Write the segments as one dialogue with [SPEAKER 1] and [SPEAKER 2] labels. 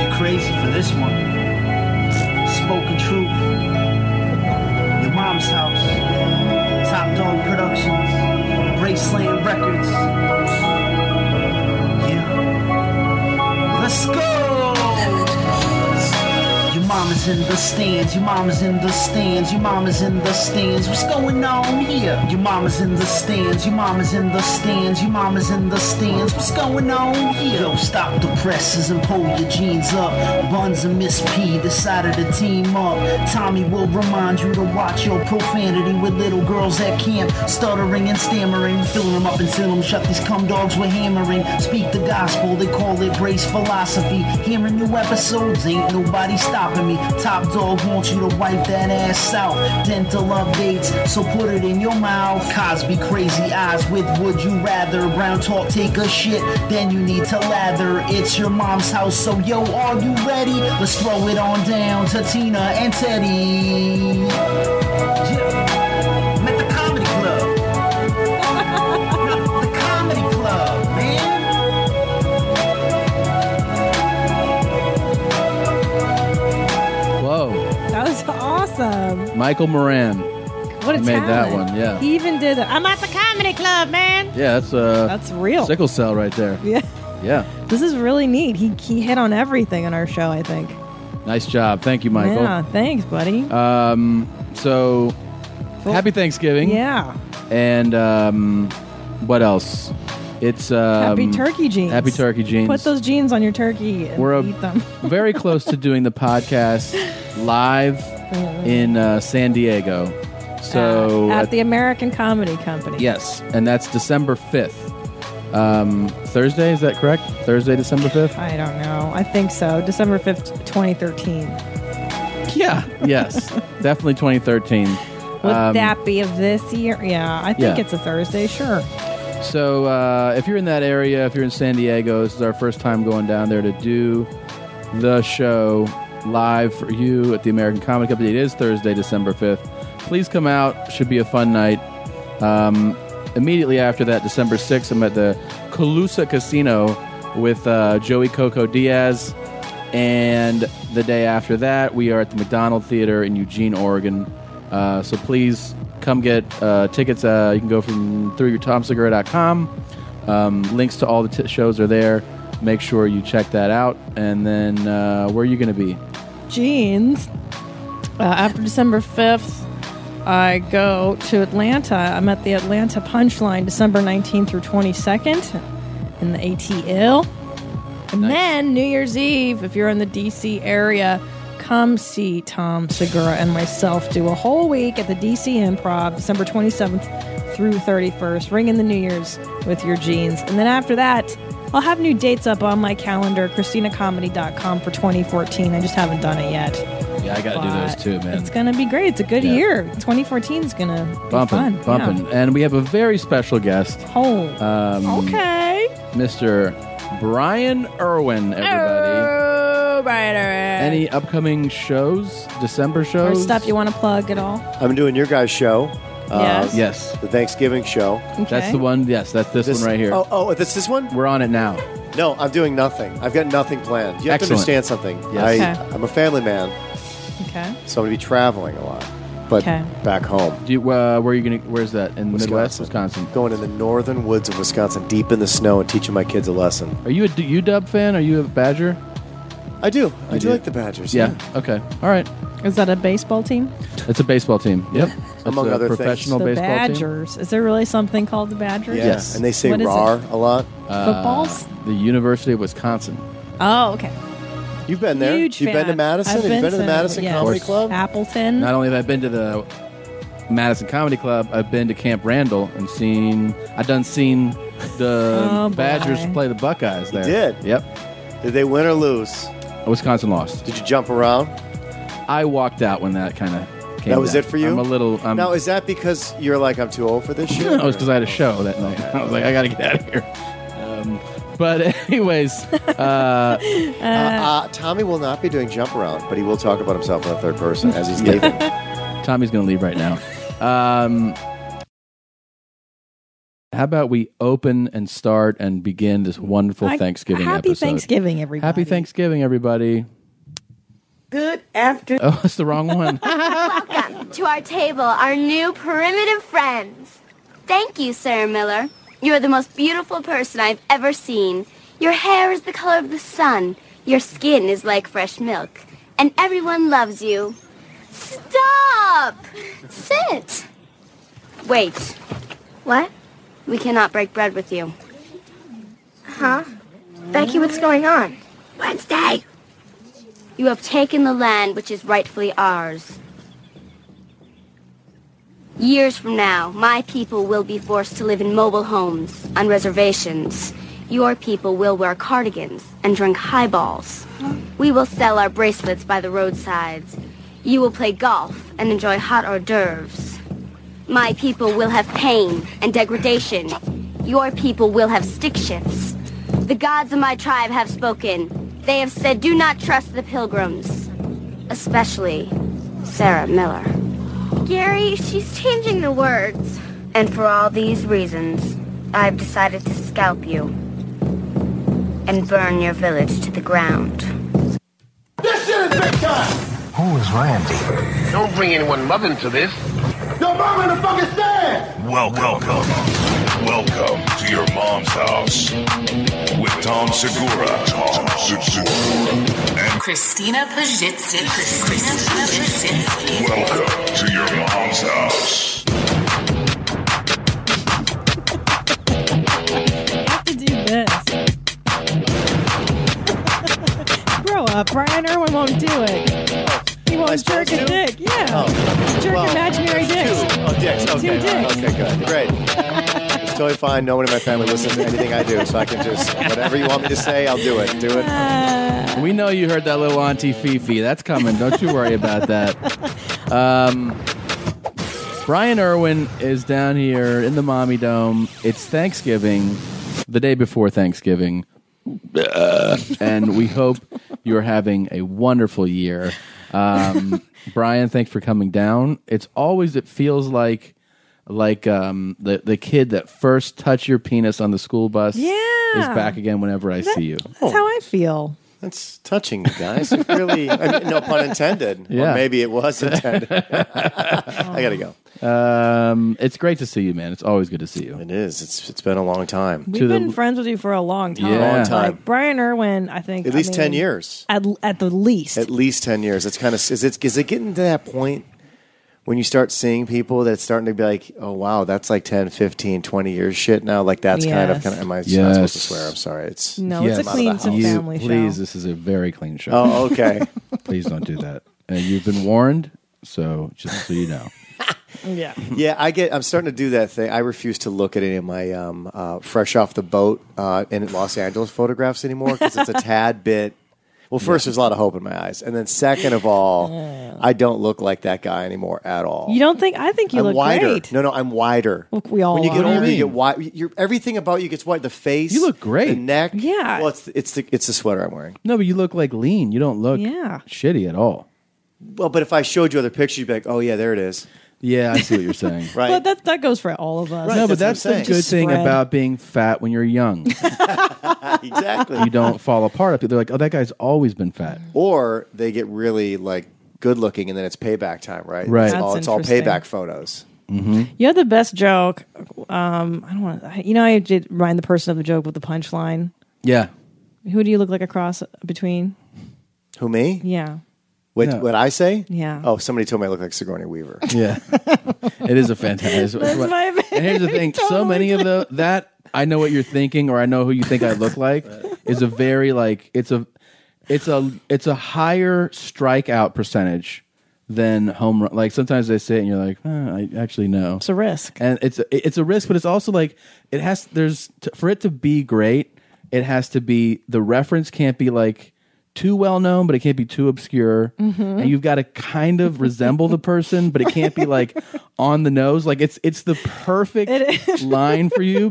[SPEAKER 1] for this one. Spoken truth. Your mom's house. Top Dog Productions. Graceland Records. Yeah. Let's go! Your mama's in the stands, your mama's in the stands, your mama's in the stands. What's going on here? Your mama's in the stands, your mama's in the stands, your mama's in the stands. What's going on here? Yo, stop the presses and pull your jeans up. Buns and Miss P decided to team up. Tommy will remind you to watch your profanity with little girls at camp, stuttering and stammering, filling them up and sealing them shut. These cum dogs were hammering. Speak the gospel, they call it race philosophy. Hearing new episodes, ain't nobody stopping me. Top dog wants you to wipe that ass out. Dental updates, so put it in your mouth. Cosby crazy eyes with would you rather. Brown talk, take a shit, then you need to lather. It's your mom's house, so yo, are you ready? Let's throw it on down to Tina and Teddy. Yeah. I'm at the comedy club. The comedy club, man.
[SPEAKER 2] Whoa.
[SPEAKER 3] That was awesome.
[SPEAKER 2] Michael Moran.
[SPEAKER 3] What a
[SPEAKER 2] He made that
[SPEAKER 3] talent.
[SPEAKER 2] one, yeah.
[SPEAKER 3] He even did it. I'm at the comedy club, man.
[SPEAKER 2] Yeah, that's uh
[SPEAKER 3] That's real.
[SPEAKER 2] sickle cell right there.
[SPEAKER 3] Yeah.
[SPEAKER 2] Yeah.
[SPEAKER 3] This is really neat. He, he hit on everything in our show, I think.
[SPEAKER 2] Nice job. Thank you, Michael.
[SPEAKER 3] Yeah, thanks, buddy.
[SPEAKER 2] Um so happy Thanksgiving.
[SPEAKER 3] yeah.
[SPEAKER 2] And um what else? It's um
[SPEAKER 3] Happy turkey jeans.
[SPEAKER 2] Happy turkey jeans.
[SPEAKER 3] Put those jeans on your turkey and
[SPEAKER 2] We're
[SPEAKER 3] eat them.
[SPEAKER 2] a, very close to doing the podcast live in uh, San Diego. So
[SPEAKER 3] at,
[SPEAKER 2] at-
[SPEAKER 3] the American Comedy Company.
[SPEAKER 2] yes, and that's December fifth. Um, Thursday is that correct? Thursday, December fifth.
[SPEAKER 3] I don't know. I think so. December 5th, 2013.
[SPEAKER 2] Yeah. Yes. definitely Um, 2013.
[SPEAKER 3] Would that be of this year? Yeah, I think
[SPEAKER 2] yeah.
[SPEAKER 3] it's a Thursday. Sure.
[SPEAKER 2] So uh, if you're in that area, if you're in San Diego, this is our first time going down there to do the show live for you at the American Comedy Company. It is Thursday, December 5th. Please come out. Should be a fun night. Um, immediately after that, December 6th, I'm at the Calusa Casino with uh, Joey Coco Diaz. And the day after that, we are at the McDonald Theater in Eugene, Oregon. Uh, so please come get uh, tickets. Uh, you can go from through your tomcigarette.com. Um, links to all the t- shows are there. Make sure you check that out. And then uh, where are you going to be?
[SPEAKER 3] Jeans. Uh, after December 5th, I go to Atlanta. I'm at the Atlanta Punchline December 19th through 22nd in the ATL. And
[SPEAKER 2] Nice.
[SPEAKER 3] then New Year's Eve, if you're in the DC area, come see Tom Segura and myself do a whole week at the DC Improv, December 27th through 31st. Ring in the New Year's with your jeans. And then after that, I'll have new dates up on my calendar, ChristinaComedy.com for 2014. I just haven't done it yet.
[SPEAKER 2] Yeah, I got to
[SPEAKER 3] but It's going to be great. It's a good
[SPEAKER 2] Yeah.
[SPEAKER 3] year. 2014 is going to be fun.
[SPEAKER 2] Bumping,
[SPEAKER 3] Yeah.
[SPEAKER 2] bumping. And we have a very special guest,
[SPEAKER 3] Oh,
[SPEAKER 2] um,
[SPEAKER 3] okay.
[SPEAKER 2] Mr. Brian Irwin, everybody.
[SPEAKER 3] Oh, right, all right.
[SPEAKER 2] Any upcoming shows, December
[SPEAKER 3] or
[SPEAKER 2] shows?
[SPEAKER 3] stuff you want to plug at all?
[SPEAKER 4] I'm doing your guys' show. uh,
[SPEAKER 3] Yes.
[SPEAKER 2] Yes.
[SPEAKER 4] The Thanksgiving show.
[SPEAKER 2] That's the one. Yes, that's this, one right here.
[SPEAKER 4] Oh, oh, this this one?
[SPEAKER 2] We're on it now.
[SPEAKER 4] No, I'm doing nothing. I've got nothing planned. You have
[SPEAKER 2] Excellent.
[SPEAKER 4] to understand something.
[SPEAKER 2] Yes.
[SPEAKER 4] I,
[SPEAKER 3] Okay.
[SPEAKER 4] I'm a family man,
[SPEAKER 3] Okay.
[SPEAKER 4] so I'm going to be traveling a lot, but
[SPEAKER 3] Okay.
[SPEAKER 4] back home.
[SPEAKER 2] Do you, uh, where are you gonna? Where's that? In the Midwest, Wisconsin.
[SPEAKER 4] Going in the northern woods of Wisconsin, deep in the snow, and teaching my kids a lesson.
[SPEAKER 2] Are you a D- UW fan? Are you a Badger?
[SPEAKER 4] I do. I
[SPEAKER 2] You
[SPEAKER 4] do,
[SPEAKER 2] do?
[SPEAKER 4] like the Badgers.
[SPEAKER 2] Yeah. Okay. All right.
[SPEAKER 3] Is that a baseball team?
[SPEAKER 2] It's a baseball team. Yep. It's
[SPEAKER 4] Among
[SPEAKER 2] a
[SPEAKER 4] other things.
[SPEAKER 2] professional
[SPEAKER 3] the
[SPEAKER 2] baseball team.
[SPEAKER 3] Badgers. Is there really something called the
[SPEAKER 4] Yeah.
[SPEAKER 3] Badgers?
[SPEAKER 4] Yeah.
[SPEAKER 2] Yes. Uh,
[SPEAKER 4] And they say
[SPEAKER 3] What is it?
[SPEAKER 4] "rar" a lot.
[SPEAKER 3] Footballs?
[SPEAKER 2] The University of Wisconsin.
[SPEAKER 3] Oh, okay.
[SPEAKER 4] You've been there.
[SPEAKER 3] Huge
[SPEAKER 4] You've
[SPEAKER 3] fan.
[SPEAKER 4] been to Madison.
[SPEAKER 3] I've
[SPEAKER 4] Have you been to the
[SPEAKER 3] to-
[SPEAKER 4] Madison
[SPEAKER 3] yes.
[SPEAKER 4] Comedy
[SPEAKER 2] Of
[SPEAKER 4] Club?
[SPEAKER 3] Appleton.
[SPEAKER 2] Not only have I been to the Madison Comedy Club, I've been to Camp Randall and seen. I've done seen the
[SPEAKER 3] Oh, boy.
[SPEAKER 2] Badgers play the Buckeyes. There.
[SPEAKER 4] did?
[SPEAKER 2] Yep.
[SPEAKER 4] Did they win or lose?
[SPEAKER 2] Wisconsin lost.
[SPEAKER 4] Did you jump around?
[SPEAKER 2] I walked out when that kind of came.
[SPEAKER 4] That was
[SPEAKER 2] down.
[SPEAKER 4] it for you?
[SPEAKER 2] I'm a little. I'm,
[SPEAKER 4] now, is that because you're like I'm too old for this shit?
[SPEAKER 2] Um, No, it was because I had a
[SPEAKER 4] or-
[SPEAKER 2] show that night. I was like, I gotta get out of here. Um, but anyways, uh,
[SPEAKER 4] Uh, uh, Tommy will not be doing jump around, but he will talk about himself in the third person as he's leaving.
[SPEAKER 2] Tommy's gonna leave right now. Um, how about we open and start and begin this wonderful
[SPEAKER 3] I-
[SPEAKER 2] Thanksgiving
[SPEAKER 3] Happy
[SPEAKER 2] episode?
[SPEAKER 3] Thanksgiving, everybody.
[SPEAKER 2] Happy Thanksgiving, everybody.
[SPEAKER 5] Good afternoon.
[SPEAKER 2] Oh, that's the wrong one.
[SPEAKER 6] Welcome to our table, our new primitive friends. Thank you, Sarah Miller. You are the most beautiful person I've ever seen. Your hair is the color of the sun. Your skin is like fresh milk. And everyone loves you. Stop! Sit! Wait. What? We cannot break bread with you.
[SPEAKER 7] Becky, what's going on?
[SPEAKER 6] Wednesday! You have taken the land which is rightfully ours. Years from now, my people will be forced to live in mobile homes, on reservations. Your people will wear cardigans and drink highballs. We will sell our bracelets by the roadsides. You will play golf and enjoy hot hors d'oeuvres. My people will have pain and degradation. Your people will have stick shifts. The gods of my tribe have spoken. They have said, do not trust the pilgrims, especially Sarah Miller.
[SPEAKER 7] Gary, she's changing the words.
[SPEAKER 6] And for all these reasons, I've decided to scalp you and burn your village to the ground.
[SPEAKER 8] This shit is big time.
[SPEAKER 9] Who is Randy?
[SPEAKER 10] Don't bring anyone love into this.
[SPEAKER 8] Yo, mom in the fucking stand.
[SPEAKER 11] Welcome. Welcome to your mom's house with Tom Segura. Tom Segura. And
[SPEAKER 12] Christina Pajitsky. Christina Pajitsky.
[SPEAKER 11] welcome to your mom's house.
[SPEAKER 3] have to do this. Grow up. Brian Irwin won't do it. He
[SPEAKER 4] I
[SPEAKER 3] won't
[SPEAKER 4] supposed
[SPEAKER 3] jerk a
[SPEAKER 4] to?
[SPEAKER 3] dick. Yeah.
[SPEAKER 4] Oh.
[SPEAKER 3] Jerk
[SPEAKER 4] Well,
[SPEAKER 3] imaginary
[SPEAKER 4] Two.
[SPEAKER 3] dicks.
[SPEAKER 4] Oh, dicks. Okay.
[SPEAKER 3] dicks.
[SPEAKER 4] Okay, good. Great. It's totally fine. No one in my family listens to anything I do, so I can just, whatever you want me to say, I'll do it. Do it.
[SPEAKER 3] Uh,
[SPEAKER 2] We know you heard that little Auntie Fifi. That's coming. Don't you worry about that. Um, Brian Irwin is down here in the Mommy Dome. It's Thanksgiving, the day before Thanksgiving.
[SPEAKER 3] Uh.
[SPEAKER 2] and we hope you're having a wonderful year. Um, Brian, thanks for coming down. It's always, it feels like. Like um, the the kid that first touched your penis on the school bus is
[SPEAKER 3] Yeah.
[SPEAKER 2] back again whenever I see you.
[SPEAKER 3] that's how I feel.
[SPEAKER 4] That's touching, you guys. It really, I mean, no pun intended.
[SPEAKER 2] Yeah.
[SPEAKER 4] Or maybe it was intended. I gotta go.
[SPEAKER 2] Um, it's great to see you, man. It's always good to see you.
[SPEAKER 4] It is. It's it's been a long time.
[SPEAKER 2] To
[SPEAKER 3] We've
[SPEAKER 2] the-
[SPEAKER 3] been friends with you for a long time.
[SPEAKER 2] Yeah. Long
[SPEAKER 4] time.
[SPEAKER 3] Like Brian Irwin, I think.
[SPEAKER 4] At
[SPEAKER 3] I
[SPEAKER 4] least
[SPEAKER 3] mean,
[SPEAKER 4] ten years.
[SPEAKER 3] At, at the least.
[SPEAKER 4] At least ten years. It's kind of is it is it getting to that point when you start seeing people that's starting to be like, oh wow, that's like 10, 15, 20 years shit now. Like that's kind of
[SPEAKER 3] Yes.
[SPEAKER 4] kind of. Am I
[SPEAKER 2] Yes.
[SPEAKER 4] not supposed to swear? I'm sorry. It's
[SPEAKER 3] no, it's a
[SPEAKER 4] Yes.
[SPEAKER 3] clean some
[SPEAKER 2] You-
[SPEAKER 3] family
[SPEAKER 2] please,
[SPEAKER 3] show.
[SPEAKER 2] this is a very clean show.
[SPEAKER 4] Oh okay.
[SPEAKER 2] Please don't do that. Uh, you've been warned, so just so you know.
[SPEAKER 3] Yeah.
[SPEAKER 4] Yeah, I get. I'm starting to do that thing. I refuse to look at any of my um, uh, fresh off the boat uh, in Los Angeles photographs anymore because it's a tad bit. Well, first, there's a lot of hope in my eyes, and then second of all, I don't look like that guy anymore at all.
[SPEAKER 3] You don't think? I think you
[SPEAKER 4] I'm
[SPEAKER 3] look
[SPEAKER 4] wider.
[SPEAKER 3] great.
[SPEAKER 4] No, no, I'm wider.
[SPEAKER 3] Look, we all
[SPEAKER 4] when you
[SPEAKER 3] are.
[SPEAKER 4] get
[SPEAKER 3] What do you
[SPEAKER 4] older, you,
[SPEAKER 2] mean?
[SPEAKER 4] get wide. You're, everything about you gets wide. The face,
[SPEAKER 2] You look great.
[SPEAKER 4] The neck,
[SPEAKER 3] Yeah.
[SPEAKER 4] Well, it's it's the it's the sweater I'm wearing.
[SPEAKER 2] No, but you look like lean. You don't look
[SPEAKER 3] Yeah.
[SPEAKER 2] shitty at all.
[SPEAKER 4] Well, but if I showed you other pictures, you'd be like, oh yeah, there it is.
[SPEAKER 2] Yeah, I see what you're saying.
[SPEAKER 4] Right.
[SPEAKER 3] But that, that goes for all of us.
[SPEAKER 2] No, but
[SPEAKER 4] That's
[SPEAKER 2] that's,
[SPEAKER 4] what I'm
[SPEAKER 2] the
[SPEAKER 4] saying.
[SPEAKER 2] good
[SPEAKER 3] Just
[SPEAKER 2] thing
[SPEAKER 3] spread.
[SPEAKER 2] about being fat when you're young.
[SPEAKER 4] exactly.
[SPEAKER 2] you don't fall apart. They're like, oh, that guy's always been fat.
[SPEAKER 4] or they get really like good looking and then it's payback time right
[SPEAKER 2] Right.
[SPEAKER 4] it's, all,
[SPEAKER 3] That's
[SPEAKER 4] it's all
[SPEAKER 3] interesting.
[SPEAKER 4] payback photos
[SPEAKER 2] Mm-hmm.
[SPEAKER 3] You had the best joke. Um, I don't want to. You know, I did remind the person of the joke with the punchline.
[SPEAKER 2] Yeah.
[SPEAKER 3] Who do you look like a cross between?
[SPEAKER 4] who me
[SPEAKER 3] Yeah,
[SPEAKER 4] what,
[SPEAKER 2] No.
[SPEAKER 4] what i say
[SPEAKER 3] Yeah.
[SPEAKER 4] oh somebody told me i look like sigourney weaver
[SPEAKER 2] Yeah. it is a fantastic.
[SPEAKER 3] That's my
[SPEAKER 2] and here's the
[SPEAKER 3] favorite.
[SPEAKER 2] thing: so
[SPEAKER 3] Totally
[SPEAKER 2] many of the that I know what you're thinking, or I know who you think I look like, is a very like it's a it's a it's a higher strikeout percentage than home run. Like sometimes they say it, and you're like, "Huh, I actually know.
[SPEAKER 3] it's a risk.
[SPEAKER 2] and it's a, it's a risk, but it's also like it has there's t- for it to be great, it has to be the reference can't be like too well known, but it can't be too obscure,
[SPEAKER 3] Mm-hmm.
[SPEAKER 2] and you've got to kind of resemble the person, but it can't be like on the nose. Like it's it's the perfect line for you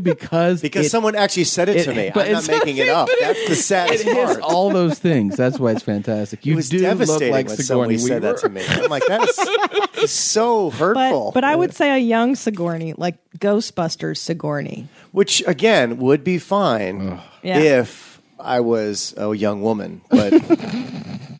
[SPEAKER 2] because
[SPEAKER 4] because
[SPEAKER 2] it-
[SPEAKER 4] someone actually said it,
[SPEAKER 2] it-
[SPEAKER 4] to me
[SPEAKER 2] but
[SPEAKER 4] i'm not
[SPEAKER 2] it's-
[SPEAKER 4] making it up that's the saddest
[SPEAKER 2] it has
[SPEAKER 4] part
[SPEAKER 2] all those things. That's why it's fantastic. You
[SPEAKER 4] it was
[SPEAKER 2] do look
[SPEAKER 4] devastating
[SPEAKER 2] like
[SPEAKER 4] when somebody
[SPEAKER 2] Sigourney
[SPEAKER 4] said that
[SPEAKER 2] Weaver.
[SPEAKER 4] to me i'm like that is so hurtful
[SPEAKER 3] But but I would say a young Sigourney, like Ghostbusters Sigourney.
[SPEAKER 4] which again would be fine
[SPEAKER 3] Yeah.
[SPEAKER 4] if i was a young woman but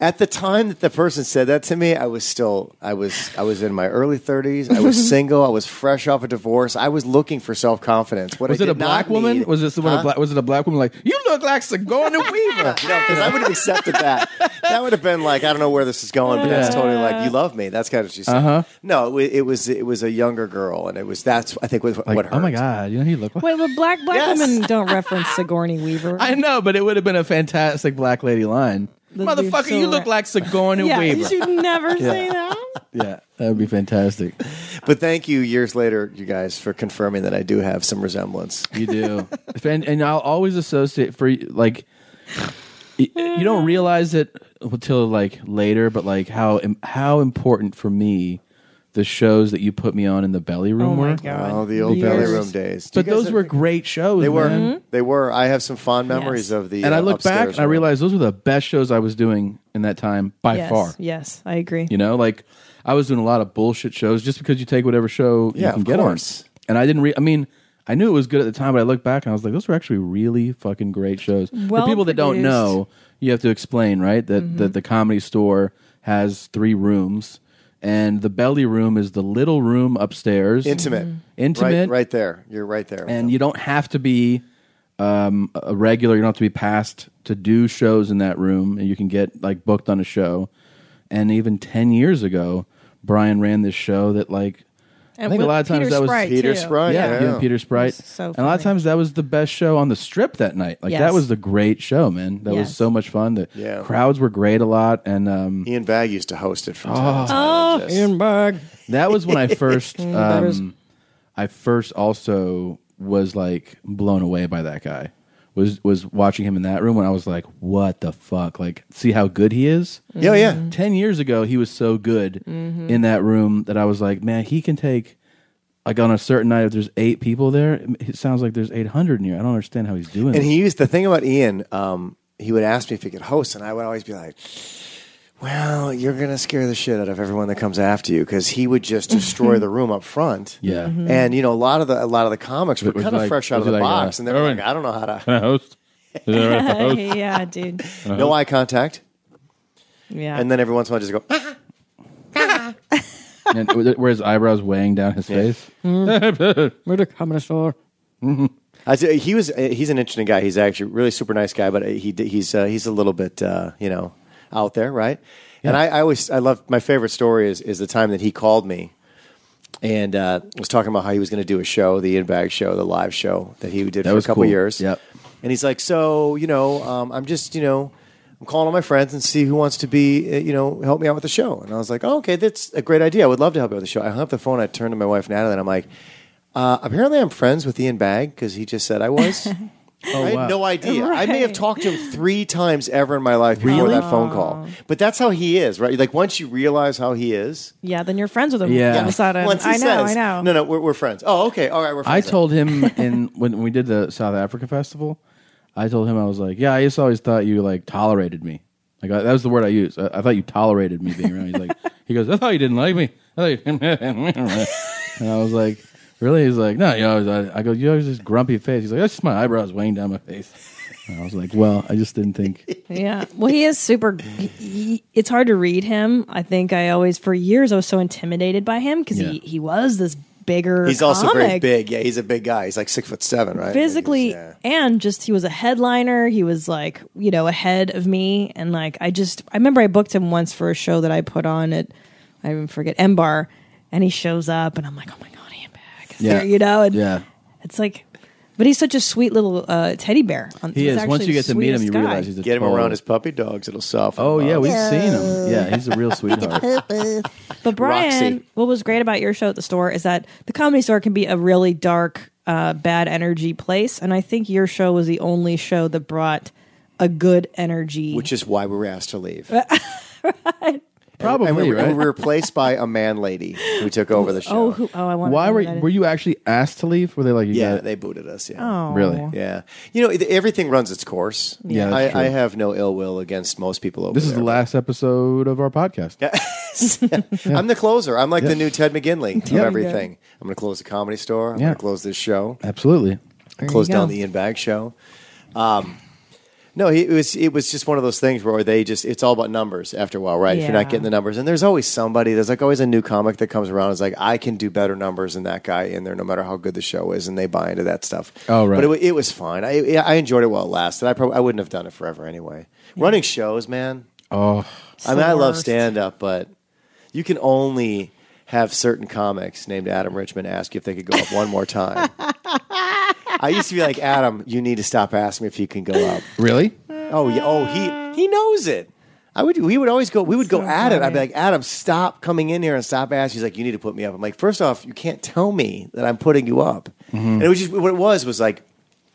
[SPEAKER 4] At the time that the person said that to me, I was still I was I was in my early 30s. I was single. I was fresh off a divorce. I was looking for self confidence.
[SPEAKER 2] was it a black woman? Was this the one? a
[SPEAKER 4] Huh?
[SPEAKER 2] Black, was it a black woman? Like you look like Sigourney Weaver.
[SPEAKER 4] No, because I would have accepted that. That would have been like, I don't know where this is going, but that's
[SPEAKER 2] Yeah.
[SPEAKER 4] totally like, you love me. That's kind of what she said.
[SPEAKER 2] Uh-huh.
[SPEAKER 4] No, it, wa- it was it was a younger girl, and it was that's I think was
[SPEAKER 2] Like,
[SPEAKER 4] what hurt.
[SPEAKER 2] oh my god, you know who you look like.
[SPEAKER 3] Wait, but black black
[SPEAKER 4] Yes.
[SPEAKER 3] women don't reference Sigourney Weaver.
[SPEAKER 2] I know, but it would have been a fantastic black lady line.
[SPEAKER 3] That'd be
[SPEAKER 2] Motherfucker,
[SPEAKER 3] so
[SPEAKER 2] you
[SPEAKER 3] right.
[SPEAKER 2] look like Sigourney
[SPEAKER 3] yeah,
[SPEAKER 2] Weaver.
[SPEAKER 3] you should never say that.
[SPEAKER 2] Yeah, that would be fantastic.
[SPEAKER 4] But thank you, years later, you guys, for confirming that I do have some resemblance.
[SPEAKER 2] You do, If- and, and I'll always associate for like y- you don't realize it until like later, but like how im- how important for me the shows that you put me on in the belly room were.
[SPEAKER 4] Oh, the old
[SPEAKER 2] Years.
[SPEAKER 4] belly room days. Do
[SPEAKER 2] But
[SPEAKER 4] you guys
[SPEAKER 2] those
[SPEAKER 4] have-
[SPEAKER 2] were great shows.
[SPEAKER 4] they were Mm-hmm.
[SPEAKER 2] man.
[SPEAKER 4] they were. I have some fond memories
[SPEAKER 3] Yes.
[SPEAKER 4] of the.
[SPEAKER 2] and I
[SPEAKER 4] uh,
[SPEAKER 2] look back
[SPEAKER 4] upstairs
[SPEAKER 2] and I
[SPEAKER 4] room.
[SPEAKER 2] realize those were the best shows I was doing in that time by
[SPEAKER 3] yes,
[SPEAKER 2] far.
[SPEAKER 3] yes, I agree.
[SPEAKER 2] You know, like I was doing a lot of bullshit shows just because you take whatever show
[SPEAKER 4] Yeah,
[SPEAKER 2] you can
[SPEAKER 4] of
[SPEAKER 2] get
[SPEAKER 4] course.
[SPEAKER 2] on. And I didn't re I mean, I knew it was good at the time, but I look back and I was like, those were actually really fucking great shows.
[SPEAKER 3] Well
[SPEAKER 2] For people that don't
[SPEAKER 3] produced.
[SPEAKER 2] know, you have to explain, right? That
[SPEAKER 4] Mm-hmm.
[SPEAKER 2] that the comedy store has three rooms and the belly room is the little room upstairs. Mm-hmm.
[SPEAKER 4] intimate,
[SPEAKER 2] Intimate
[SPEAKER 4] Right, right there. You're right there.
[SPEAKER 2] and you don't have to be um, a regular. You don't have to be passed to do shows in that room, and you can get like booked on a show. And even ten years ago, Brian ran this show that like
[SPEAKER 3] And
[SPEAKER 2] I think a
[SPEAKER 3] with
[SPEAKER 2] lot of times
[SPEAKER 3] Peter
[SPEAKER 2] that was
[SPEAKER 3] Sprite,
[SPEAKER 4] Peter
[SPEAKER 3] too.
[SPEAKER 4] Sprite.
[SPEAKER 2] yeah, you
[SPEAKER 4] yeah.
[SPEAKER 2] and Peter Sprite.
[SPEAKER 3] That's so
[SPEAKER 2] and a lot of
[SPEAKER 3] funny.
[SPEAKER 2] times that was the best show on the strip that night. Like
[SPEAKER 3] Yes.
[SPEAKER 2] that was the great show, man. That
[SPEAKER 3] Yes.
[SPEAKER 2] was so much fun. The
[SPEAKER 4] Yeah.
[SPEAKER 2] crowds were great a lot, and um,
[SPEAKER 4] Ian Vag used to host it from time to time.
[SPEAKER 3] Oh,
[SPEAKER 4] Just-
[SPEAKER 3] Ian Bag.
[SPEAKER 2] That was when I first,
[SPEAKER 3] Mm, that was-
[SPEAKER 2] um, I first also was like blown away by that guy. Was was watching him in that room when I was like, what the fuck? Like, see how good he is.
[SPEAKER 4] Yeah, yeah.
[SPEAKER 3] Mm-hmm.
[SPEAKER 2] Ten years ago, he was so good in that room that I was like, man, he can take. Like on a certain night, if there's eight people there, it sounds like there's 800 in here. I don't understand how he's doing.
[SPEAKER 4] And
[SPEAKER 2] it.
[SPEAKER 4] he used the thing about Ian. Um, he would ask me if he could host, and I would always be like, "Well, you're gonna scare the shit out of everyone that comes after you," because he would just destroy the room up front. Mm-hmm.
[SPEAKER 2] Yeah. Mhm.
[SPEAKER 4] and you know a lot of the a lot of the comics were
[SPEAKER 2] It was
[SPEAKER 4] kind of
[SPEAKER 2] like-
[SPEAKER 4] fresh out of
[SPEAKER 2] was
[SPEAKER 4] the
[SPEAKER 2] it like,
[SPEAKER 4] box,
[SPEAKER 2] uh,
[SPEAKER 4] and they were like,
[SPEAKER 2] Irwin.
[SPEAKER 4] "I don't know how to."
[SPEAKER 2] Can I host? Is that right? Uh-huh. I host?
[SPEAKER 3] yeah, dude.
[SPEAKER 4] No eye contact,
[SPEAKER 3] Yeah.
[SPEAKER 4] and then every once in a while, just go. "Ah."
[SPEAKER 2] and were were his eyebrows weighing down his face?
[SPEAKER 3] Mm.
[SPEAKER 2] Mm-hmm.
[SPEAKER 4] I said- he was uh, he's an interesting guy. He's actually a really super nice guy, but he did- he's uh, he's a little bit uh, you know out there, right? And I, I always I love my favorite story is is the time that he called me and uh, was talking about how he was going to do a show, the In Bag show, the live show that he did
[SPEAKER 2] That
[SPEAKER 4] for
[SPEAKER 2] was
[SPEAKER 4] a couple
[SPEAKER 2] cool.
[SPEAKER 4] years.
[SPEAKER 2] Yep.
[SPEAKER 4] And he's like, so you know, um, I'm just you know. I'm calling all my friends and see who wants to be, uh, you know, help me out with the show. And I was like, oh, okay, that's a great idea. I would love to help you with the show. I hung up the phone. I turned to my wife, Natalie, and I'm like, uh, apparently, I'm friends with Ian Bag because he just said I was. I had
[SPEAKER 2] Oh, wow.
[SPEAKER 4] no idea. I may have talked to him three times ever in my life before that phone call. But that's how he is, right? Like once you realize how he is,
[SPEAKER 3] yeah, then you're friends with him.
[SPEAKER 2] Yeah.
[SPEAKER 3] All of a sudden.
[SPEAKER 4] once he
[SPEAKER 3] I know,
[SPEAKER 4] says,
[SPEAKER 3] I know.
[SPEAKER 4] "No, no, we're, we're friends." Oh, okay, all right, we're
[SPEAKER 2] I
[SPEAKER 4] friends.
[SPEAKER 2] told him in when we did the South Africa festival, I told him I was like, yeah, I just always thought you like tolerated me. Like I, that was the word I used. I, I thought you tolerated me being around. He's like, he goes, I thought you didn't like me. I thought you and I was like, really? He's like, no, you always. I, I go, you always this grumpy face. He's like, that's just my eyebrows weighing down my face. And I was like, well, I just didn't think.
[SPEAKER 3] Yeah. Well, he is super. he- he- it's hard to read him. I think I always, for years, I was so intimidated by him because he,
[SPEAKER 2] Yeah.
[SPEAKER 3] he was this bigger.
[SPEAKER 4] He's also very
[SPEAKER 3] comic,
[SPEAKER 4] big. Yeah, he's a big guy. He's like six foot seven, right?
[SPEAKER 3] Physically,
[SPEAKER 4] Like, he's- yeah.
[SPEAKER 3] and just he was a headliner. He was like, you know, ahead of me. And like, I just, I remember I booked him once for a show that I put on at, I even forget, M Bar. And he shows up and I'm like, oh my God, I'm back. Is
[SPEAKER 2] Yeah.
[SPEAKER 3] there- you know, and
[SPEAKER 2] Yeah.
[SPEAKER 3] it's like, but he's such a sweet little uh, teddy bear.
[SPEAKER 2] He is. Once you get to meet him, you realize he's a
[SPEAKER 4] Get him
[SPEAKER 2] total-
[SPEAKER 4] around his puppy dogs; it'll soften.
[SPEAKER 2] Oh
[SPEAKER 4] him
[SPEAKER 2] yeah,
[SPEAKER 4] up.
[SPEAKER 2] we've seen him. Yeah, he's a real sweetheart.
[SPEAKER 3] But Brian,
[SPEAKER 4] Roxy.
[SPEAKER 3] what was great about your show at the store is that the comedy store can be a really dark, uh, bad energy place, and I think your show was the only show that brought a good energy.
[SPEAKER 4] which is why we were asked to leave.
[SPEAKER 2] Probably
[SPEAKER 4] and we were,
[SPEAKER 2] right.
[SPEAKER 4] and we were replaced by a man lady who took over the show.
[SPEAKER 3] oh, who, oh, I want.
[SPEAKER 2] Why were were you actually asked to leave? Were they like, you
[SPEAKER 4] yeah,
[SPEAKER 2] got-
[SPEAKER 4] they booted us. Yeah.
[SPEAKER 2] really?
[SPEAKER 4] Yeah, you know it- everything runs its course.
[SPEAKER 2] Yeah, that's true.
[SPEAKER 4] I, I have no ill will against most people over
[SPEAKER 2] This is
[SPEAKER 4] there.
[SPEAKER 2] the last episode of our podcast.
[SPEAKER 4] I'm the closer. I'm like
[SPEAKER 2] Yeah.
[SPEAKER 4] the new Ted McGinley of
[SPEAKER 2] Yeah.
[SPEAKER 4] everything. I'm going to close the comedy store. I'm
[SPEAKER 2] Yeah.
[SPEAKER 4] going to close this show.
[SPEAKER 2] Absolutely.
[SPEAKER 4] close
[SPEAKER 3] you
[SPEAKER 4] down
[SPEAKER 3] go.
[SPEAKER 4] the Ian Bag show. Um, No, he- it was it was just one of those things where they just it's all about numbers after a while, right? If you're
[SPEAKER 5] Yeah.
[SPEAKER 4] not getting the numbers, and there's always somebody, there's like always a new comic that comes around. Is like I can do better numbers than that guy in there, no matter how good the show is, and they buy into that stuff.
[SPEAKER 2] Oh, right.
[SPEAKER 4] But it, wa- it was fine. I I enjoyed it while it lasted. I probably I wouldn't have done it forever anyway. Running shows, man.
[SPEAKER 2] Oh,
[SPEAKER 4] I mean, I love
[SPEAKER 2] Worst.
[SPEAKER 4] stand up, but you can only have certain comics named Adam Richmond ask you if they could go up one more time. I used to be like, Adam, you need to stop asking me if you can go up.
[SPEAKER 2] Really?
[SPEAKER 4] Oh, yeah. Oh, he he knows it. I would. We would always go. We would go at it. I'd be like, Adam, stop coming in here and stop asking. He's like, you need to put me up. I'm like, first off, you can't tell me that I'm putting you up.
[SPEAKER 2] Mm-hmm.
[SPEAKER 4] And it was just what it was was like,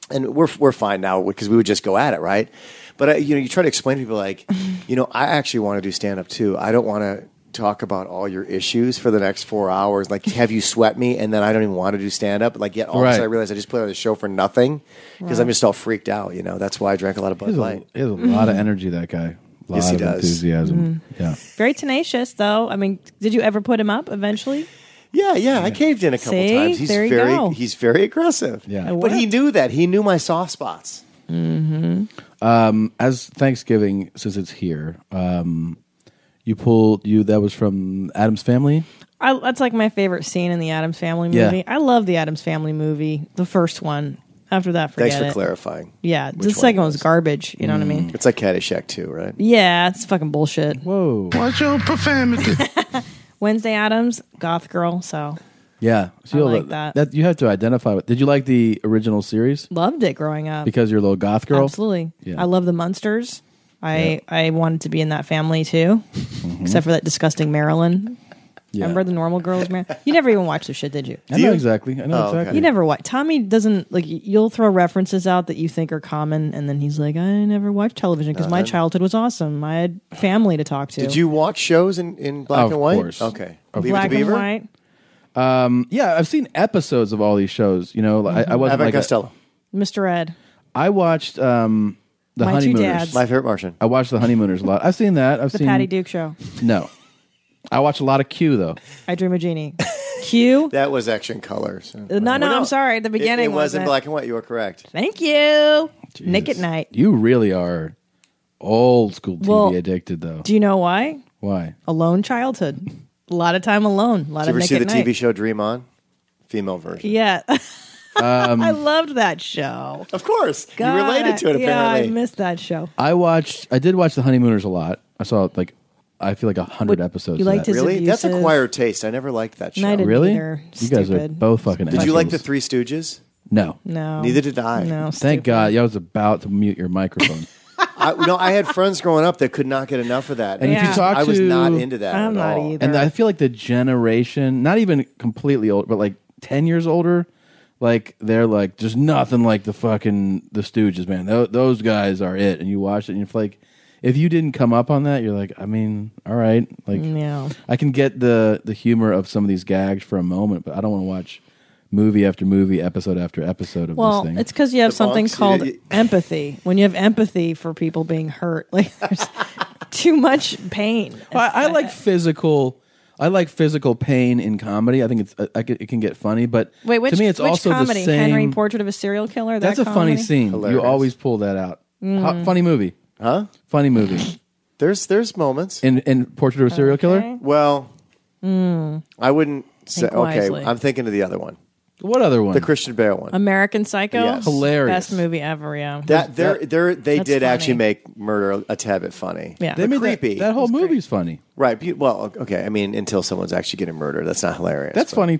[SPEAKER 4] and we're we're fine now because we would just go at it, right? But I, you know, you try to explain to people like, you know, I actually want to do stand up too. I don't want to talk about all your issues for the next four hours. Like, have you sweat me? And then I don't even want to do stand up. Like, yet all of a
[SPEAKER 2] Right.
[SPEAKER 4] sudden I realize I just put on a show for nothing because
[SPEAKER 2] Right.
[SPEAKER 4] I'm just all freaked out. You know, that's why I drank a lot of
[SPEAKER 2] He
[SPEAKER 4] Bud
[SPEAKER 2] has a,
[SPEAKER 4] Light.
[SPEAKER 2] he has a lot of
[SPEAKER 3] Mm-hmm.
[SPEAKER 2] energy, that guy. Lot
[SPEAKER 4] Yes, he
[SPEAKER 2] of
[SPEAKER 4] does.
[SPEAKER 2] enthusiasm. Yeah.
[SPEAKER 3] Very tenacious, though. I mean, did you ever put him up eventually?
[SPEAKER 4] Yeah, yeah. I caved in a couple
[SPEAKER 3] See?
[SPEAKER 4] times. He's
[SPEAKER 3] There you
[SPEAKER 4] very
[SPEAKER 3] go.
[SPEAKER 4] he's very aggressive.
[SPEAKER 2] Yeah.
[SPEAKER 4] But he knew that. He knew my soft spots.
[SPEAKER 2] Mm-hmm. Um, as Thanksgiving, since it's here, um, you pulled you. That was from Adam's family.
[SPEAKER 3] I, that's like my favorite scene in the Adams Family movie.
[SPEAKER 2] Yeah.
[SPEAKER 3] I love the Adams Family movie, the first one. After that, forget
[SPEAKER 4] Thanks for
[SPEAKER 3] it.
[SPEAKER 4] clarifying.
[SPEAKER 3] Yeah,
[SPEAKER 4] which
[SPEAKER 3] the
[SPEAKER 4] one
[SPEAKER 3] second
[SPEAKER 4] it
[SPEAKER 3] one's garbage. You know what I
[SPEAKER 2] Mm.
[SPEAKER 3] mean?
[SPEAKER 4] It's like Caddyshack too, right?
[SPEAKER 3] Yeah, it's fucking bullshit.
[SPEAKER 2] Whoa!
[SPEAKER 3] Watch your profanity. Wednesday Adams, goth girl. So
[SPEAKER 2] Yeah, so
[SPEAKER 3] I
[SPEAKER 2] you'll-
[SPEAKER 3] like that.
[SPEAKER 2] You have to identify with. Did you like the original series
[SPEAKER 3] loved it growing up.
[SPEAKER 2] because you're a little goth girl?
[SPEAKER 3] Absolutely.
[SPEAKER 2] Yeah.
[SPEAKER 3] I love the Munsters. I I wanted to be in that family too,
[SPEAKER 2] Mm-hmm.
[SPEAKER 3] except for that disgusting Marilyn.
[SPEAKER 2] Yeah.
[SPEAKER 3] Remember the normal girls, man? You never even watched the shit, did you?
[SPEAKER 2] I know exactly. I know
[SPEAKER 3] Oh, okay.
[SPEAKER 2] exactly.
[SPEAKER 3] You never watch. Tommy doesn't like. y- You'll throw references out that you think are common, and then he's like, "I never watched television because my
[SPEAKER 4] Uh-huh.
[SPEAKER 3] childhood was awesome. I had family to talk to."
[SPEAKER 4] Did you watch shows in, in black
[SPEAKER 2] Of
[SPEAKER 4] and white?
[SPEAKER 2] course.
[SPEAKER 4] Okay.
[SPEAKER 2] Of
[SPEAKER 4] Leave
[SPEAKER 2] course.
[SPEAKER 4] it to
[SPEAKER 3] Black and
[SPEAKER 4] Beaver.
[SPEAKER 3] white.
[SPEAKER 2] Um, yeah, I've seen episodes of all these shows. You know, like I, I wasn't
[SPEAKER 4] Mm-hmm. Abbott
[SPEAKER 2] like a-
[SPEAKER 4] Costello.
[SPEAKER 3] Mr. Ed.
[SPEAKER 2] I watched um, the
[SPEAKER 3] My Two
[SPEAKER 2] Honeymooners.
[SPEAKER 3] Dads. My
[SPEAKER 4] Favorite Martian.
[SPEAKER 2] I watched the Honeymooners a lot. I've seen that. I've
[SPEAKER 3] The
[SPEAKER 2] seen
[SPEAKER 3] Patty Duke Show.
[SPEAKER 2] No, I watch a lot of Q though.
[SPEAKER 3] I Dream of Jeannie. Q.
[SPEAKER 4] That was action colors.
[SPEAKER 3] No, no, I'm sorry. The beginning
[SPEAKER 4] It, it was in
[SPEAKER 3] wasn't.
[SPEAKER 4] black and white. You were correct.
[SPEAKER 3] Thank you. Nick at Night.
[SPEAKER 2] You really are old school TV
[SPEAKER 3] Well,
[SPEAKER 2] addicted though.
[SPEAKER 3] Do you know why?
[SPEAKER 2] Why?
[SPEAKER 3] Alone childhood. A lot of time alone. A
[SPEAKER 4] Did
[SPEAKER 3] lot
[SPEAKER 4] you
[SPEAKER 3] of
[SPEAKER 4] ever
[SPEAKER 3] Nick
[SPEAKER 4] see
[SPEAKER 3] at
[SPEAKER 4] the
[SPEAKER 3] Night.
[SPEAKER 4] TV show Dream On? Female version.
[SPEAKER 3] Yeah.
[SPEAKER 2] Um,
[SPEAKER 3] I loved that show.
[SPEAKER 4] Of course.
[SPEAKER 3] God,
[SPEAKER 4] related to it,
[SPEAKER 3] Yeah, I
[SPEAKER 4] apparently.
[SPEAKER 3] missed that show.
[SPEAKER 2] I watched. I did watch the Honeymooners a lot. I saw like I feel like a hundred
[SPEAKER 3] What-
[SPEAKER 2] episodes.
[SPEAKER 3] you
[SPEAKER 2] of
[SPEAKER 3] liked
[SPEAKER 2] that.
[SPEAKER 3] his
[SPEAKER 4] Really? That's
[SPEAKER 3] abusive-
[SPEAKER 4] acquired taste. I never liked that show.
[SPEAKER 3] No, I didn't
[SPEAKER 2] really?
[SPEAKER 3] either.
[SPEAKER 2] You guys are
[SPEAKER 3] Stupid.
[SPEAKER 2] both fucking.
[SPEAKER 4] Did you like the
[SPEAKER 2] assholes.
[SPEAKER 4] Three Stooges?
[SPEAKER 2] No.
[SPEAKER 3] No.
[SPEAKER 4] Neither did I.
[SPEAKER 3] No.
[SPEAKER 2] Thank God. Yeah, I was about to mute your microphone.
[SPEAKER 4] I, no, I had friends growing up that could not get enough of that.
[SPEAKER 2] And if you talk
[SPEAKER 4] I was
[SPEAKER 2] to-
[SPEAKER 4] not into that.
[SPEAKER 3] I'm
[SPEAKER 4] at
[SPEAKER 3] not
[SPEAKER 4] all.
[SPEAKER 3] either.
[SPEAKER 2] and I feel like the generation, not even completely old, but like ten years older, like they're like, there's nothing like the fucking the Stooges, man. Tho- those guys are it. And you watch it, and you're like, if you didn't come up on that, you're like, I mean, all right, like,
[SPEAKER 3] Yeah.
[SPEAKER 2] I can get the the humor of some of these gags for a moment, but I don't want to watch movie after movie, episode after episode of
[SPEAKER 3] Well,
[SPEAKER 2] this thing.
[SPEAKER 3] it's because you have
[SPEAKER 2] The
[SPEAKER 3] something
[SPEAKER 2] Bronx, you-
[SPEAKER 3] called
[SPEAKER 2] you-
[SPEAKER 3] empathy. When you have empathy for people being hurt, like there's too much pain.
[SPEAKER 2] Well, I, I like physical. I like physical pain in comedy. I think it's I, I could- it can get funny, but
[SPEAKER 3] Wait, which,
[SPEAKER 2] to me it's
[SPEAKER 3] which
[SPEAKER 2] also
[SPEAKER 3] comedy?
[SPEAKER 2] the same.
[SPEAKER 3] Henry Portrait of a Serial Killer.
[SPEAKER 2] That's a
[SPEAKER 3] that comedy?
[SPEAKER 2] funny scene. You always pull that out. Ho-
[SPEAKER 3] Mm.
[SPEAKER 2] funny movie,
[SPEAKER 4] huh?
[SPEAKER 2] Funny movie.
[SPEAKER 4] there's there's moments
[SPEAKER 2] in in Portrait of a Serial Killer.
[SPEAKER 4] Well,
[SPEAKER 3] Mm.
[SPEAKER 4] I wouldn't say.
[SPEAKER 3] Think
[SPEAKER 4] Okay,
[SPEAKER 3] wisely. Oh,
[SPEAKER 4] I'm thinking of the other one.
[SPEAKER 2] What other one?
[SPEAKER 4] The Christian Bale one.
[SPEAKER 3] American Psycho.
[SPEAKER 4] Yes. Hilarious.
[SPEAKER 3] Best movie ever. Yeah.
[SPEAKER 4] that they're, they're, they
[SPEAKER 3] That's
[SPEAKER 4] did
[SPEAKER 3] funny.
[SPEAKER 4] actually make murder a tad bit funny.
[SPEAKER 3] Yeah. They
[SPEAKER 4] But
[SPEAKER 3] made that-
[SPEAKER 4] creepy.
[SPEAKER 2] That whole movie's funny.
[SPEAKER 4] right. be- Well, okay. I mean, until someone's actually getting murdered, that's not hilarious.
[SPEAKER 2] That's funny.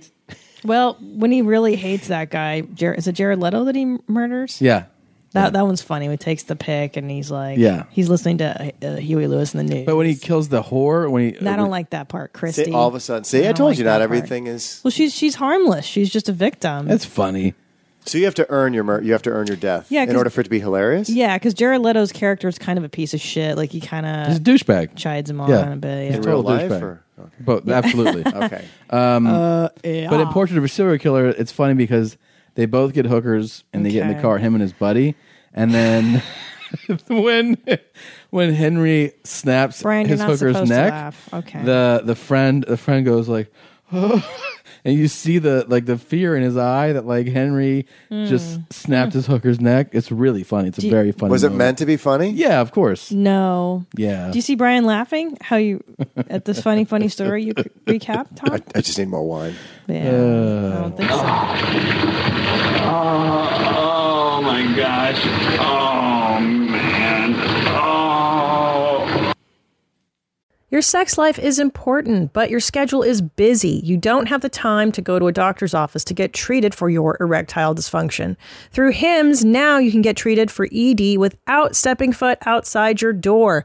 [SPEAKER 3] Well, when he really hates that guy, Jer- is it Jared Leto that he m- murders?
[SPEAKER 2] Yeah.
[SPEAKER 3] That that one's funny. He takes the pick and he's like,
[SPEAKER 2] Yeah.
[SPEAKER 3] he's listening to uh, Huey Lewis in the news.
[SPEAKER 2] But when he kills the whore, when he uh,
[SPEAKER 3] I don't like that part, Christy.
[SPEAKER 4] See, Uh, all of a sudden, see, I,
[SPEAKER 3] don't
[SPEAKER 4] told
[SPEAKER 3] like
[SPEAKER 4] you not
[SPEAKER 3] that
[SPEAKER 4] everything is.
[SPEAKER 3] part. Well, she's she's harmless. She's just a victim.
[SPEAKER 2] That's funny.
[SPEAKER 4] So you have to earn your mur- you have to earn your death.
[SPEAKER 3] Yeah,
[SPEAKER 4] in
[SPEAKER 3] 'cause-
[SPEAKER 4] order for it to be hilarious.
[SPEAKER 3] yeah, because Jared Leto's character is kind of a piece of shit. Like he kind of
[SPEAKER 2] He's a douchebag.
[SPEAKER 3] chides him on
[SPEAKER 2] Yeah.
[SPEAKER 3] a bit.
[SPEAKER 2] He's
[SPEAKER 3] yeah.
[SPEAKER 2] a total
[SPEAKER 4] life,
[SPEAKER 2] douchebag.
[SPEAKER 4] or-
[SPEAKER 2] But
[SPEAKER 3] Yeah.
[SPEAKER 2] absolutely.
[SPEAKER 3] Okay.
[SPEAKER 2] Um,
[SPEAKER 3] Uh, yeah.
[SPEAKER 2] But in Portrait of a Serial Killer, it's funny because they both get hookers and they get in the
[SPEAKER 3] Okay.
[SPEAKER 2] car, him and his buddy, and then when when Henry snaps
[SPEAKER 3] Brian, you're
[SPEAKER 2] his
[SPEAKER 3] not
[SPEAKER 2] hooker's
[SPEAKER 3] supposed to
[SPEAKER 2] neck,
[SPEAKER 3] laugh. Okay.
[SPEAKER 2] the the friend the friend goes like. and you see the like the fear in his eye that like Henry just snapped his hooker's neck. It's really funny. It's a
[SPEAKER 3] Hmm. Do you-
[SPEAKER 2] very funny.
[SPEAKER 4] Was it
[SPEAKER 2] moment.
[SPEAKER 4] meant to be funny?
[SPEAKER 2] Yeah, of course.
[SPEAKER 3] No.
[SPEAKER 2] Yeah.
[SPEAKER 3] Do you see Brian laughing? How you at this funny, funny story you c- recap, Tom?
[SPEAKER 4] I just need more wine.
[SPEAKER 2] Uh,
[SPEAKER 3] Yeah. I don't think so.
[SPEAKER 5] Oh my gosh. Oh man. Oh.
[SPEAKER 9] Your sex life is important, but your schedule is busy. You don't have the time to go to a doctor's office to get treated for your erectile dysfunction. Through HIMS, now you can get treated for ED without stepping foot outside your door.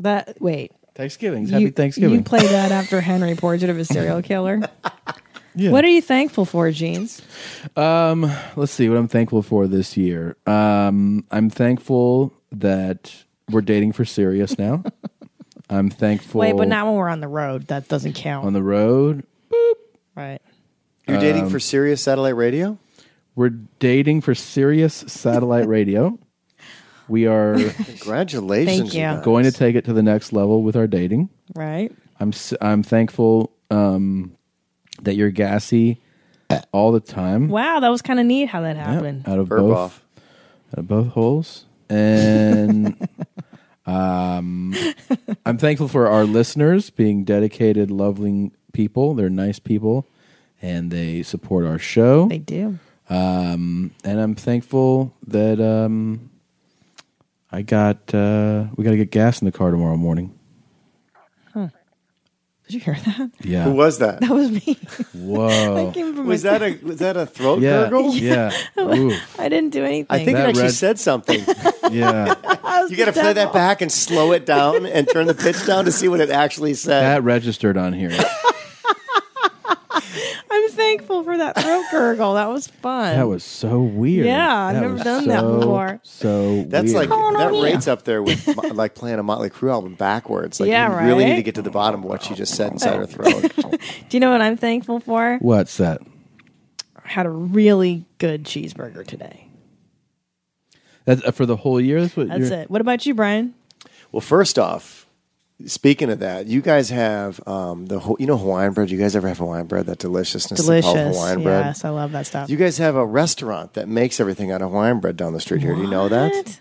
[SPEAKER 3] That wait.
[SPEAKER 2] Thanksgiving.
[SPEAKER 3] You-
[SPEAKER 2] Happy Thanksgiving.
[SPEAKER 3] You play that after Henry Portrait of a Serial Killer.
[SPEAKER 2] Yeah.
[SPEAKER 3] What are you thankful for, Jeans?
[SPEAKER 2] Um, let's see what I'm thankful for this year. Um, I'm thankful that we're dating for serious now. I'm thankful.
[SPEAKER 3] Wait, but not when we're on the road. That doesn't count.
[SPEAKER 2] on the road.
[SPEAKER 3] Right.
[SPEAKER 4] You're dating for
[SPEAKER 2] Sirius Satellite Radio? We're dating for Sirius Satellite Radio. We are
[SPEAKER 4] Congratulations,
[SPEAKER 3] Thank you you. guys.
[SPEAKER 2] going to take it to the next level with our dating.
[SPEAKER 4] uh,
[SPEAKER 3] Right.
[SPEAKER 4] Mm-hmm.
[SPEAKER 2] I'm s- I'm thankful um, that you're gassy all the time.
[SPEAKER 3] Wow, that was kind of neat how that
[SPEAKER 2] Yeah,
[SPEAKER 3] happened.
[SPEAKER 2] out of both out of both holes and um i'm thankful for our listeners being dedicated loving people they're nice people and they support our show they
[SPEAKER 3] do
[SPEAKER 2] um and i'm thankful that um i got uh we got to get gas in the car tomorrow morning
[SPEAKER 3] Did you hear that?
[SPEAKER 2] yeah
[SPEAKER 4] Who was that?
[SPEAKER 3] That was me.
[SPEAKER 2] whoa
[SPEAKER 3] That came from
[SPEAKER 4] Oh. Was
[SPEAKER 3] my-
[SPEAKER 4] that a was that a throat
[SPEAKER 2] Yeah,
[SPEAKER 4] gurgle?
[SPEAKER 2] yeah. Ooh.
[SPEAKER 3] I didn't do anything.
[SPEAKER 4] I think it
[SPEAKER 2] That
[SPEAKER 4] actually
[SPEAKER 2] red-
[SPEAKER 4] said something.
[SPEAKER 2] yeah
[SPEAKER 4] you got to play that back and slow it down and turn the pitch down to see what it actually said.
[SPEAKER 2] that registered on here
[SPEAKER 3] I'm thankful for that throat gurgle. That was fun.
[SPEAKER 2] that was so weird
[SPEAKER 3] Yeah, I've
[SPEAKER 2] That
[SPEAKER 3] never
[SPEAKER 2] was
[SPEAKER 3] done that
[SPEAKER 2] so,
[SPEAKER 3] before.
[SPEAKER 2] so
[SPEAKER 4] That's like
[SPEAKER 2] weird.
[SPEAKER 4] that
[SPEAKER 3] on
[SPEAKER 4] rates up there with mo- like playing a Motley Crue album backwards. Like
[SPEAKER 3] Yeah,
[SPEAKER 4] you really
[SPEAKER 3] right?
[SPEAKER 4] need to get to the bottom of what she just said inside her throat.
[SPEAKER 3] Oh. Do you know what I'm thankful for?
[SPEAKER 2] what's that
[SPEAKER 3] I had a really good cheeseburger today.
[SPEAKER 2] That's uh, for the whole year. That's what.
[SPEAKER 3] That's
[SPEAKER 2] you're-
[SPEAKER 3] it. What about you, Brian?
[SPEAKER 4] Well, first off, speaking of that, you guys have um, the ho- you know Hawaiian bread. You guys ever have Hawaiian bread? That deliciousness they call
[SPEAKER 3] Delicious.
[SPEAKER 4] Hawaiian bread.
[SPEAKER 3] Yes, I love that stuff.
[SPEAKER 4] You guys have a restaurant that makes everything out of Hawaiian bread down the street here. Do you know that?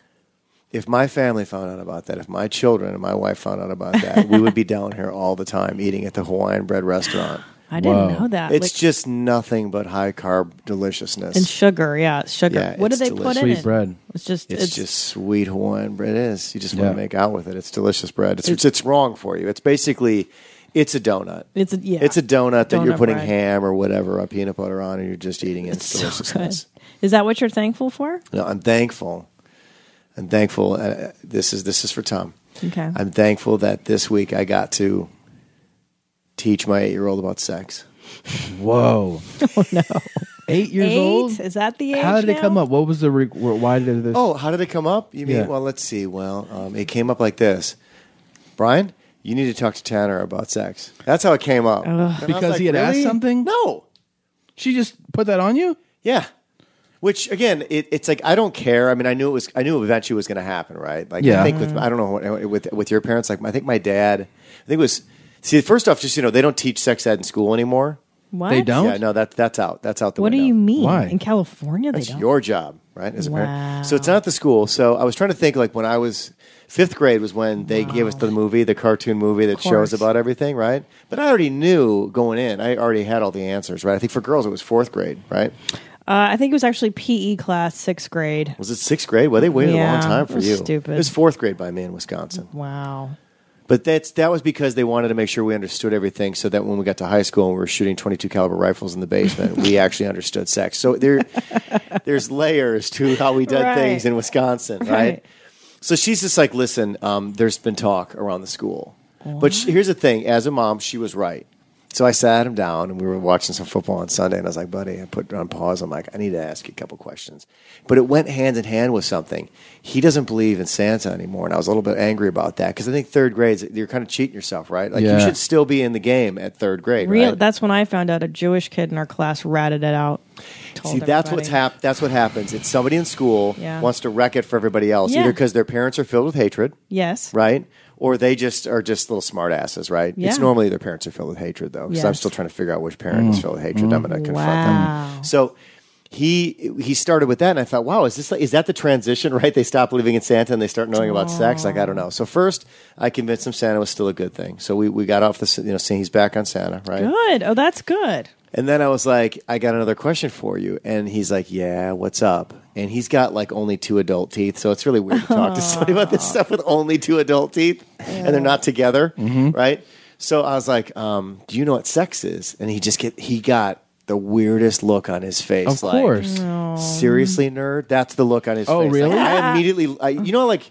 [SPEAKER 4] If my family found out about that, if my children and my wife found out about that, we would be down here all the time eating at the Hawaiian bread restaurant.
[SPEAKER 3] I didn't Wow. know that.
[SPEAKER 4] It's
[SPEAKER 3] Like-
[SPEAKER 4] just nothing but high carb deliciousness.
[SPEAKER 3] and sugar, yeah, it's sugar.
[SPEAKER 4] Yeah,
[SPEAKER 3] what do
[SPEAKER 4] it's
[SPEAKER 3] they
[SPEAKER 4] delicious.
[SPEAKER 3] put in it? It's just
[SPEAKER 4] it's,
[SPEAKER 3] it's,
[SPEAKER 4] just sweet Hawaiian bread. It is. You just want
[SPEAKER 2] Yeah.
[SPEAKER 4] to make out with it. It's delicious bread. It's, it's wrong for you. It's basically it's a donut.
[SPEAKER 3] it's a, yeah.
[SPEAKER 4] It's a donut that you're
[SPEAKER 3] Donut
[SPEAKER 4] putting
[SPEAKER 3] bread.
[SPEAKER 4] ham or whatever, uh, peanut butter on, and you're just eating it. It's,
[SPEAKER 3] so
[SPEAKER 4] deliciousness.
[SPEAKER 3] good. Is that what you're thankful for?
[SPEAKER 4] No, I'm thankful. I'm thankful. Uh, this is this is for Tom.
[SPEAKER 3] Okay.
[SPEAKER 4] I'm thankful that this week I got to teach my eight year old about sex.
[SPEAKER 2] Whoa. Eight years
[SPEAKER 3] Eight?
[SPEAKER 2] old?
[SPEAKER 3] Is that the age?
[SPEAKER 2] How did
[SPEAKER 3] now?
[SPEAKER 2] it come up? What was the re- why did this?
[SPEAKER 4] Oh, how did it come up? You mean,
[SPEAKER 2] Yeah.
[SPEAKER 4] well, let's see. Well, um, it came up like this Brian, you need to talk to Tanner about sex. That's how it came up. And I was
[SPEAKER 2] because
[SPEAKER 4] like,
[SPEAKER 2] he had asked
[SPEAKER 4] "Really?"
[SPEAKER 2] something?
[SPEAKER 4] No.
[SPEAKER 2] She just put that on you?
[SPEAKER 4] Yeah. Which again, it, it's like I don't care. I mean, I knew it was. I knew eventually it was going to happen, right? Like
[SPEAKER 2] Yeah.
[SPEAKER 4] I think
[SPEAKER 3] Mm-hmm.
[SPEAKER 4] with I don't know what, with with your parents. Like I think my dad. I think it was. See, first off, just you know, they don't teach sex ed in school anymore.
[SPEAKER 3] What? They don't?
[SPEAKER 4] Yeah, no, that that's out. That's out the
[SPEAKER 3] What do
[SPEAKER 4] window.
[SPEAKER 3] you mean? In California, they
[SPEAKER 4] That's
[SPEAKER 3] don't.
[SPEAKER 4] your job, right? As a parent. So it's not the school. So I was trying to think like when I was fifth grade was when they gave us the movie, the cartoon movie that shows
[SPEAKER 2] course.
[SPEAKER 4] about everything, right? But I already knew going in. I already had all the answers, right? I think for girls it was fourth grade, right?
[SPEAKER 3] Uh, I think it was actually PE class, sixth grade.
[SPEAKER 4] Was it sixth grade? Well, they waited a
[SPEAKER 3] Yeah,
[SPEAKER 4] long time for
[SPEAKER 3] it was
[SPEAKER 4] you.
[SPEAKER 3] stupid.
[SPEAKER 4] It was fourth grade by me in Wisconsin.
[SPEAKER 3] Wow.
[SPEAKER 4] But that's that was because they wanted to make sure we understood everything, so that when we got to high school and we were shooting 22 caliber rifles in the basement, we actually understood sex. So there, there's layers to how we did
[SPEAKER 13] Right.
[SPEAKER 4] things in Wisconsin, right?
[SPEAKER 13] Right.
[SPEAKER 4] So she's just like, listen, um, there's been talk around the school, but she, here's the thing: as a mom, she was right. So I sat him down and we were watching some football on Sunday, and I was like, buddy, I put it on pause. I'm like, I need to ask you a couple questions. But it went hand in hand with something. He doesn't believe in Santa anymore, and I was a little bit angry about that because I think third grade, you're kind of cheating yourself, right? Like
[SPEAKER 3] Yeah.
[SPEAKER 4] you should still be in the game at third grade,
[SPEAKER 3] Real.
[SPEAKER 4] right?
[SPEAKER 3] That's when I found out a Jewish kid in our class ratted it out.
[SPEAKER 4] See, that's what's hap- That's what happens. It's somebody in school
[SPEAKER 3] Yeah.
[SPEAKER 4] wants to wreck it for everybody else,
[SPEAKER 3] Yeah.
[SPEAKER 4] either because their parents are filled with hatred,
[SPEAKER 3] Yes.
[SPEAKER 4] right? Or they just are just little smart asses, right?
[SPEAKER 3] Yeah.
[SPEAKER 4] It's normally their parents are filled with hatred, though, because I'm
[SPEAKER 13] Yes.
[SPEAKER 4] still trying to figure out which parent is
[SPEAKER 13] Mm.
[SPEAKER 4] filled with hatred. I'm going to confront
[SPEAKER 13] Wow.
[SPEAKER 4] them. So he he started with that, and I thought, wow, is this like, is that the transition? Right? They stop believing in Santa and they start knowing about sex. Like I don't know. So first, I convinced him Santa was still a good thing. So we, we got off the you know saying he's back on Santa, right?
[SPEAKER 3] Good. Oh, that's good.
[SPEAKER 4] And then I was like, I got another question for you. And he's like, Yeah, what's up? And he's got like only two adult teeth. So it's really weird to talk to somebody about this stuff with only two adult teeth and they're not together.
[SPEAKER 2] Mm-hmm.
[SPEAKER 4] Right. So I was like, um, Do you know what sex is? And he just get, he got the weirdest look on his face.
[SPEAKER 2] Of
[SPEAKER 4] like,
[SPEAKER 2] course.
[SPEAKER 4] Seriously, nerd? That's the look on his
[SPEAKER 2] Oh,
[SPEAKER 4] face. Like,
[SPEAKER 2] really?
[SPEAKER 4] I immediately, I, you know, like,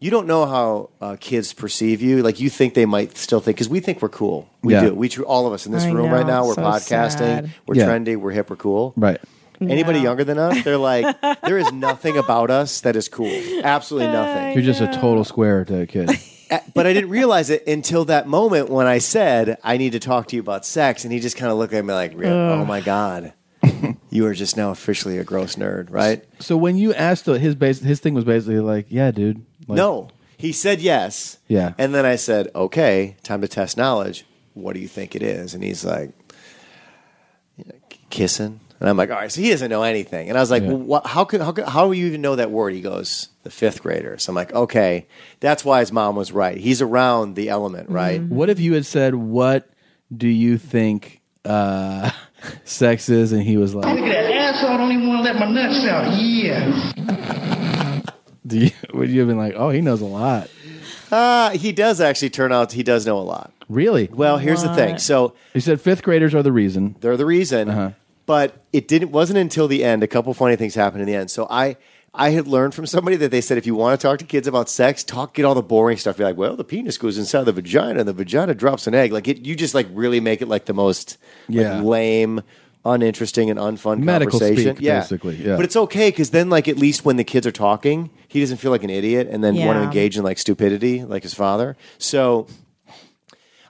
[SPEAKER 4] you don't know how uh, kids perceive you. Like you think they might still think because we think we're cool. We
[SPEAKER 2] Yeah.
[SPEAKER 4] do. We tr- all of us in this
[SPEAKER 2] I
[SPEAKER 4] room right
[SPEAKER 2] know,
[SPEAKER 4] now. We're
[SPEAKER 2] so
[SPEAKER 4] podcasting.
[SPEAKER 2] sad.
[SPEAKER 4] We're
[SPEAKER 2] Yeah.
[SPEAKER 4] trendy. We're hip. We're cool.
[SPEAKER 2] Right.
[SPEAKER 4] Anybody younger than us, they're like, there is nothing about us that is cool. Absolutely nothing.
[SPEAKER 2] You're just a total square to a kid.
[SPEAKER 4] Uh, but I didn't realize it until that moment when I said, I need to talk to you about sex. And he just kind of looked at me like, oh
[SPEAKER 2] Ugh.
[SPEAKER 4] my God, you are just now officially a gross nerd, right?
[SPEAKER 2] So when you asked the, his base, his thing was basically like, yeah, dude. Like,
[SPEAKER 4] no. He said yes.
[SPEAKER 2] Yeah.
[SPEAKER 4] And then I said, okay, time to test knowledge. What do you think it is? And he's like, kissing. And I'm like, all right, so he doesn't know anything. And I was like, well, wh- how could how could how do you even know that word? He goes, the fifth grader. So I'm like, okay, that's why his mom was right. He's around the element, right?
[SPEAKER 2] What if you had said, "What do you think uh, sex is?" and he was
[SPEAKER 4] Oh
[SPEAKER 8] Look
[SPEAKER 2] like,
[SPEAKER 8] at that asshole. I don't even want to let my nuts out. Yeah.
[SPEAKER 2] do you, "Would you have been like, oh, he knows a lot,
[SPEAKER 4] Uh, he does actually turn out he does know a lot.
[SPEAKER 2] really?"
[SPEAKER 4] Well, here's the thing. So
[SPEAKER 2] you said fifth graders are the reason.
[SPEAKER 4] They're the reason.
[SPEAKER 2] Uh-huh.
[SPEAKER 4] But it didn't wasn't until the end. A couple funny things happened in the end. So I I had learned from somebody that they said if you want to talk to kids about sex, talk get all the boring stuff. You're like, well, the penis goes inside the vagina, and the vagina drops an egg. Like it, you just like really make it like the most like,
[SPEAKER 2] Yeah.
[SPEAKER 4] lame, uninteresting, and unfun
[SPEAKER 2] Medical
[SPEAKER 4] conversation.
[SPEAKER 2] speak, basically, yeah.
[SPEAKER 4] But it's okay because then like at least when the kids are talking, he doesn't feel like an idiot and then want to
[SPEAKER 13] Yeah.
[SPEAKER 4] engage in like stupidity like his father. So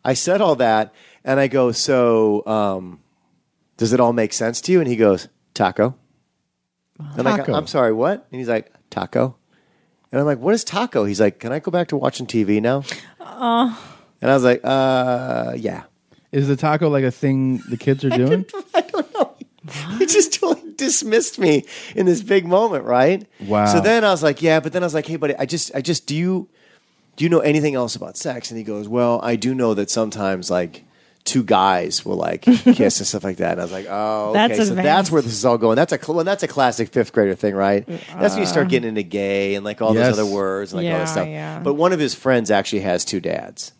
[SPEAKER 4] I said all that, and I go, so um, does it all make sense to you? And he goes, taco. And I'm like,
[SPEAKER 13] Taco.
[SPEAKER 4] I'm sorry, what? And he's like, taco. And I'm like, what is taco? He's like, can I go back to watching TV now?
[SPEAKER 3] Oh.
[SPEAKER 4] And I was like, uh, yeah.
[SPEAKER 2] Is the taco like a thing the kids are doing?
[SPEAKER 4] He just totally dismissed me in this big moment, right?
[SPEAKER 2] Wow.
[SPEAKER 4] So then I was like, yeah, but then I was like, hey, buddy, I just, I just, do you, do you know anything else about sex? And he goes, well, I do know that sometimes like two guys will like kiss and stuff like that. And I was like, oh, okay,
[SPEAKER 13] That's
[SPEAKER 4] so
[SPEAKER 13] advanced.
[SPEAKER 4] that's where this is all going. That's a, cl- that's a classic fifth grader thing, right? That's when you start
[SPEAKER 13] Uh.
[SPEAKER 4] getting into gay and like all
[SPEAKER 13] Yes.
[SPEAKER 4] those other words and like all that
[SPEAKER 13] Yeah,
[SPEAKER 4] stuff.
[SPEAKER 13] yeah.
[SPEAKER 4] But one of his friends actually has two dads.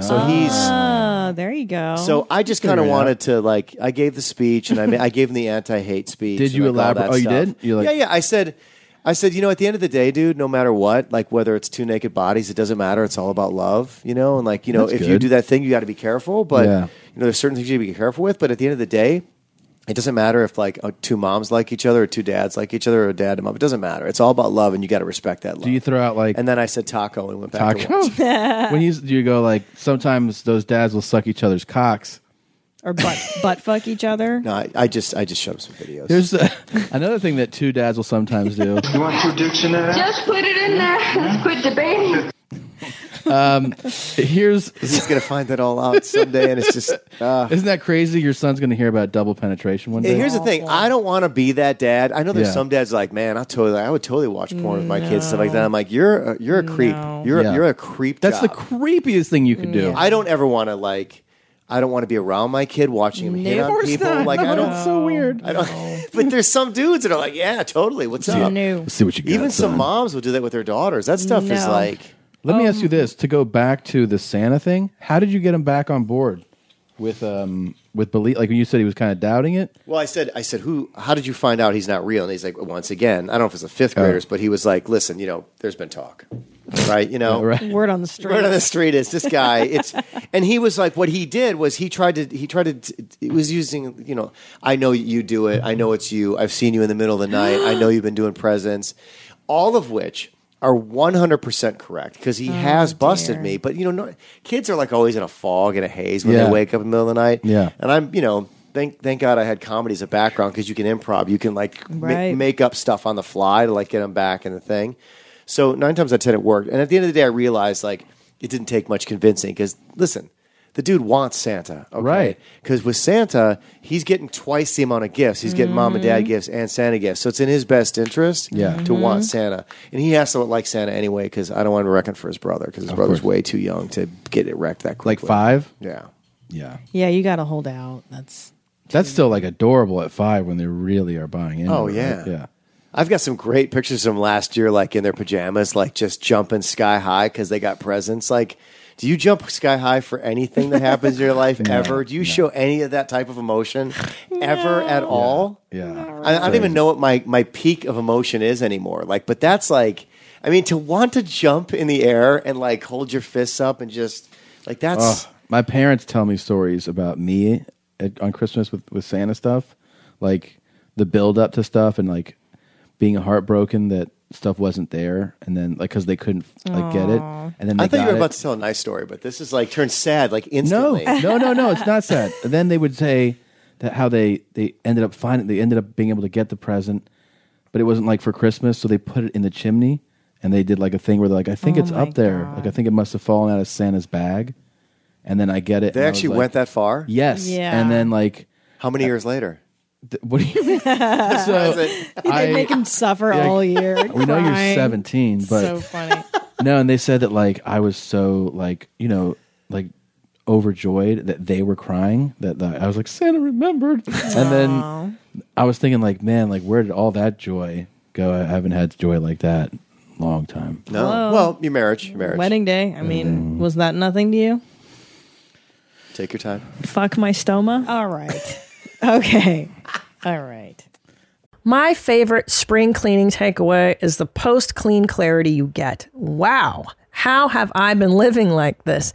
[SPEAKER 4] So he's
[SPEAKER 3] Ah, there you go.
[SPEAKER 4] So I just kind of wanted to like I gave the speech and I ma- I gave him the anti hate speech.
[SPEAKER 2] Did
[SPEAKER 4] and,
[SPEAKER 2] you
[SPEAKER 4] like, all
[SPEAKER 2] elaborate-
[SPEAKER 4] that
[SPEAKER 2] oh, you
[SPEAKER 4] stuff.
[SPEAKER 2] did? You, like-
[SPEAKER 4] yeah, yeah. I said, I said, you know, at the end of the day, dude, no matter what, like whether it's two naked bodies, it doesn't matter. It's all about love, you know. And like you know,
[SPEAKER 2] That's
[SPEAKER 4] if you
[SPEAKER 2] good.
[SPEAKER 4] do that thing, you got to be careful. But
[SPEAKER 2] Yeah.
[SPEAKER 4] you know, there's certain things you got to be careful with. But at the end of the day. It doesn't matter if like uh, two moms like each other or two dads like each other or a dad and mom. It doesn't matter. It's all about love, and you got to respect that love. Do you
[SPEAKER 2] throw out like?
[SPEAKER 4] And then I said taco and went back to
[SPEAKER 2] Taco?
[SPEAKER 4] watch.
[SPEAKER 2] when you you go like sometimes those dads will suck each other's cocks.
[SPEAKER 3] or butt butt fuck each other.
[SPEAKER 4] No, I, I just I just showed him some videos.
[SPEAKER 2] There's uh, another thing that two dads will sometimes do.
[SPEAKER 8] You want your dictionary?
[SPEAKER 7] Just put it in there. Let's quit debating.
[SPEAKER 2] Um, here's
[SPEAKER 4] he's gonna find that all out someday, and it's just
[SPEAKER 2] isn't that crazy? Your son's gonna hear about double penetration one day.
[SPEAKER 4] And here's the thing: I don't want to be that dad. I know there's
[SPEAKER 2] Yeah.
[SPEAKER 4] some dads like, man, I totally, I would totally watch porn with my kids, stuff like
[SPEAKER 2] Mm,
[SPEAKER 4] that. I'm like, you're, a, you're a creep. You're,
[SPEAKER 2] Yeah.
[SPEAKER 4] a, you're a creep.
[SPEAKER 2] That's the creepiest thing you could do.
[SPEAKER 4] I don't ever want to like. I don't want to be around my kid watching him hit
[SPEAKER 2] Of
[SPEAKER 4] on
[SPEAKER 2] course
[SPEAKER 4] people.
[SPEAKER 2] not.
[SPEAKER 4] Like I
[SPEAKER 2] No,
[SPEAKER 4] don't.
[SPEAKER 2] it's so weird.
[SPEAKER 4] I don't. but there's some dudes that are like, yeah, totally. What's
[SPEAKER 2] Let's see-
[SPEAKER 4] up?
[SPEAKER 2] No. let's see what you got,
[SPEAKER 4] Even some
[SPEAKER 2] son.
[SPEAKER 4] moms will do that with their daughters. That stuff is
[SPEAKER 2] No.
[SPEAKER 4] like.
[SPEAKER 2] Let me ask you this: to go back to the Santa thing, how did you get him back on board with um with belief? Like when you said he was kind of doubting it.
[SPEAKER 4] Well, I said, I said, who? How did you find out he's not real? And he's like, once again, I don't know if it's the fifth graders, but he was like, listen, you know, there's been talk, right? You know,
[SPEAKER 3] Word on the street.
[SPEAKER 4] Word on the street is this guy. It's and he was like, what he did was he tried to he tried to it was using you know I know you do it. I know it's you. I've seen you in the middle of the night. I know you've been doing presents, all of which are 100% correct because he has busted me. But you know, no, kids are like always in a fog and a haze when
[SPEAKER 2] Yeah.
[SPEAKER 4] they wake up in the middle of the night.
[SPEAKER 2] Yeah.
[SPEAKER 4] and I'm you know. Thank, thank God I had comedy as a background because you can improv. You can like ma-
[SPEAKER 2] Right.
[SPEAKER 4] make up stuff on the fly to like get them back in the thing. So nine times out of ten, it worked. And at the end of the day, I realized like it didn't take much convincing because listen, the dude wants Santa, okay? right? Because with Santa, he's getting twice the amount of gifts. He's getting mom and dad gifts and Santa gifts. So it's in his best interest,
[SPEAKER 2] Yeah.
[SPEAKER 4] to want
[SPEAKER 2] Mhm.
[SPEAKER 4] Santa. And he has to like Santa anyway because I don't want to reckon for his brother because his brother's way too young to get it wrecked that quickly. Like
[SPEAKER 2] five?
[SPEAKER 4] Yeah.
[SPEAKER 2] Yeah.
[SPEAKER 3] Yeah, you got to hold out. That's
[SPEAKER 2] That's still like adorable at five when they really are buying in.
[SPEAKER 4] Oh
[SPEAKER 2] right?
[SPEAKER 4] yeah,
[SPEAKER 2] yeah.
[SPEAKER 4] I've got some great pictures of them last year, like in their pajamas, like just jumping sky high because they got presents. Like, do you jump sky high for anything that happens in your life ever? Do you show any of that type of emotion ever at all?
[SPEAKER 2] Yeah.
[SPEAKER 4] I, I don't even know what my my peak of emotion is anymore. Like, but that's like, I mean, to want to jump in the air and like hold your fists up and just like that's
[SPEAKER 2] Ugh. my parents tell me stories about me at, on Christmas with, with Santa stuff, like the build up to stuff and like being heartbroken that stuff wasn't there, and then like because they couldn't like get it, and then they
[SPEAKER 4] I thought you
[SPEAKER 2] got
[SPEAKER 4] were
[SPEAKER 2] it.
[SPEAKER 4] about to tell a nice story, but this is like turned sad like
[SPEAKER 2] No,
[SPEAKER 4] instantly.
[SPEAKER 2] no, no, no. It's not sad. And then they would say that how they they ended up finding they ended up being able to get the present, but it wasn't like for Christmas, so they put it in the chimney and they did like a thing where they're like, I think
[SPEAKER 4] Oh
[SPEAKER 2] it's
[SPEAKER 4] my
[SPEAKER 2] up there. Like I think it must have fallen out of Santa's bag, and then I get it.
[SPEAKER 4] They
[SPEAKER 2] and I was
[SPEAKER 4] actually
[SPEAKER 2] like-
[SPEAKER 4] went that far?
[SPEAKER 2] Yes.
[SPEAKER 4] Yeah.
[SPEAKER 2] And then like uh,
[SPEAKER 4] how many years later?
[SPEAKER 2] what do you mean?
[SPEAKER 3] they
[SPEAKER 2] I-
[SPEAKER 3] make him suffer
[SPEAKER 2] Yeah,
[SPEAKER 3] all year.
[SPEAKER 2] we know you're
[SPEAKER 3] crying.
[SPEAKER 2] 17, but
[SPEAKER 3] so funny.
[SPEAKER 2] no, and they said that like I was so like you know like overjoyed that they were crying that, that I was like Santa remembered, and then I was thinking like man like where did all that joy go? I haven't had joy like that in a long time.
[SPEAKER 4] No,
[SPEAKER 3] Hello?
[SPEAKER 4] well, your marriage, your marriage.
[SPEAKER 3] Wedding day. I
[SPEAKER 2] Mm.
[SPEAKER 3] mean, was that nothing to you?
[SPEAKER 4] Take your time.
[SPEAKER 3] Fuck my stoma.
[SPEAKER 4] Oh.
[SPEAKER 3] All right. okay. All right.
[SPEAKER 9] My favorite spring cleaning takeaway is the post clean clarity you get. Wow, how have I been living like this?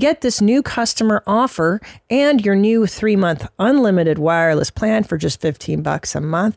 [SPEAKER 9] get this new customer offer and your new three month unlimited wireless plan for just 15 bucks a month,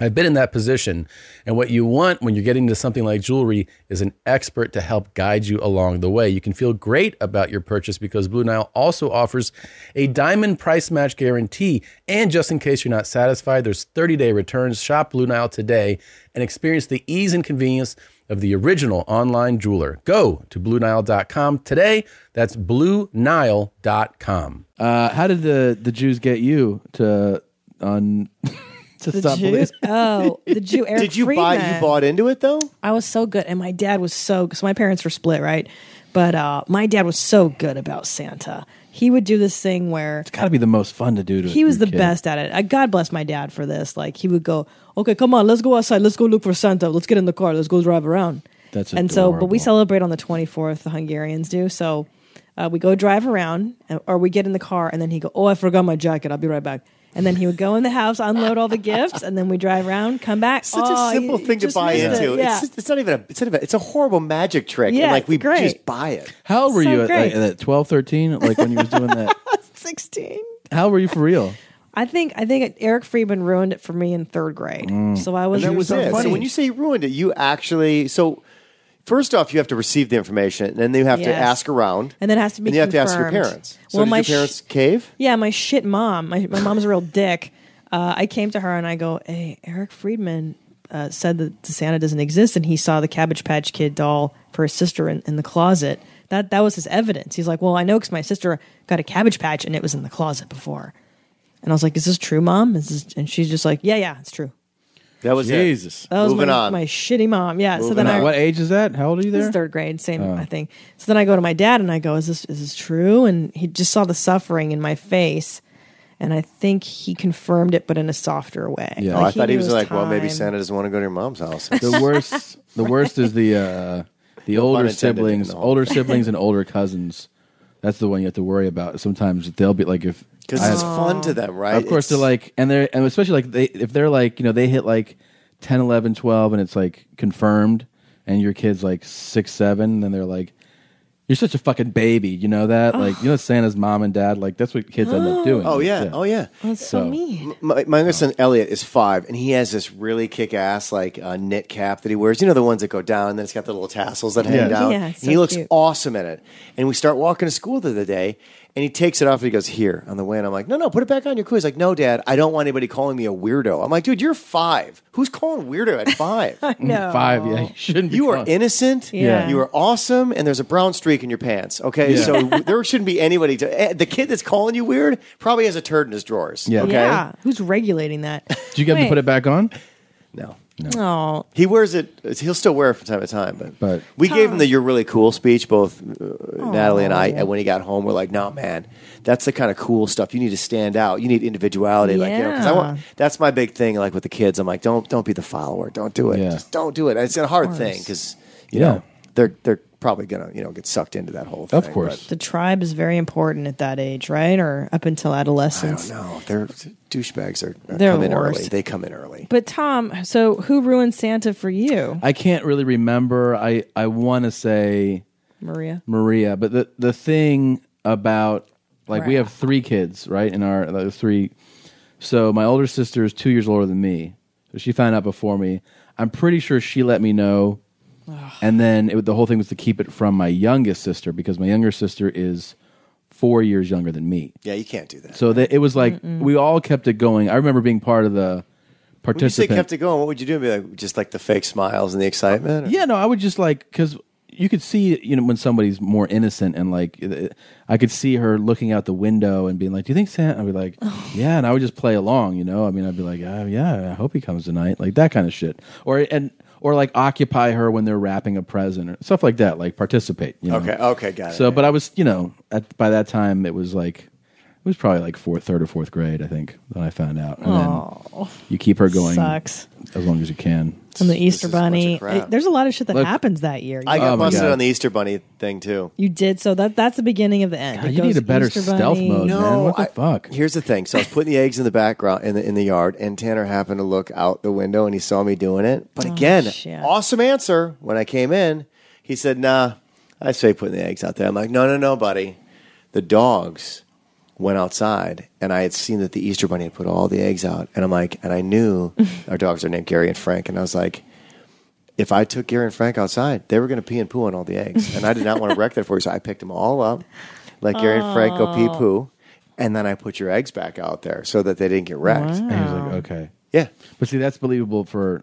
[SPEAKER 13] I've been in that position. And what you want when you're getting to something like jewelry is an expert to help guide you along the way. You can feel great about your purchase because Blue Nile also offers a diamond price match guarantee. And just in case you're not satisfied, there's 30 day returns. Shop Blue Nile today and experience the ease and convenience of the original online jeweler. Go to BlueNile.com today. That's BlueNile.com.
[SPEAKER 2] Uh, how did the, the Jews get you to on to
[SPEAKER 3] The
[SPEAKER 2] stop
[SPEAKER 3] Jew-
[SPEAKER 2] believing?
[SPEAKER 3] oh, the Jew Eric
[SPEAKER 4] Did you buy- you
[SPEAKER 3] Friedman.
[SPEAKER 4] bought into it though?
[SPEAKER 3] I was so good, and my dad was so. So my parents were split, right? But uh, my dad was so good about Santa. He would do this thing where
[SPEAKER 2] Got to be the most fun to do. To
[SPEAKER 3] he was
[SPEAKER 2] your
[SPEAKER 3] the
[SPEAKER 2] kid.
[SPEAKER 3] best at it. I, God bless my dad for this. Like he would go, okay, come on, let's go outside, let's go look for Santa, let's get in the car, let's go drive around.
[SPEAKER 2] That's
[SPEAKER 3] and so, but we
[SPEAKER 2] adorable.
[SPEAKER 3] celebrate on the twenty fourth. The Hungarians do so. Uh, we go drive around, and- or we get in the car, and then he go, oh, I forgot my jacket. I'll be right back. And then he would go in the house, unload all the gifts, and then we drive around, come back.
[SPEAKER 4] Such
[SPEAKER 3] Oh,
[SPEAKER 4] a simple
[SPEAKER 3] you-
[SPEAKER 4] thing
[SPEAKER 3] you
[SPEAKER 4] to
[SPEAKER 3] just
[SPEAKER 4] buy
[SPEAKER 3] missed it.
[SPEAKER 4] into.
[SPEAKER 3] Yeah.
[SPEAKER 4] It's, just, it's not even a. It's not even. It's a horrible magic trick. and,
[SPEAKER 3] Yeah,
[SPEAKER 4] like we
[SPEAKER 3] it's great.
[SPEAKER 4] just buy it.
[SPEAKER 2] How old were
[SPEAKER 3] So
[SPEAKER 2] you at,
[SPEAKER 3] great.
[SPEAKER 2] like, at 12, 13? Like when you was doing that?
[SPEAKER 3] 16.
[SPEAKER 2] How were you for real?
[SPEAKER 3] I think I think Eric Friedman ruined it for me in third grade.
[SPEAKER 4] Mm.
[SPEAKER 3] So I was
[SPEAKER 4] And that was
[SPEAKER 3] so
[SPEAKER 4] it.
[SPEAKER 3] funny.
[SPEAKER 4] So when you say you ruined it, you actually so. First off, you have to receive the information, and then you have to
[SPEAKER 3] Yes.
[SPEAKER 4] ask around,
[SPEAKER 3] And then it has to be
[SPEAKER 4] and you have to ask your
[SPEAKER 3] confirmed.
[SPEAKER 4] parents. So
[SPEAKER 3] Well,
[SPEAKER 4] did
[SPEAKER 3] my
[SPEAKER 4] your
[SPEAKER 3] sh-
[SPEAKER 4] parents cave?
[SPEAKER 3] yeah, my shit mom. My my mom's a real dick. Uh, I came to her and I go, "Hey, Eric Friedman uh, said that Santa doesn't exist, and he saw the Cabbage Patch Kid doll for his sister in, in the closet. That that was his evidence. He's like, well, I know because my sister got a Cabbage Patch and it was in the closet before. And I was like, is this true, mom? Is this? And she's just like, yeah, yeah, it's true.
[SPEAKER 4] That was
[SPEAKER 2] Jesus.
[SPEAKER 4] It.
[SPEAKER 3] That was
[SPEAKER 4] Moving
[SPEAKER 3] my,
[SPEAKER 4] on.
[SPEAKER 3] my shitty mom. Yeah. so
[SPEAKER 2] Moving
[SPEAKER 3] then
[SPEAKER 2] on.
[SPEAKER 3] I
[SPEAKER 2] what age is that? How old are you
[SPEAKER 3] This is
[SPEAKER 2] there?
[SPEAKER 3] third grade, same
[SPEAKER 2] Oh.
[SPEAKER 3] I think. So then I go to my dad and I go, "Is this is this true?" And he just saw the suffering in my face, and I think he confirmed it, but in a softer way.
[SPEAKER 4] Yeah, Oh, I thought he
[SPEAKER 3] knew
[SPEAKER 4] was
[SPEAKER 3] it
[SPEAKER 4] like, well, maybe
[SPEAKER 3] time.
[SPEAKER 4] Santa doesn't want to go to your mom's house.
[SPEAKER 2] The worst. The worst is the uh, the older
[SPEAKER 4] intended in
[SPEAKER 2] siblings,
[SPEAKER 4] the whole
[SPEAKER 2] older
[SPEAKER 4] thing.
[SPEAKER 2] siblings, and older cousins. That's the one you have to worry about. Sometimes they'll be like if
[SPEAKER 4] 'Cause
[SPEAKER 2] I
[SPEAKER 4] it's
[SPEAKER 2] have-
[SPEAKER 4] fun to them, right?
[SPEAKER 2] Of course,
[SPEAKER 4] It's-
[SPEAKER 2] they're like, and they're and especially like they if they're like you know they hit like 10, 11, 12, and it's like confirmed, and your kid's like six, seven, then they're like. You're such a fucking baby, you know that? Like, you know Santa's mom and dad, like that's what kids end up doing.
[SPEAKER 4] Oh yeah. Oh yeah.
[SPEAKER 3] That's
[SPEAKER 2] so So-
[SPEAKER 3] mean.
[SPEAKER 4] My, my youngest son Elliot is five, and he has this really kick-ass like uh, knit cap that he wears. You know the ones that go down, and then it's got the little tassels that hang
[SPEAKER 2] Yeah.
[SPEAKER 4] down.
[SPEAKER 2] Yeah,
[SPEAKER 4] and
[SPEAKER 2] it's
[SPEAKER 4] he
[SPEAKER 2] so
[SPEAKER 4] looks
[SPEAKER 2] cute.
[SPEAKER 4] awesome in it. And we start walking to school the other day, and he takes it off and he goes here on the way, and I'm like, no, no, put it back on your cool. He's like, no, Dad, I don't want anybody calling me a weirdo. I'm like, dude, you're five. Who's calling weirdo at five?
[SPEAKER 2] know. Five, yeah, you shouldn't.
[SPEAKER 4] You are innocent.
[SPEAKER 2] Oh. Yeah.
[SPEAKER 4] You are awesome, and there's a brown streak in your pants. Okay,
[SPEAKER 2] Yeah.
[SPEAKER 4] so there shouldn't be anybody. To, eh, the kid that's calling you weird probably has a turd in his drawers.
[SPEAKER 2] Yeah.
[SPEAKER 4] Okay.
[SPEAKER 3] Yeah, who's regulating that?
[SPEAKER 2] Did you get them to put it back on?
[SPEAKER 4] No.
[SPEAKER 3] Oh,
[SPEAKER 4] He wears it. He'll still wear it from time to time, but,
[SPEAKER 2] but
[SPEAKER 4] we gave him the "You're really cool" speech. Both uh, Natalie and I, and when he got home, we're like, "No, man, that's the kind of cool stuff. You need to stand out. You need individuality. Like, you know, 'cause I want.
[SPEAKER 2] Yeah.
[SPEAKER 4] That's my big thing. Like with the kids, I'm like, don't don't be the follower. Don't do it.
[SPEAKER 2] Yeah.
[SPEAKER 4] Just don't do it. It's a hard
[SPEAKER 3] course.
[SPEAKER 4] thing because you
[SPEAKER 2] Yeah.
[SPEAKER 4] know they're they're probably gonna you know get sucked into that whole thing.
[SPEAKER 3] the tribe is very important at that age, right? Or up until adolescence.
[SPEAKER 4] but no, they're douchebags. Are, are
[SPEAKER 3] They're
[SPEAKER 4] come in
[SPEAKER 3] the
[SPEAKER 4] early.
[SPEAKER 3] worst.
[SPEAKER 4] They come in early.
[SPEAKER 3] But Tom, so who ruined Santa for you,
[SPEAKER 2] I can't really remember. I I want to say
[SPEAKER 3] Maria?
[SPEAKER 2] Maria, but the the thing about like we have three kids, right? In our like, three, so my older sister is two years older than me, so she found out before me. I'm pretty sure she let me know, and then it, the whole thing was to keep it from my youngest sister because my younger sister is four years younger than me.
[SPEAKER 4] Yeah, you can't do that.
[SPEAKER 2] So that it was like we all kept it going. I remember being part of
[SPEAKER 4] When
[SPEAKER 2] the
[SPEAKER 4] you say
[SPEAKER 2] participant.
[SPEAKER 4] kept it going, what would you do? Be like, just like the fake smiles and the excitement?
[SPEAKER 2] yeah, no, I would just like because you could see you know when somebody's more innocent and like I could see her looking out the window and being like, "Do you think Santa?" I'd be like, "Yeah," and I would just play along. You know, I mean, I'd be like, "Ah, "Yeah, I hope he comes tonight," like that kind of shit, or and or like occupy her when they're wrapping a present or stuff like that. Like participate. You know?
[SPEAKER 4] Okay,
[SPEAKER 14] oh,
[SPEAKER 4] okay, got it.
[SPEAKER 2] So, but I was, you know, at, by that time it was like it was probably like fourth, third or fourth grade, I think, that I found out. And
[SPEAKER 3] Aw.
[SPEAKER 2] then you keep her going
[SPEAKER 3] Sucks.
[SPEAKER 2] as long as you can.
[SPEAKER 3] From the Easter Bunny.
[SPEAKER 4] crap.
[SPEAKER 3] It- there's a lot of shit that
[SPEAKER 2] Look,
[SPEAKER 3] happens that year.
[SPEAKER 4] I got
[SPEAKER 2] Oh my
[SPEAKER 4] busted
[SPEAKER 2] God.
[SPEAKER 4] on the Easter Bunny thing too.
[SPEAKER 3] you did so that that's the beginning of the end. It
[SPEAKER 2] you need
[SPEAKER 3] goes
[SPEAKER 2] a better
[SPEAKER 3] Easter
[SPEAKER 2] stealth
[SPEAKER 3] Bunny.
[SPEAKER 2] mode, man. What the
[SPEAKER 4] I-
[SPEAKER 2] fuck?
[SPEAKER 4] Here's the thing. So I was putting the eggs in the background in the in the yard, and Tanner happened to look out the window, and he saw me doing it. But
[SPEAKER 2] Oh,
[SPEAKER 4] again, awesome answer. When I came in, he said, "Nah, I say putting the eggs out there." I'm like, "No, no, no, buddy." The dogs went outside, and I had seen that the Easter Bunny had put all the eggs out, and I'm like, and I knew our dogs are named Gary and Frank, and I was like. If I took Gary and Frank outside, they were going to pee and poo on all the eggs, and I did not want to wreck that for you. So I picked them all up, let Gary and Frank go pee
[SPEAKER 2] Aw.
[SPEAKER 4] poo, and then I put your eggs back out there so that they didn't get wrecked.
[SPEAKER 2] And he was like, okay.
[SPEAKER 4] Yeah.
[SPEAKER 2] But see, that's believable for,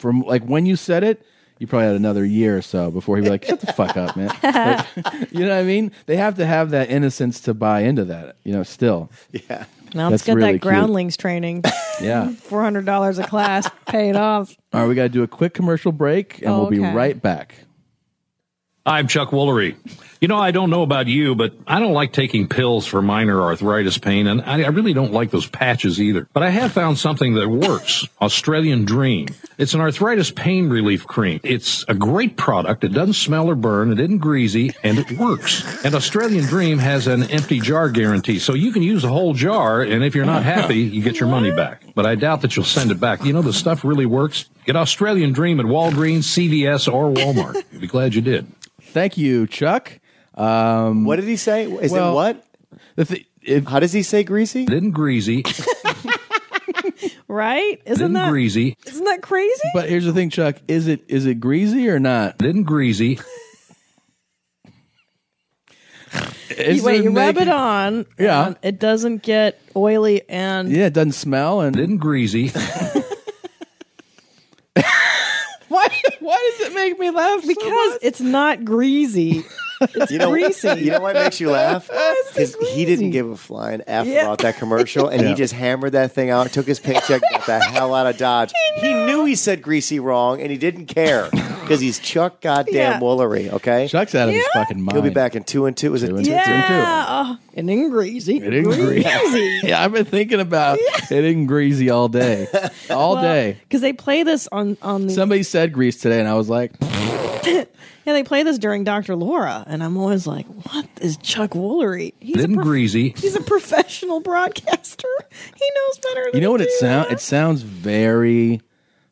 [SPEAKER 2] from like when you said it, you probably had another year or so before he'd be like, shut the fuck up, man. Like, you know what I mean? They have to have that innocence to buy into that, you know, still.
[SPEAKER 4] Yeah.
[SPEAKER 3] Now let's get that groundlings training.
[SPEAKER 2] Yeah.
[SPEAKER 3] Four hundred dollars a class paid off.
[SPEAKER 2] All right, we got to do a quick commercial break and
[SPEAKER 3] Oh,
[SPEAKER 2] we'll be
[SPEAKER 3] okay.
[SPEAKER 2] right back.
[SPEAKER 15] I'm Chuck Woolery. You know, I don't know about you, but I don't like taking pills for minor arthritis pain, and I, I really don't like those patches either. But I have found something that works Australian Dream. It's an arthritis pain relief cream. It's a great product. It doesn't smell or burn, it isn't greasy, and it works. And Australian Dream has an empty jar guarantee, so you can use the whole jar, and if you're not happy, you get your money back. But I doubt that you'll send it back. You know, the stuff really works. Get Australian Dream at Walgreens, CVS, or Walmart. You'll be glad you did.
[SPEAKER 2] Thank you, Chuck. Um,
[SPEAKER 4] what did he say? Is
[SPEAKER 15] well,
[SPEAKER 4] it what? How does he say greasy?
[SPEAKER 15] Didn't greasy.
[SPEAKER 3] Right? Isn't that
[SPEAKER 2] greasy?
[SPEAKER 3] isn't that crazy?
[SPEAKER 2] But here's the thing, Chuck. Is it is it greasy or not?
[SPEAKER 15] Didn't greasy.
[SPEAKER 3] You, wait, you rub it on.
[SPEAKER 2] Yeah.
[SPEAKER 3] and it doesn't get oily and
[SPEAKER 2] Yeah, it doesn't smell and
[SPEAKER 15] didn't greasy.
[SPEAKER 3] Why? Why does it make me laugh? Because it's not greasy. It's
[SPEAKER 4] You know,
[SPEAKER 3] greasy.
[SPEAKER 4] you know what makes you laugh? Because he didn't give a flying F
[SPEAKER 3] Yeah.
[SPEAKER 4] about that commercial, and
[SPEAKER 2] Yeah.
[SPEAKER 4] he just hammered that thing out, took his paycheck, got the hell out of Dodge. He knew he said greasy wrong, and he didn't care because he's Chuck goddamn
[SPEAKER 3] Yeah.
[SPEAKER 4] Woolery, okay?
[SPEAKER 2] Chuck's out of his fucking mind.
[SPEAKER 4] He'll be back in two and two. Was it two and two?
[SPEAKER 3] yeah, oh, and then greasy.
[SPEAKER 2] It ain't greasy. yeah, I've been thinking about it ain't greasy all day. All day.
[SPEAKER 3] Because they play this on on the
[SPEAKER 2] Somebody said grease today and I was like,
[SPEAKER 3] yeah they play this during Dr. Laura, and I'm always like, what is Chuck Woolery? He's
[SPEAKER 2] Didn't greasy.
[SPEAKER 3] He's a professional broadcaster. He knows better.
[SPEAKER 2] you
[SPEAKER 3] Than
[SPEAKER 2] know what it sound it sounds very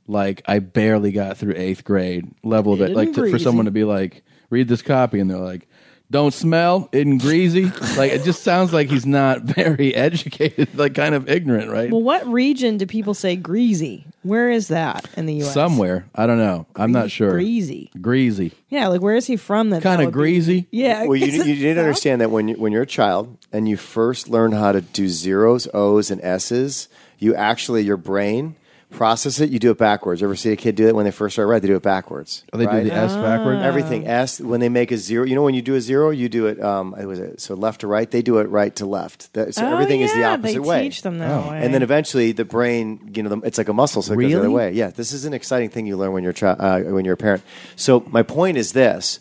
[SPEAKER 2] like I barely got through 8th grade level of it.
[SPEAKER 3] It
[SPEAKER 2] Like
[SPEAKER 3] ain't
[SPEAKER 2] to- for
[SPEAKER 3] greasy.
[SPEAKER 2] someone to be like, read this copy and they're like don't smell isn't greasy like it just sounds like he's not very educated like kind of ignorant right
[SPEAKER 3] Well, what region do people say greasy? Where is that in the U.S.?
[SPEAKER 2] somewhere i don't know i'm not sure
[SPEAKER 3] greasy.
[SPEAKER 2] greasy
[SPEAKER 3] Yeah, like where is he from? That that
[SPEAKER 2] kind
[SPEAKER 3] would
[SPEAKER 2] of
[SPEAKER 3] be-
[SPEAKER 2] greasy
[SPEAKER 3] Yeah.
[SPEAKER 4] Well, you, you didn't understand that when you, when you're a child and you first learn how to do zeros, O's, and S's, you actually your brain process it. You do it backwards. You ever see a kid do that when they first start right? They do it backwards.
[SPEAKER 2] Oh, they do
[SPEAKER 4] right?
[SPEAKER 2] the S backwards? Ah.
[SPEAKER 4] Everything
[SPEAKER 3] Um,
[SPEAKER 4] S when they make a zero. You know when you do a zero, you do it. Um, it was it so left to right. They do it right to left. That, so
[SPEAKER 3] Oh,
[SPEAKER 4] everything is the
[SPEAKER 3] yeah,
[SPEAKER 4] opposite
[SPEAKER 3] they
[SPEAKER 4] way.
[SPEAKER 3] teach them that Oh. way.
[SPEAKER 4] And then eventually the brain, you know, the, it's like a muscle, so it goes the other
[SPEAKER 2] Really?
[SPEAKER 4] way. Yeah, this is an exciting thing you learn when you're a chi- uh, when you're a parent. So my point is this.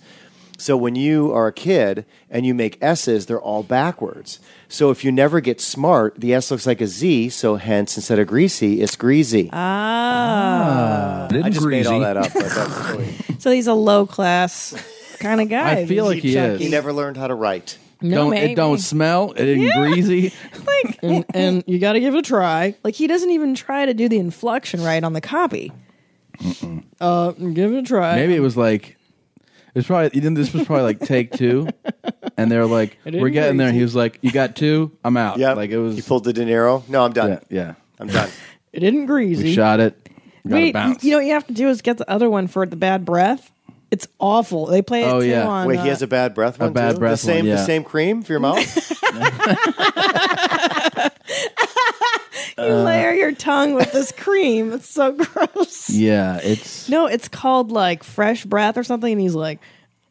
[SPEAKER 4] So when you are a kid and you make S's, they're all backwards. So if you never get smart, the S looks like a Z. So hence, instead of greasy, it's greasy.
[SPEAKER 3] Ah.
[SPEAKER 4] I just made all
[SPEAKER 3] greasy.
[SPEAKER 4] that up. but that's-
[SPEAKER 3] Oh. So he's a low class kind of guy. Chucky.
[SPEAKER 4] He never learned how to write.
[SPEAKER 3] No, Don't- it maybe. don't
[SPEAKER 2] smell. It ain't
[SPEAKER 3] Yeah.
[SPEAKER 2] greasy.
[SPEAKER 3] like, and, and you got to give it a try. Like he doesn't even try to do the inflection right on the copy. Uh, give it a try.
[SPEAKER 2] Maybe it was like it was probably you know, this was probably like take two, and they're like,
[SPEAKER 4] It
[SPEAKER 2] "We're
[SPEAKER 4] ain't
[SPEAKER 2] getting there." And he
[SPEAKER 4] greasy.
[SPEAKER 2] was like, "You got two, I'm out."
[SPEAKER 4] Yeah,
[SPEAKER 2] like
[SPEAKER 4] it was. He pulled the De Niro. No, I'm done.
[SPEAKER 2] Yeah, yeah.
[SPEAKER 4] I'm done.
[SPEAKER 3] it isn't greasy.
[SPEAKER 2] we shot it. Got
[SPEAKER 3] Wait,
[SPEAKER 2] a bounce.
[SPEAKER 3] you know what you have to do is get the other one for the bad breath. It's awful. They play it
[SPEAKER 4] Oh,
[SPEAKER 3] too
[SPEAKER 4] yeah.
[SPEAKER 3] on.
[SPEAKER 4] Wait, he
[SPEAKER 3] uh,
[SPEAKER 4] has a bad breath
[SPEAKER 2] A
[SPEAKER 4] one.
[SPEAKER 2] bad
[SPEAKER 4] too?
[SPEAKER 2] breath
[SPEAKER 4] The same,
[SPEAKER 2] one, yeah.
[SPEAKER 4] the same cream for your mouth.
[SPEAKER 3] you
[SPEAKER 2] Uh,
[SPEAKER 3] layer your tongue with this cream. It's so gross.
[SPEAKER 2] Yeah, it's
[SPEAKER 3] No, it's called like fresh breath or something. And he's like,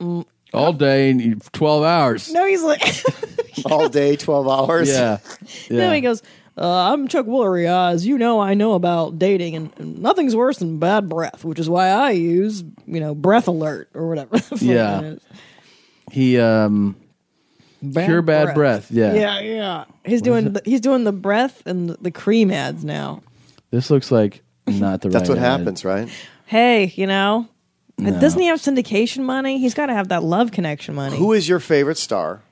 [SPEAKER 3] mm.
[SPEAKER 2] all day, and twelve hours.
[SPEAKER 3] no, he's like,
[SPEAKER 4] all day, twelve hours.
[SPEAKER 2] Yeah,
[SPEAKER 3] no,
[SPEAKER 2] Yeah.
[SPEAKER 3] he goes, uh, I'm Chuck Woolery. Uh, as you know, I know about dating, and, and nothing's worse than bad breath, which is why I use, you know, breath alert or whatever. the fuck
[SPEAKER 2] Yeah.
[SPEAKER 3] it is.
[SPEAKER 2] He um, pure bad breath. Yeah.
[SPEAKER 3] yeah, yeah. He's doing the, he's doing the breath and the cream ads now.
[SPEAKER 2] This looks like not the.
[SPEAKER 4] That's
[SPEAKER 2] right
[SPEAKER 4] what
[SPEAKER 2] ad.
[SPEAKER 4] happens, right?
[SPEAKER 3] Hey, you know,
[SPEAKER 2] No.
[SPEAKER 3] doesn't he have syndication money? He's got to have that love connection money.
[SPEAKER 4] Who is your favorite star?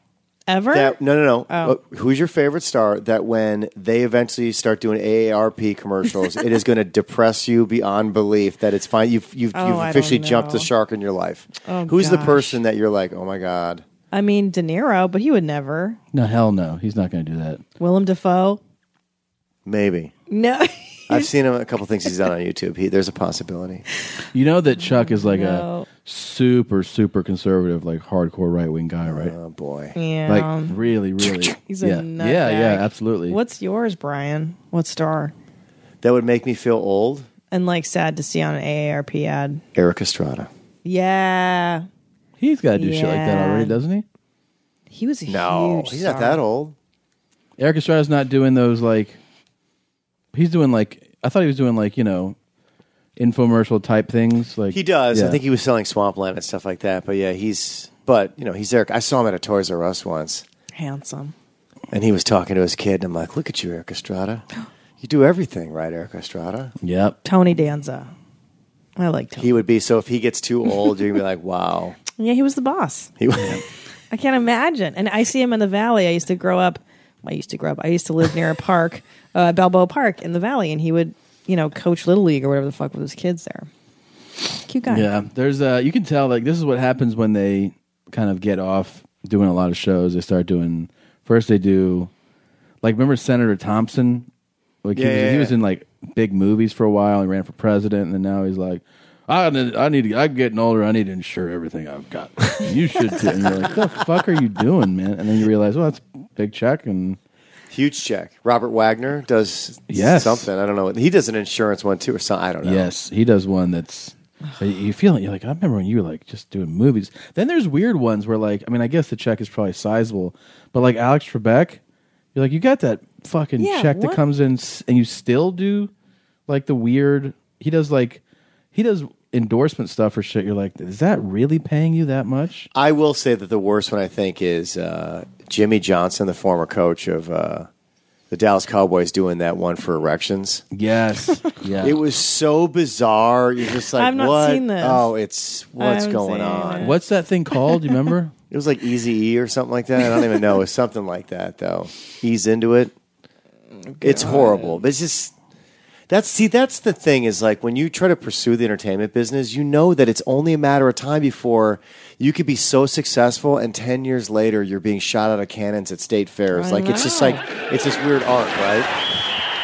[SPEAKER 3] ever?
[SPEAKER 4] That, no, no, no.
[SPEAKER 3] Oh.
[SPEAKER 4] Uh, Who's your favorite star that when they eventually start doing AARP commercials, it is going to depress you beyond belief that it's fine. You've, you've,
[SPEAKER 3] Oh,
[SPEAKER 4] you've
[SPEAKER 3] I don't
[SPEAKER 4] officially jumped the
[SPEAKER 3] know.
[SPEAKER 4] shark in your life.
[SPEAKER 3] Oh,
[SPEAKER 4] Who's the
[SPEAKER 3] gosh.
[SPEAKER 4] person that you're like, oh my God?
[SPEAKER 3] I mean, De Niro, but he would never.
[SPEAKER 2] No, hell no. He's not going to do that.
[SPEAKER 3] Willem Dafoe.
[SPEAKER 4] Maybe.
[SPEAKER 3] No.
[SPEAKER 4] I've seen him a couple things he's done on YouTube. He, there's a possibility.
[SPEAKER 2] You know that Chuck is like
[SPEAKER 3] No.
[SPEAKER 2] a super, super conservative, like hardcore right wing guy, right? Oh
[SPEAKER 4] boy.
[SPEAKER 3] Yeah.
[SPEAKER 2] Like really, really.
[SPEAKER 3] He's a
[SPEAKER 2] yeah.
[SPEAKER 3] nutbag.
[SPEAKER 2] yeah, yeah, absolutely.
[SPEAKER 3] What's yours, Brian? What star?
[SPEAKER 4] That would make me feel old.
[SPEAKER 3] And like sad to see on an AARP ad.
[SPEAKER 4] Eric Estrada.
[SPEAKER 3] Yeah.
[SPEAKER 2] He's got to do shit like that
[SPEAKER 3] Yeah.
[SPEAKER 2] already, doesn't he?
[SPEAKER 3] He was a huge star.
[SPEAKER 4] old.
[SPEAKER 2] Eric Estrada's not doing those like. He's doing like I thought he was doing like you know, infomercial type things like
[SPEAKER 4] He does.
[SPEAKER 2] Yeah.
[SPEAKER 4] I think he was selling Swampland and stuff like that. But yeah, he's, but, you know, he's Eric. I saw him at a Toys R Us once.
[SPEAKER 3] Handsome.
[SPEAKER 4] And he was talking to his kid, and I'm like, look at you, Eric Estrada. You do everything right, Eric Estrada.
[SPEAKER 2] Yep.
[SPEAKER 3] Tony Danza. I like Tony.
[SPEAKER 4] He would be, so if he gets too old, you're going to be like, wow.
[SPEAKER 3] Yeah, he was the boss.
[SPEAKER 4] He,
[SPEAKER 3] I can't imagine. And I see him in the valley. I used to grow up. I used to grow up. I used to live near a park, uh, Balboa Park in the valley, and he would, you know, coach little league or whatever the fuck with his kids there. Cute guy.
[SPEAKER 2] Yeah, there's uh you can tell like this is what happens when they kind of get off doing a lot of shows. They start doing first they do like remember Senator Thompson? Like he,
[SPEAKER 13] Yeah,
[SPEAKER 2] was,
[SPEAKER 13] yeah,
[SPEAKER 2] he was
[SPEAKER 13] yeah.
[SPEAKER 2] in like big movies for a while. He ran for president, and then now he's like, I need, I need to, I'm getting older. I need to insure everything I've got. You should too. And you're like, the fuck are you doing, man? And then you realize, well, that's a big check, and
[SPEAKER 4] Huge check. Robert Wagner does
[SPEAKER 2] Yes.
[SPEAKER 4] something. I don't know. He does an insurance one too, or something. I don't know.
[SPEAKER 2] Yes, he does one that's you feel it. You're like, I remember when you were like just doing movies. Then there's weird ones where like, I mean, I guess the check is probably sizable, but like Alex Trebek, you're like, you got that fucking
[SPEAKER 13] Yeah,
[SPEAKER 2] check
[SPEAKER 13] what?
[SPEAKER 2] that comes in, s- and you still do like the weird. He does like he does endorsement stuff for shit. You're like, is that really paying you that much?
[SPEAKER 4] I will say that the worst one I think is uh, Jimmy Johnson, the former coach of uh, the Dallas Cowboys, doing that one for erections.
[SPEAKER 2] Yes. yeah.
[SPEAKER 4] It was so bizarre. You're just like,
[SPEAKER 2] I've not
[SPEAKER 4] what?
[SPEAKER 2] seen this.
[SPEAKER 4] Oh, it's
[SPEAKER 2] I
[SPEAKER 4] what's
[SPEAKER 2] haven't
[SPEAKER 4] going
[SPEAKER 2] seen
[SPEAKER 4] on?
[SPEAKER 2] it. What's that thing called? Do you remember?
[SPEAKER 4] it was like Easy E or something like that. I don't even know. It was something like that though. Ease into it. It's horrible. But it's just that's see. That's the thing is like when you try to pursue the entertainment business, you know that it's only a matter of time before you could be so successful, and ten years later you're being shot out of cannons at state fairs.
[SPEAKER 14] I
[SPEAKER 4] like it's just
[SPEAKER 14] know.
[SPEAKER 4] like it's this weird art, right?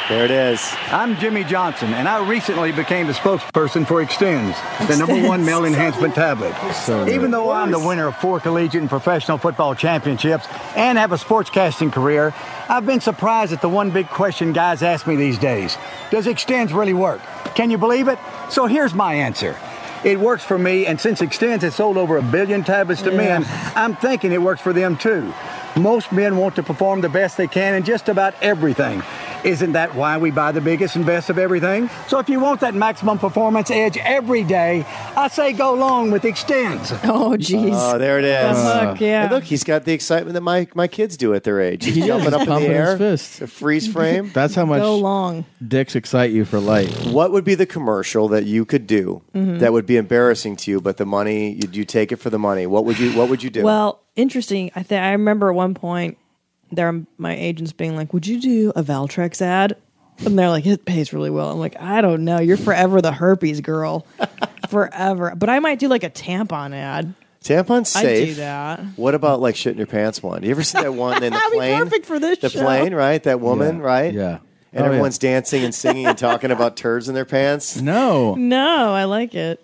[SPEAKER 4] There it is.
[SPEAKER 14] I'm Jimmy Johnson, and I recently became the spokesperson for Extends, the number one male enhancement tablet.
[SPEAKER 2] So
[SPEAKER 14] Even though I'm the winner of four collegiate and professional football championships and have a sportscasting career, I've been surprised at the one big question guys ask me these days Does Extends really work? Can you believe it? So here's my answer. It works for me, and since Extends has sold over a billion tablets to men, I'm thinking it works for them too. Most men want to perform the best they can in just about everything. Isn't that why we buy the biggest and best of everything? So if you want that maximum performance edge every day, I say go long with Extends.
[SPEAKER 3] Oh, jeez.
[SPEAKER 4] Oh, there it is.
[SPEAKER 14] Look, yeah.
[SPEAKER 4] And look, he's got the excitement that my, my kids do at their age. He's
[SPEAKER 2] He does.
[SPEAKER 4] jumping up in
[SPEAKER 2] He's
[SPEAKER 4] the
[SPEAKER 2] pumping his
[SPEAKER 4] air, a freeze frame.
[SPEAKER 2] That's how much
[SPEAKER 3] Go long.
[SPEAKER 2] dicks excite you for life.
[SPEAKER 4] What would be the commercial that you could do
[SPEAKER 3] Mhm.
[SPEAKER 4] that would be embarrassing to you, but the money you you take it for the money? What would you What would you do?
[SPEAKER 3] Well, interesting. I think I remember at one point there my agents being like, "Would you do a Valtrex ad?" And they're like, "It pays really well." I'm like, "I don't know. You're forever the herpes girl, forever." But I might do like a tampon ad.
[SPEAKER 4] tampon
[SPEAKER 3] I'd
[SPEAKER 4] safe.
[SPEAKER 3] do that.
[SPEAKER 4] What about like shit in your pants one? You ever see that one in the plane?
[SPEAKER 3] Perfect for this
[SPEAKER 4] The
[SPEAKER 3] show.
[SPEAKER 4] plane, right? That woman, right? Yeah. And
[SPEAKER 2] Oh, yeah.
[SPEAKER 4] everyone's dancing and singing and talking about turds in their pants.
[SPEAKER 2] No.
[SPEAKER 3] No, I like it.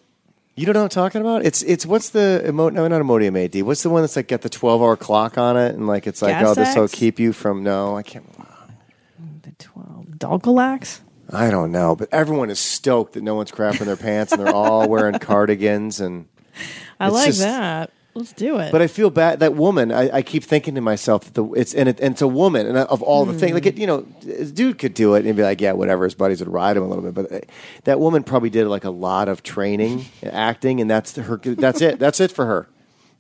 [SPEAKER 4] You don't know what I'm talking about? It's it's what's the emo no not Imodium AD. What's the one that's like got the 12 hour clock on it and like it's like oh this will
[SPEAKER 3] Gas-X?
[SPEAKER 4] keep you from no I can't
[SPEAKER 3] Dalgalax?
[SPEAKER 4] I don't know but everyone is stoked that no one's crapping their pants and they're all wearing cardigans and
[SPEAKER 3] I
[SPEAKER 4] It's
[SPEAKER 3] like
[SPEAKER 4] just-
[SPEAKER 3] that. Let's do it.
[SPEAKER 4] But I feel bad. That woman, I, I keep thinking to myself, that the, it's and, it, and it's a woman, and of all the things, like it, you know, a dude could do it and be like, yeah, whatever. His buddies would ride him a little bit, but uh, that woman probably did like a lot of training, and acting, and that's her. That's it. That's it for her.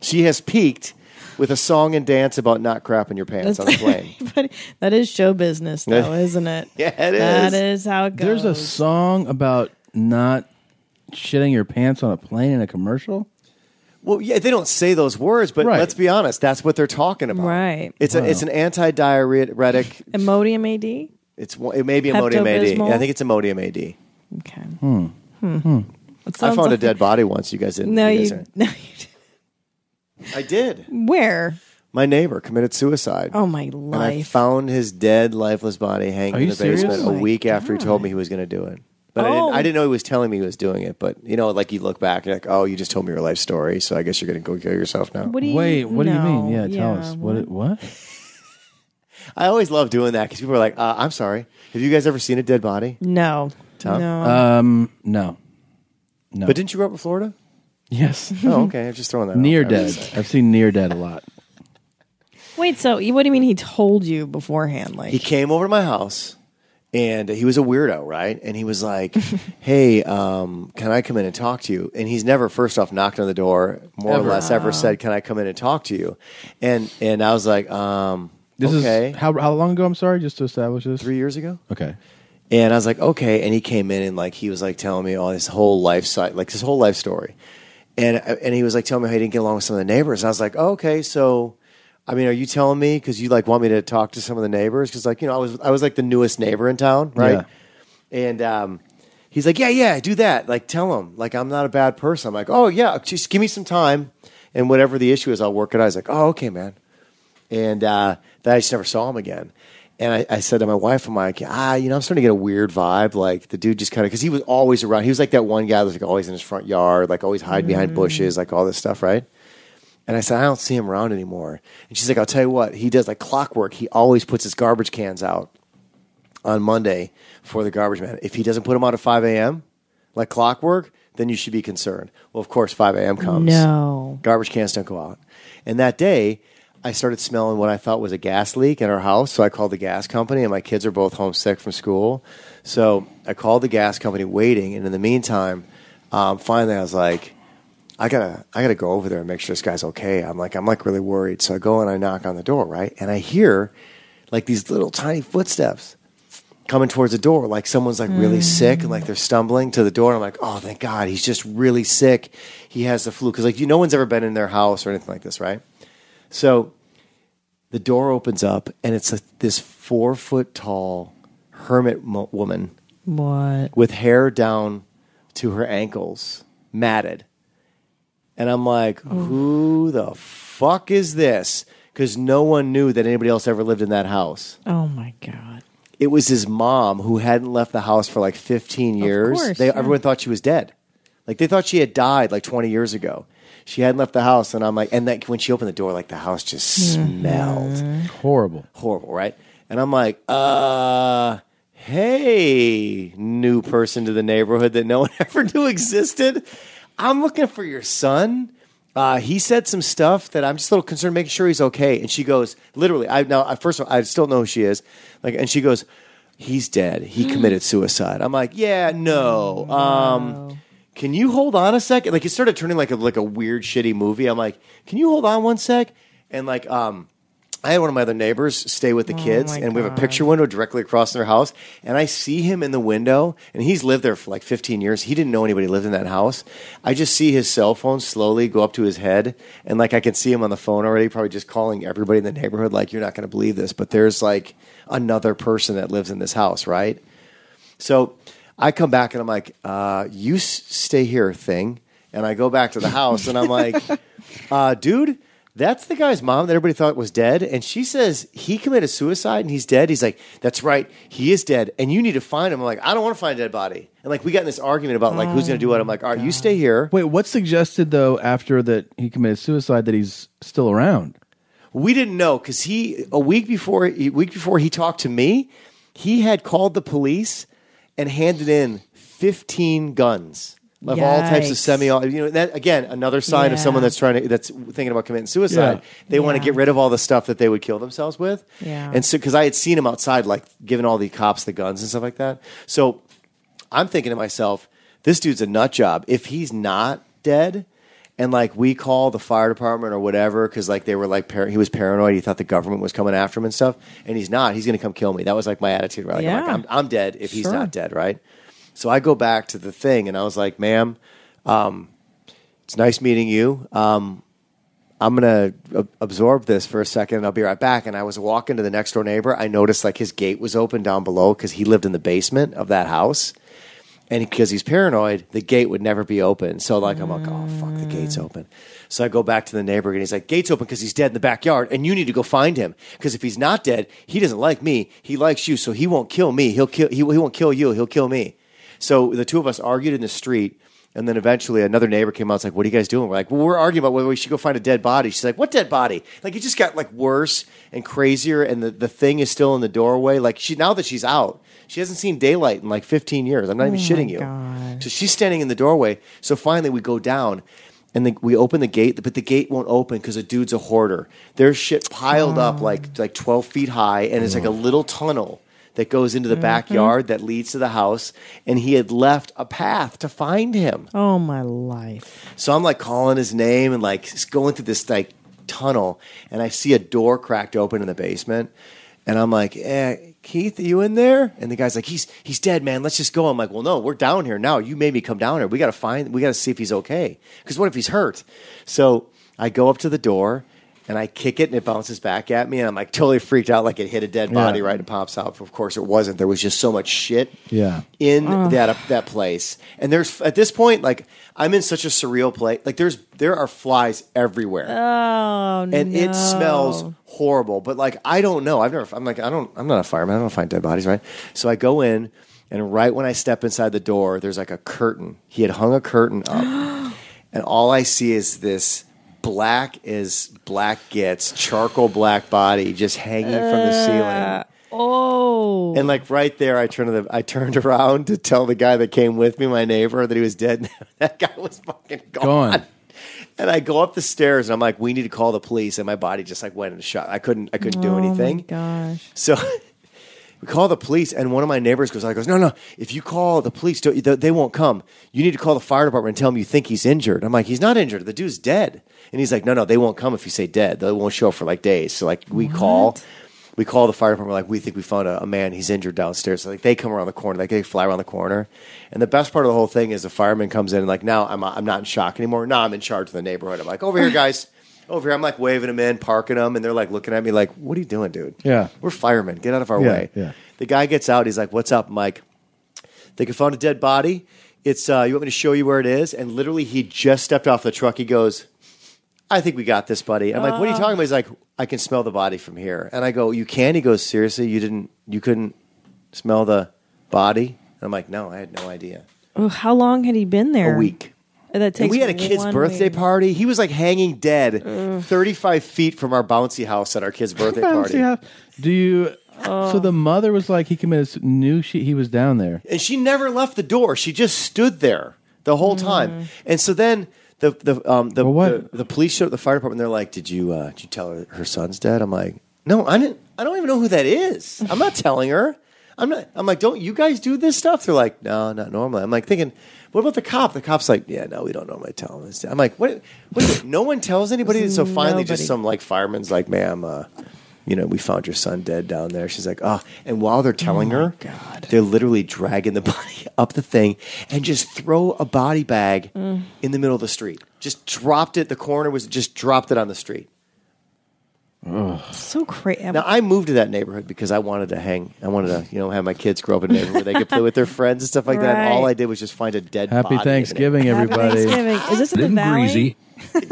[SPEAKER 4] She has peaked with a song and dance about not crapping your pants on the plane.
[SPEAKER 3] but that is show business, though, isn't it?
[SPEAKER 4] Yeah, it is.
[SPEAKER 3] That is how it goes.
[SPEAKER 2] There's a song about not shitting your pants on a plane in a commercial.
[SPEAKER 4] Well, yeah, they don't say those words, but let's be honest, that's what they're talking about.
[SPEAKER 3] Right.
[SPEAKER 4] It's a, it's an anti-diuretic.
[SPEAKER 3] Imodium AD?
[SPEAKER 4] It's one- it may be Imodium AD.
[SPEAKER 3] Pepto-Bismol?
[SPEAKER 4] I think it's Imodium AD.
[SPEAKER 3] Okay.
[SPEAKER 4] Hmm.
[SPEAKER 3] Hmm. It
[SPEAKER 4] I
[SPEAKER 3] sounds
[SPEAKER 4] found a
[SPEAKER 3] like-
[SPEAKER 4] dead body once. You guys didn't.
[SPEAKER 3] No,
[SPEAKER 4] you. guys
[SPEAKER 3] you.
[SPEAKER 4] aren't.
[SPEAKER 3] No,
[SPEAKER 4] I did.
[SPEAKER 3] Where?
[SPEAKER 4] My neighbor committed suicide.
[SPEAKER 3] Oh, my
[SPEAKER 4] And I
[SPEAKER 3] life.
[SPEAKER 4] found his dead, lifeless body hanging
[SPEAKER 2] Are
[SPEAKER 4] in
[SPEAKER 2] you
[SPEAKER 4] the basement
[SPEAKER 2] serious? Oh
[SPEAKER 4] a
[SPEAKER 2] my
[SPEAKER 4] week after he told me he was going to do it. But I,
[SPEAKER 2] Oh.
[SPEAKER 4] didn't, I didn't know he was telling me he was doing it. But you know, like you look back, you're like, oh, you just told me your life story, so I guess you're going to go kill yourself now.
[SPEAKER 3] What do you-
[SPEAKER 2] Wait, what do you mean?
[SPEAKER 3] No,
[SPEAKER 2] Yeah, tell
[SPEAKER 3] yeah,
[SPEAKER 2] us what it, what.
[SPEAKER 4] I always love doing that because people are like, uh, I'm sorry. Have you guys ever seen a dead body?
[SPEAKER 3] No.
[SPEAKER 4] Tom?
[SPEAKER 3] No.
[SPEAKER 2] Um, no, no.
[SPEAKER 4] But didn't you grow up in Florida?
[SPEAKER 2] Yes.
[SPEAKER 4] Oh, okay. I'm just throwing that out
[SPEAKER 2] near
[SPEAKER 4] there.
[SPEAKER 2] dead. I've seen near dead a lot.
[SPEAKER 3] Wait, so you- what do you mean he told you beforehand? Like,
[SPEAKER 4] He came over to my house and he was a weirdo, right? And he was like, Hey, um, can I come in and talk to you? And he's never, first off, knocked on the door, more
[SPEAKER 2] Ever.
[SPEAKER 4] or less
[SPEAKER 2] Wow.
[SPEAKER 4] ever said, Can I come in and talk to you? And and I was like, um,
[SPEAKER 2] This
[SPEAKER 4] okay.
[SPEAKER 2] is how how long ago? I'm sorry, just to establish this. Three
[SPEAKER 4] years ago.
[SPEAKER 2] Okay.
[SPEAKER 4] And I was like, okay. And he came in and like he was like telling me all his whole life side, like his whole life story. And uh, and he was like telling me how he didn't get along with some of the neighbors. And I was like, okay, so I mean, are you telling me because you like want me to talk to some of the neighbors? Because like you know, I was I was like the newest neighbor in town, right? And um, he's like, yeah, yeah, do that. Like tell him like I'm not a bad person. I'm like, oh yeah, just give me some time, and whatever the issue is, I'll work it out. He's like, oh okay, man and uh, that I just never saw him again. And I, I said to my wife, I'm like, ah, you know, I'm starting to get a weird vibe. Like the dude just kind of, because he was always around. He was like that one guy that was like always in his front yard, like always hiding behind bushes, like all this stuff, right? And I said, I don't see him around anymore. And she's like, I'll tell you what, he does like clockwork. He always puts his garbage cans out on Monday for the garbage man. If he doesn't put them out at 5 a.m., like clockwork, then you should be concerned. Well, of course, 5 a.m. comes.
[SPEAKER 3] No.
[SPEAKER 4] Garbage cans don't go out. And that day, I started smelling what I thought was a gas leak in our house. So I called the gas company, and my kids are both homesick from school. So I called the gas company, waiting. And in the meantime, um, finally, I was like, I gotta, I gotta go over there and make sure this guy's okay. I'm like, I'm like really worried. So I go and I knock on the door, right? And I hear like these little tiny footsteps coming towards the door. Like someone's like really sick and like they're stumbling to the door. And I'm like, oh, thank God, he's just really sick. He has the flu. Cause like, you, no one's ever been in their house or anything like this, right? So the door opens up and it's a, this four foot tall hermit mo- woman
[SPEAKER 3] What?
[SPEAKER 4] with hair down to her ankles, matted. And I'm like, who the fuck is this? Because no one knew that anybody else ever lived in that house.
[SPEAKER 3] Oh my god.
[SPEAKER 4] It was his mom who hadn't left the house for like 15 years.
[SPEAKER 3] course,
[SPEAKER 4] they,
[SPEAKER 3] yeah.
[SPEAKER 4] Everyone thought she was dead. Like they thought she had died like 20 years ago. She hadn't left the house. And I'm like, and like when she opened the door, like the house just smelled
[SPEAKER 2] horrible.
[SPEAKER 4] Horrible, right? And I'm like, uh, hey, new person to the neighborhood that no one ever knew existed. I'm looking for your son. Uh, he said some stuff that I'm just a little concerned, making sure he's okay. And she goes, literally, I now I- first of all, I still don't know who she is. Like, and she goes, he's dead. He committed suicide. I'm like, yeah, no. Um, can you hold on a second? Like, it started turning like a like a weird, shitty movie. I'm like, can you hold on one sec? And like, um, I had one of my other neighbors stay with the kids, and we have a picture window directly across their house. And I see him in the window, and he's lived there for like 15 years. He didn't know anybody lived in that house. I just see his cell phone slowly go up to his head, and like I can see him on the phone already, probably just calling everybody in the neighborhood, like, you're not going to believe this, but there's like another person that lives in this house, right? So I come back and I'm like, uh, you s- stay here, thing. And I go back to the house and I'm like, uh, dude, That's the guy's mom that everybody thought was dead. And she says he committed suicide and he's dead. He's like, that's right. He is dead. And you need to find him. I'm like, I don't want to find a dead body. And like, we got in this argument about like, who's going to do what. I'm like, all right, you stay here.
[SPEAKER 2] Wait, what suggested though after that he committed suicide that he's still around?
[SPEAKER 4] We didn't know because he, a week before, a week before he talked to me, he had called the police and handed in 15 guns of all types
[SPEAKER 16] Yikes.
[SPEAKER 4] of semi you know that again another sign of
[SPEAKER 16] Yeah.
[SPEAKER 4] someone that's trying to that's thinking about committing suicide
[SPEAKER 16] Yeah.
[SPEAKER 4] they want to
[SPEAKER 16] Yeah.
[SPEAKER 4] get rid of all the stuff that they would kill themselves with
[SPEAKER 16] Yeah.
[SPEAKER 4] and so because i had seen him outside like giving all the cops the guns and stuff like that so i'm thinking to myself this dude's a nut job if he's not dead and like we call the fire department or whatever because like they were like par- he was paranoid he thought the government was coming after him and stuff and he's not he's gonna come kill me that was like my attitude right I'm, like,
[SPEAKER 16] Yeah.
[SPEAKER 4] I'm, I'm dead if he's
[SPEAKER 16] Sure.
[SPEAKER 4] not dead right so i go back to the thing and i was like ma'am um, it's nice meeting you um, i'm gonna ab- absorb this for a second and i'll be right back and i was walking to the next door neighbor i noticed like his gate was open down below because he lived in the basement of that house and because he's paranoid, the gate would never be open. So like I'm like, oh fuck, the gate's open. So I go back to the neighbor and he's like, gate's open because he's dead in the backyard, and you need to go find him because if he's not dead, he doesn't like me. He likes you, so he won't kill me. He'll kill. He, he won't kill you. He'll kill me. So the two of us argued in the street. And then eventually another neighbor came out and was like, What are you guys doing? We're like, Well, we're arguing about whether we should go find a dead body. She's like, What dead body? Like, it just got like worse and crazier. And the, the thing is still in the doorway. Like, she now that she's out, she hasn't seen daylight in like 15 years. I'm not even
[SPEAKER 16] Oh,
[SPEAKER 4] shitting
[SPEAKER 16] my
[SPEAKER 4] you. So she's standing in the doorway. So finally we go down and then we open the gate, but the gate won't open because the dude's a hoarder. There's shit piled
[SPEAKER 16] Oh.
[SPEAKER 4] up like like 12 feet high, and it's like a little tunnel that goes into the backyard that leads to the house. And he had left a path to find him.
[SPEAKER 3] Oh my life!
[SPEAKER 4] So I'm like calling his name and like just going through this like tunnel, and I see a door cracked open in the basement, and I'm like, eh, Keith, are you in there? And the guy's like, he's he's dead, man. Let's just go. I'm like, well, no, we're down here now. You made me come down here. We gotta find. We gotta see if he's okay. Because what if he's hurt? So I go up to the door. And I kick it and it bounces back at me, and I'm like totally freaked out, like it hit a dead body
[SPEAKER 2] Yeah.
[SPEAKER 4] right and pops out. Of course, it wasn't. There was just so much shit
[SPEAKER 2] Yeah.
[SPEAKER 4] in
[SPEAKER 2] Ugh.
[SPEAKER 4] that that place. And there's at this point, like I'm in such a surreal place. Like there's there are flies everywhere,
[SPEAKER 3] Oh no!
[SPEAKER 4] and it smells horrible. But like I don't know. I've never. I'm like I don't. I'm not a fireman. I don't find dead bodies, right? So I go in, and right when I step inside the door, there's like a curtain. He had hung a curtain up, and all I see is this. Black as black gets, charcoal black body just hanging from
[SPEAKER 3] Uh,
[SPEAKER 4] the ceiling.
[SPEAKER 3] Oh,
[SPEAKER 4] And like right there, I turned to the, I turned around to tell the guy that came with me, my neighbor, that he was dead. that guy was fucking gone. And I go up the stairs, and I'm like, "We need to call the police." And my body just like went into shock. I couldn't, I couldn't do anything.
[SPEAKER 3] Oh my gosh!
[SPEAKER 4] So we call the police, and one of my neighbors goes, "I goes, no, no. If you call the police, don't, they, they won't come. You need to call the fire department and tell them you think he's injured." I'm like, "He's not injured. The dude's dead." And he's like, "No, no, they won't come if you say dead. They won't show up for like days." So like we call, we call the fire department. Like we think we found a, a man. He's injured downstairs. So, like they come around the corner. Like they fly around the corner. And the best part of the whole thing is the fireman comes in. And like now I'm I'm not in shock anymore. Now I'm in charge of the neighborhood. I'm like, over here, guys. Over here, I'm like waving them in, parking them, and they're like looking at me like, "What are you doing, dude?"
[SPEAKER 2] Yeah.
[SPEAKER 4] We're firemen. Get out of our
[SPEAKER 2] Yeah,
[SPEAKER 4] way.
[SPEAKER 2] yeah.
[SPEAKER 4] The guy gets out. He's like, "What's up, Mike? They could find a dead body. It's uh, you want me to show you where it is?" And literally, he just stepped off the truck. He goes, "I think we got this, buddy." I'm like, "What are you
[SPEAKER 16] Oh.
[SPEAKER 4] talking about?" He's like, "I can smell the body from here." And I go, "You can?" He goes, "Seriously, you didn't? You couldn't smell the body?" And I'm like, "No, I had no idea."
[SPEAKER 3] Oh, how long had he been there?
[SPEAKER 4] A week.
[SPEAKER 3] That
[SPEAKER 4] And
[SPEAKER 3] takes.
[SPEAKER 4] we had a kid's
[SPEAKER 3] one
[SPEAKER 4] birthday
[SPEAKER 3] week.
[SPEAKER 4] party. He was like hanging dead, 35 feet from our bouncy house at our kid's birthday
[SPEAKER 2] I don't
[SPEAKER 4] party.
[SPEAKER 2] see how- do you?
[SPEAKER 3] Oh.
[SPEAKER 2] So the mother was like, he committed, su- knew she he was down there.
[SPEAKER 4] and she never left the door. She just stood there the whole time. And so then the the um the, the the police showed up at the fire department. They're like, "Did you uh, did you tell her her son's dead?" I'm like, "No, I didn't. I don't even know who that is. I'm not telling her. I'm not. I'm like, don't you guys do this stuff?" They're like, "No, not normally." I'm like thinking. What about the cop? The cop's like, yeah, no, we don't normally tell him this. I'm like, what? what is it? no one tells anybody. So finally,
[SPEAKER 16] Nobody.
[SPEAKER 4] just some like fireman's like, ma'am, uh, you know, we found your son dead down there. She's like, oh. And while they're telling her, they're literally dragging the body up the thing and just throw a body bag
[SPEAKER 16] Mm.
[SPEAKER 17] Mm-hmm.
[SPEAKER 4] in the middle of the street. Just dropped it. The coroner was just dropped it on the street.
[SPEAKER 3] So crazy.
[SPEAKER 4] Now I moved to that neighborhood because I wanted to hang. I wanted to, you know, have my kids grow up in a neighborhood where they could play with their friends and stuff like that. And all
[SPEAKER 3] Right.
[SPEAKER 4] I did was just find a dead.
[SPEAKER 2] Happy
[SPEAKER 4] body in it.
[SPEAKER 2] Thanksgiving, Happy everybody.
[SPEAKER 3] Thanksgiving. Is this in the Been valley? greasy.
[SPEAKER 4] His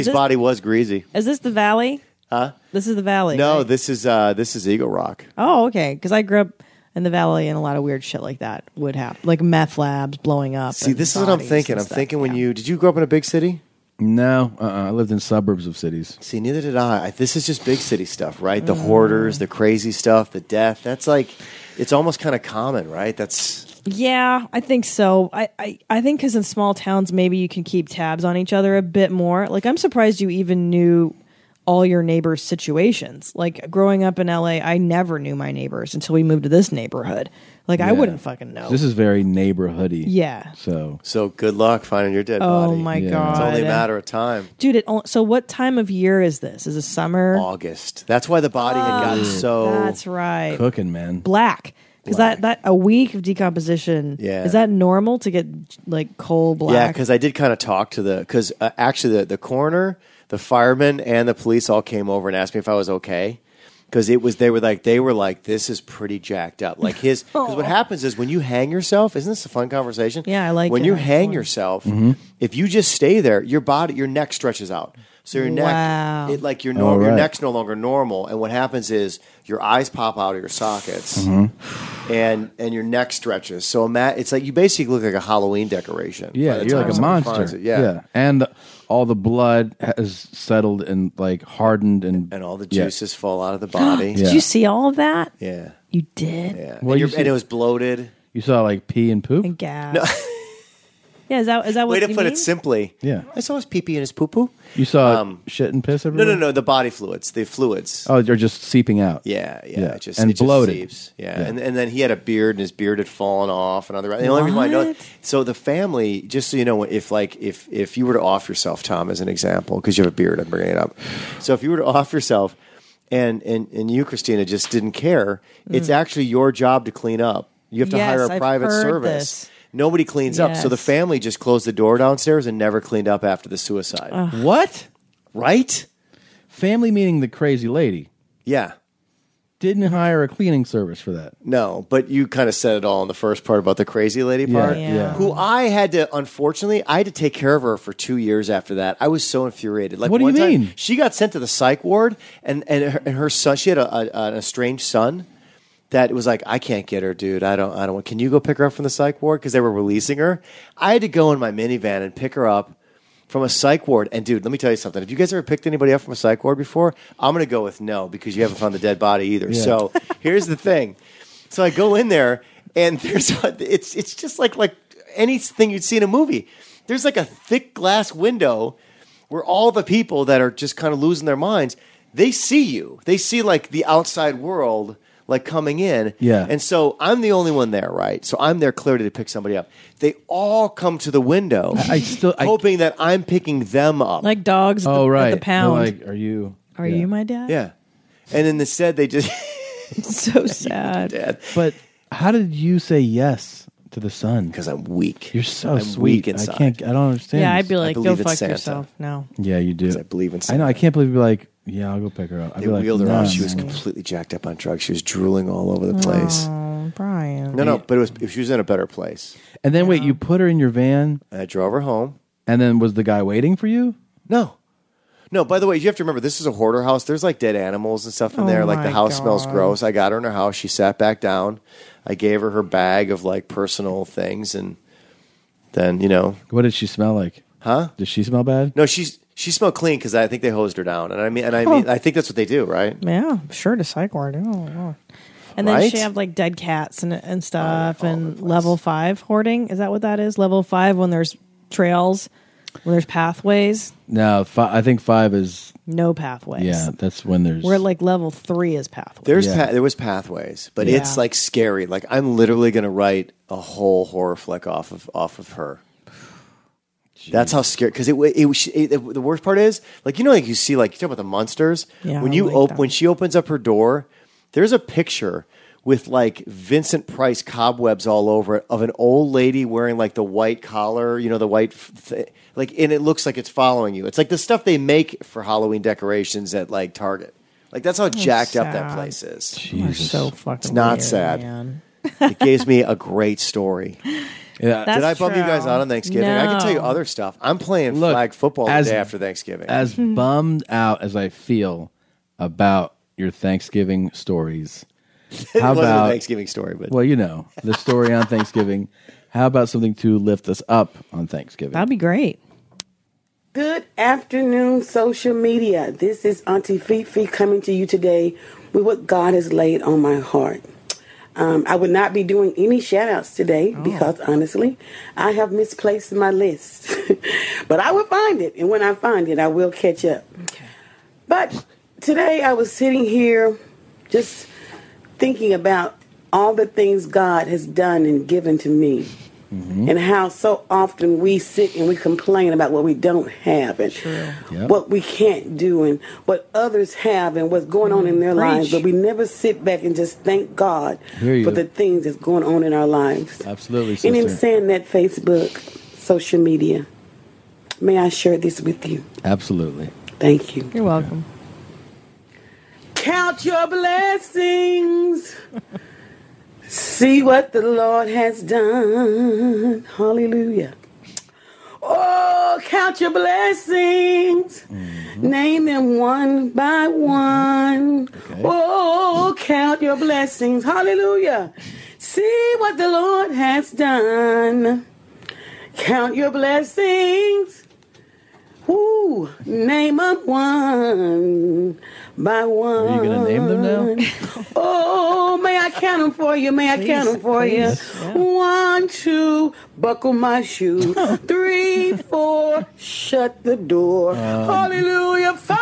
[SPEAKER 3] Is this-
[SPEAKER 4] body was greasy,
[SPEAKER 3] Is this the valley?
[SPEAKER 4] huh?
[SPEAKER 3] This is the valley.
[SPEAKER 4] no,
[SPEAKER 3] right?
[SPEAKER 4] this is uh, this is Eagle Rock.
[SPEAKER 3] Oh, okay. Because I grew up in the valley, and a lot of weird shit like that would happen, like meth labs blowing up.
[SPEAKER 4] See,
[SPEAKER 3] and
[SPEAKER 4] this is what I'm
[SPEAKER 3] bodies
[SPEAKER 4] thinking.
[SPEAKER 3] and
[SPEAKER 4] I'm
[SPEAKER 3] stuff.
[SPEAKER 4] thinking when you did you grow up in a big city?
[SPEAKER 2] No, uh, uh I lived in suburbs of cities.
[SPEAKER 4] See, neither did I. I- This is just big city stuff, right?
[SPEAKER 3] Mm.
[SPEAKER 4] The hoarders, the crazy stuff, the death. That's like, it's almost kind of common, right? That's
[SPEAKER 3] Yeah, I think so. I I, I think because in small towns, maybe you can keep tabs on each other a bit more. Like I'm surprised you even knew all your neighbors' situations. Like growing up in LA, I never knew my neighbors until we moved to this neighborhood. Like I
[SPEAKER 2] Yeah.
[SPEAKER 3] wouldn't fucking know.
[SPEAKER 2] This is very neighborhoody.
[SPEAKER 3] Yeah.
[SPEAKER 2] So
[SPEAKER 4] so good luck finding your dead
[SPEAKER 3] Oh
[SPEAKER 4] body.
[SPEAKER 3] my Yeah.
[SPEAKER 4] It's only a
[SPEAKER 3] God.
[SPEAKER 4] matter of time.
[SPEAKER 3] Dude, it, al- so what time of year is this? Is it summer?
[SPEAKER 4] August. That's why the body had gotten so
[SPEAKER 3] Ah, That's right.
[SPEAKER 2] cooking, man.
[SPEAKER 3] Black. Because that, that a week of decomposition
[SPEAKER 4] Yeah.
[SPEAKER 3] is that normal to get like coal black?
[SPEAKER 4] Yeah, because I did kind of talk to the because uh, actually the the coroner, the firemen, and the police all came over and asked me if I was okay. Because it was, they were like, they were like, this is pretty jacked up. Like his, because what happens is when you hang yourself, isn't this a fun conversation?
[SPEAKER 3] Oh. Yeah, I like
[SPEAKER 4] when
[SPEAKER 3] it.
[SPEAKER 4] you
[SPEAKER 3] That's
[SPEAKER 4] hang
[SPEAKER 3] fun.
[SPEAKER 4] yourself. If you just stay there, your body, your neck stretches out. So your
[SPEAKER 3] Wow.
[SPEAKER 4] neck, it like your
[SPEAKER 2] All
[SPEAKER 4] normal, your
[SPEAKER 2] right.
[SPEAKER 4] neck's no longer normal. And what happens is your eyes pop out of your sockets,
[SPEAKER 17] Mm-hmm.
[SPEAKER 2] Mhm.
[SPEAKER 4] and and your neck stretches. So ima- it's like you basically look like a Halloween decoration. by
[SPEAKER 2] Yeah,
[SPEAKER 4] the
[SPEAKER 2] you're
[SPEAKER 4] time
[SPEAKER 2] like a
[SPEAKER 4] someone finds
[SPEAKER 2] monster.
[SPEAKER 4] it. Yeah.
[SPEAKER 2] and the, all the blood has settled and like hardened and
[SPEAKER 4] and all the
[SPEAKER 2] yeah.
[SPEAKER 4] juices fall out of the body.
[SPEAKER 3] Did you see all of that?
[SPEAKER 4] Yeah.
[SPEAKER 3] You did. Yeah.
[SPEAKER 2] Well,
[SPEAKER 4] and,
[SPEAKER 2] you
[SPEAKER 4] your- and
[SPEAKER 2] see-
[SPEAKER 4] it was bloated.
[SPEAKER 2] You saw like pee and poop.
[SPEAKER 3] Gas. yeah. Is that is that what
[SPEAKER 4] Way to
[SPEAKER 3] you
[SPEAKER 4] put
[SPEAKER 3] mean?
[SPEAKER 4] it simply.
[SPEAKER 2] Yeah.
[SPEAKER 4] I saw his pee pee and his poo poo.
[SPEAKER 2] You saw shit and piss
[SPEAKER 4] No,
[SPEAKER 2] everywhere.
[SPEAKER 4] no, no. The body fluids, the fluids.
[SPEAKER 2] Oh, they're just seeping out.
[SPEAKER 4] Yeah, yeah, It just,
[SPEAKER 2] and
[SPEAKER 4] it just
[SPEAKER 2] bloated.
[SPEAKER 4] seeps. Yeah. And, and then he had a beard, and his beard had fallen off, and other. The only reason why I know.
[SPEAKER 2] What?
[SPEAKER 4] So the family, just so you know, if like if if you were to off yourself, Tom, as an example, because you have a beard, I'm bringing it up. So if you were to off yourself, and and and you, Christina, just didn't care, it's
[SPEAKER 2] Mm.
[SPEAKER 4] actually your job to clean up. You have to
[SPEAKER 2] Yes,
[SPEAKER 4] hire a
[SPEAKER 2] I've
[SPEAKER 4] private
[SPEAKER 2] heard
[SPEAKER 4] service. Nobody cleans up, so the
[SPEAKER 2] Yes.
[SPEAKER 4] family just closed the door downstairs and never cleaned up after the suicide.
[SPEAKER 2] What?
[SPEAKER 4] Right?
[SPEAKER 2] Family meeting the crazy lady.
[SPEAKER 4] Yeah.
[SPEAKER 2] Didn't hire a cleaning service for that.
[SPEAKER 4] No, but you kind of said it all in the first part about the crazy lady
[SPEAKER 2] Yeah,
[SPEAKER 4] part.
[SPEAKER 2] yeah.
[SPEAKER 4] Who I had to, unfortunately, I had to take care of her for two years after that. I was so infuriated. Like,
[SPEAKER 2] What do you
[SPEAKER 4] one time,
[SPEAKER 2] mean?
[SPEAKER 4] she got sent to the psych ward, and and her, and her son, she had a, a, an estranged son that was like, I can't get her, dude. I don't, I don't. Can you go pick her up from the psych ward because they were releasing her? I had to go in my minivan and pick her up. From a psych ward, and dude, let me tell you something. Have you guys ever picked anybody up from a psych ward before? I'm gonna go with no because you haven't found the dead body either.
[SPEAKER 2] Yeah.
[SPEAKER 4] So here's the thing. So I go in there, and there's a, it's it's just like like anything you'd see in a movie. There's like a thick glass window where all the people that are just kind of losing their minds, they see you. They see like the outside world like coming in.
[SPEAKER 2] Yeah.
[SPEAKER 4] And so I'm the only one there, right? So I'm there clearly to pick somebody up. They all come to the window I, still, hoping that I'm picking them up.
[SPEAKER 3] Like dogs at,
[SPEAKER 2] oh
[SPEAKER 3] the, at
[SPEAKER 2] right.
[SPEAKER 3] the
[SPEAKER 2] They're
[SPEAKER 3] pound.
[SPEAKER 2] Like, are you?
[SPEAKER 3] Are you my dad?
[SPEAKER 4] Yeah. And then instead they just
[SPEAKER 3] so sad.
[SPEAKER 2] But how did you say yes to the son? Because
[SPEAKER 4] I'm weak.
[SPEAKER 2] You're so
[SPEAKER 4] I'm
[SPEAKER 2] sweet.
[SPEAKER 4] weak
[SPEAKER 2] I
[SPEAKER 4] inside.
[SPEAKER 2] can't. I don't understand.
[SPEAKER 3] Yeah,
[SPEAKER 2] this.
[SPEAKER 3] I'd be like, go fuck yourself. No.
[SPEAKER 2] Yeah, you do. I
[SPEAKER 4] believe in
[SPEAKER 2] I know. I can't believe you'd be like, yeah, I'll go pick her up. I'd
[SPEAKER 4] They
[SPEAKER 2] be like,
[SPEAKER 4] wheeled her
[SPEAKER 2] nah,
[SPEAKER 4] off. She was
[SPEAKER 2] man.
[SPEAKER 4] completely jacked up on drugs. She was drooling all over the place.
[SPEAKER 3] Oh, Brian.
[SPEAKER 4] No, no, but it was if she was in a better place.
[SPEAKER 2] And then wait, you put her in your van.
[SPEAKER 4] I drove her home.
[SPEAKER 2] And then was the guy waiting for you?
[SPEAKER 4] No. No, by the way, you have to remember this is a hoarder house. There's like dead animals and stuff in
[SPEAKER 2] Oh
[SPEAKER 4] there. Like the
[SPEAKER 2] my
[SPEAKER 4] house smells
[SPEAKER 2] God.
[SPEAKER 4] gross. I got her in her house. She sat back down. I gave her her bag of like personal things and then, you know,
[SPEAKER 2] What did she smell like?
[SPEAKER 4] Huh?
[SPEAKER 2] Does she smell bad?
[SPEAKER 4] no, she's she smelled clean because I think they hosed her down. And I mean, and
[SPEAKER 2] Oh.
[SPEAKER 4] I mean,
[SPEAKER 3] Huh.
[SPEAKER 4] I think that's what they do, right?
[SPEAKER 3] Yeah, sure to psych ward. Oh, Lord. And then
[SPEAKER 4] Right?
[SPEAKER 3] she have like dead cats and and stuff and level five hoarding. Is that what that is? Level five when there's trails, when there's pathways,
[SPEAKER 2] No, fi- I think five is.
[SPEAKER 3] no pathways.
[SPEAKER 2] Yeah, that's when there's.
[SPEAKER 3] We're at like level three is pathways.
[SPEAKER 4] There's pa- there was pathways, but
[SPEAKER 3] Yeah.
[SPEAKER 4] it's like scary. Like I'm literally going to write a whole horror flick off of off of her. That's how scary because it, wa- it, was- it, it the worst part is like you know like you see like you talk about the monsters
[SPEAKER 2] Yeah,
[SPEAKER 4] when
[SPEAKER 2] I
[SPEAKER 4] you
[SPEAKER 2] like
[SPEAKER 4] op-
[SPEAKER 2] that.
[SPEAKER 4] when she opens up her door there's a picture with like Vincent Price cobwebs all over it of an old lady wearing like the white collar you know the white f- th- like and it looks like it's following you it's like the stuff they make for Halloween decorations at like Target Like that's how
[SPEAKER 3] That's
[SPEAKER 4] jacked up that
[SPEAKER 3] sad.
[SPEAKER 4] place is.
[SPEAKER 3] We're so fucking
[SPEAKER 4] It's not
[SPEAKER 3] weird,
[SPEAKER 4] sad.
[SPEAKER 3] man.
[SPEAKER 4] it gives me a great story.
[SPEAKER 2] Yeah.
[SPEAKER 4] Did
[SPEAKER 2] That's
[SPEAKER 4] I bump you guys
[SPEAKER 2] true.
[SPEAKER 4] out on Thanksgiving? I can tell you
[SPEAKER 2] No.
[SPEAKER 4] other stuff. I'm playing flag football the day after Thanksgiving.
[SPEAKER 2] As bummed out as I feel about your Thanksgiving stories,
[SPEAKER 4] It
[SPEAKER 2] how
[SPEAKER 4] wasn't a
[SPEAKER 2] about
[SPEAKER 4] Thanksgiving story, but-
[SPEAKER 2] well, you know the story on Thanksgiving. How about something to lift us up on Thanksgiving?
[SPEAKER 3] That'd be great.
[SPEAKER 16] Good afternoon, social media. This is Auntie Fifi coming to you today with what God has laid on my heart. Um, I would not be doing any shout outs today
[SPEAKER 3] Oh.
[SPEAKER 16] because honestly, I have misplaced my list. but I will find it, and when I find it, I will catch up. But today I was sitting here just thinking about all the things God has done and given to me
[SPEAKER 2] Mm-hmm.
[SPEAKER 16] and how so often we sit and we complain about what we don't have and what we can't do and what others have and what's going on in their lives
[SPEAKER 2] Mm-hmm.
[SPEAKER 16] but we
[SPEAKER 2] Preach.
[SPEAKER 16] never sit back and just thank god
[SPEAKER 2] Hear you.
[SPEAKER 16] for the things that's going on in our lives
[SPEAKER 2] Absolutely,
[SPEAKER 16] and in
[SPEAKER 2] sister.
[SPEAKER 16] saying that facebook social media may i share this with you
[SPEAKER 2] Absolutely.
[SPEAKER 16] Thank you.
[SPEAKER 3] You're welcome.
[SPEAKER 16] Count your blessings. See what the Lord has done. Hallelujah. Oh, count your blessings.
[SPEAKER 2] Mm-hmm.
[SPEAKER 16] Name them one by one. Oh, count your blessings. Hallelujah. See what the Lord has done. Count your blessings. Woo! Name up one by one.
[SPEAKER 2] Are you gonna name them now?
[SPEAKER 16] oh, may I count them for you? May I
[SPEAKER 12] Please,
[SPEAKER 16] count them for
[SPEAKER 12] please.
[SPEAKER 16] you?
[SPEAKER 12] Yeah.
[SPEAKER 16] One, two, buckle my shoe. Three, four, shut the
[SPEAKER 2] Um.
[SPEAKER 16] door. hallelujah. Five,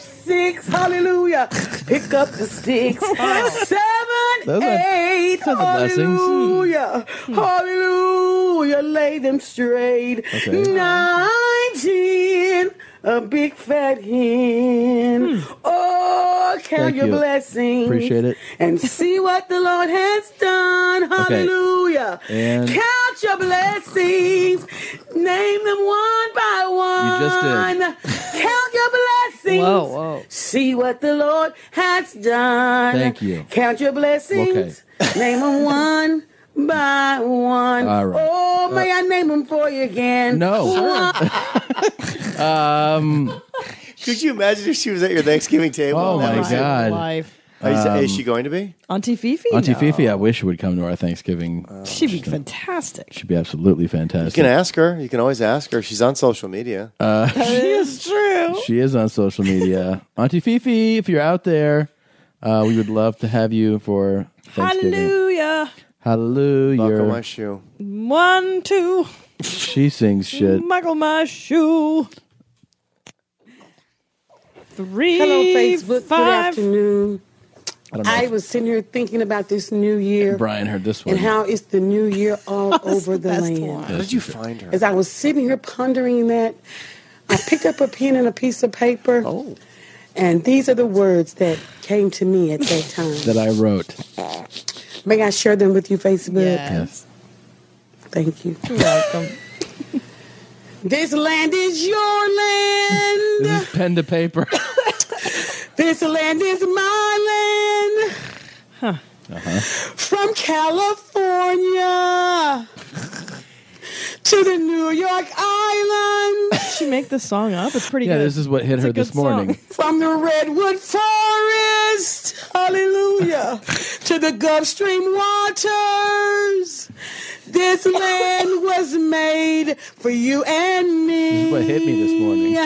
[SPEAKER 16] six, hallelujah. Pick up the sticks.
[SPEAKER 2] Those
[SPEAKER 16] Seven,
[SPEAKER 2] are-
[SPEAKER 16] eight,
[SPEAKER 2] those are blessings. Hmm.
[SPEAKER 16] hallelujah. Hallelujah. Lay them straight.
[SPEAKER 2] Okay.
[SPEAKER 16] Nine, ten, a big fat hen. Oh, count
[SPEAKER 2] Hmm. Thank
[SPEAKER 16] your
[SPEAKER 2] you.
[SPEAKER 16] blessings.
[SPEAKER 2] Appreciate it.
[SPEAKER 16] And see what the Lord has done.
[SPEAKER 2] Okay.
[SPEAKER 16] Hallelujah.
[SPEAKER 2] And-
[SPEAKER 16] Count your blessings. Name them one by one.
[SPEAKER 2] You just
[SPEAKER 16] did. Count your blessings.
[SPEAKER 2] Whoa, whoa.
[SPEAKER 16] See what the Lord has done.
[SPEAKER 2] Thank you.
[SPEAKER 16] Count your blessings. Name them one. By one.
[SPEAKER 2] All right. Uh,
[SPEAKER 16] Oh, may I name them for you again?
[SPEAKER 2] No.
[SPEAKER 16] One,
[SPEAKER 2] Um,
[SPEAKER 4] Could you imagine if she was at your Thanksgiving table?
[SPEAKER 2] Oh,
[SPEAKER 4] and that
[SPEAKER 2] my
[SPEAKER 4] was it?
[SPEAKER 2] God. Life.
[SPEAKER 4] Are you-
[SPEAKER 2] Um,
[SPEAKER 4] is she going to be?
[SPEAKER 3] Auntie Fifi.
[SPEAKER 2] Auntie
[SPEAKER 3] No.
[SPEAKER 2] Fifi, I wish would come to our Thanksgiving.
[SPEAKER 3] She'd be fantastic.
[SPEAKER 2] She'd be absolutely
[SPEAKER 4] You
[SPEAKER 2] fantastic.
[SPEAKER 4] Uh, can ask her. You can always ask her. She's on social media.
[SPEAKER 2] Uh,
[SPEAKER 3] is true.
[SPEAKER 2] She is on social media. Auntie Fifi, if you're out there, uh, we would love to have you for Thanksgiving.
[SPEAKER 3] Hallelujah.
[SPEAKER 2] Hallelujah.
[SPEAKER 4] Buckle my shoe.
[SPEAKER 3] One, two.
[SPEAKER 2] She sings shit.
[SPEAKER 3] Michael, my shoe. Three.
[SPEAKER 16] Hello, Facebook. Good
[SPEAKER 3] five.
[SPEAKER 16] afternoon.
[SPEAKER 2] I don't know.
[SPEAKER 16] I was sitting here thinking about this new year
[SPEAKER 2] Brian heard this one.
[SPEAKER 16] and how it's the new year all over the, land.
[SPEAKER 4] How did you find her?
[SPEAKER 16] As I was sitting here pondering that, I picked up a pen and a piece of paper. Oh. And these are the words that came to me at that time.
[SPEAKER 2] that I wrote.
[SPEAKER 16] May I share them with you, Facebook?
[SPEAKER 2] Yes.
[SPEAKER 16] Thank you. You're welcome. this land is your land.
[SPEAKER 2] This is pen to paper.
[SPEAKER 16] This land is my land. From California to the New York Island.
[SPEAKER 3] Did she make this song up? It's pretty
[SPEAKER 2] yeah,
[SPEAKER 3] good.
[SPEAKER 2] this is what hit her this morning.
[SPEAKER 16] From the Redwood Forest, hallelujah, to the Gulf Stream waters, this land was made for you and me.
[SPEAKER 2] This is what hit me this morning.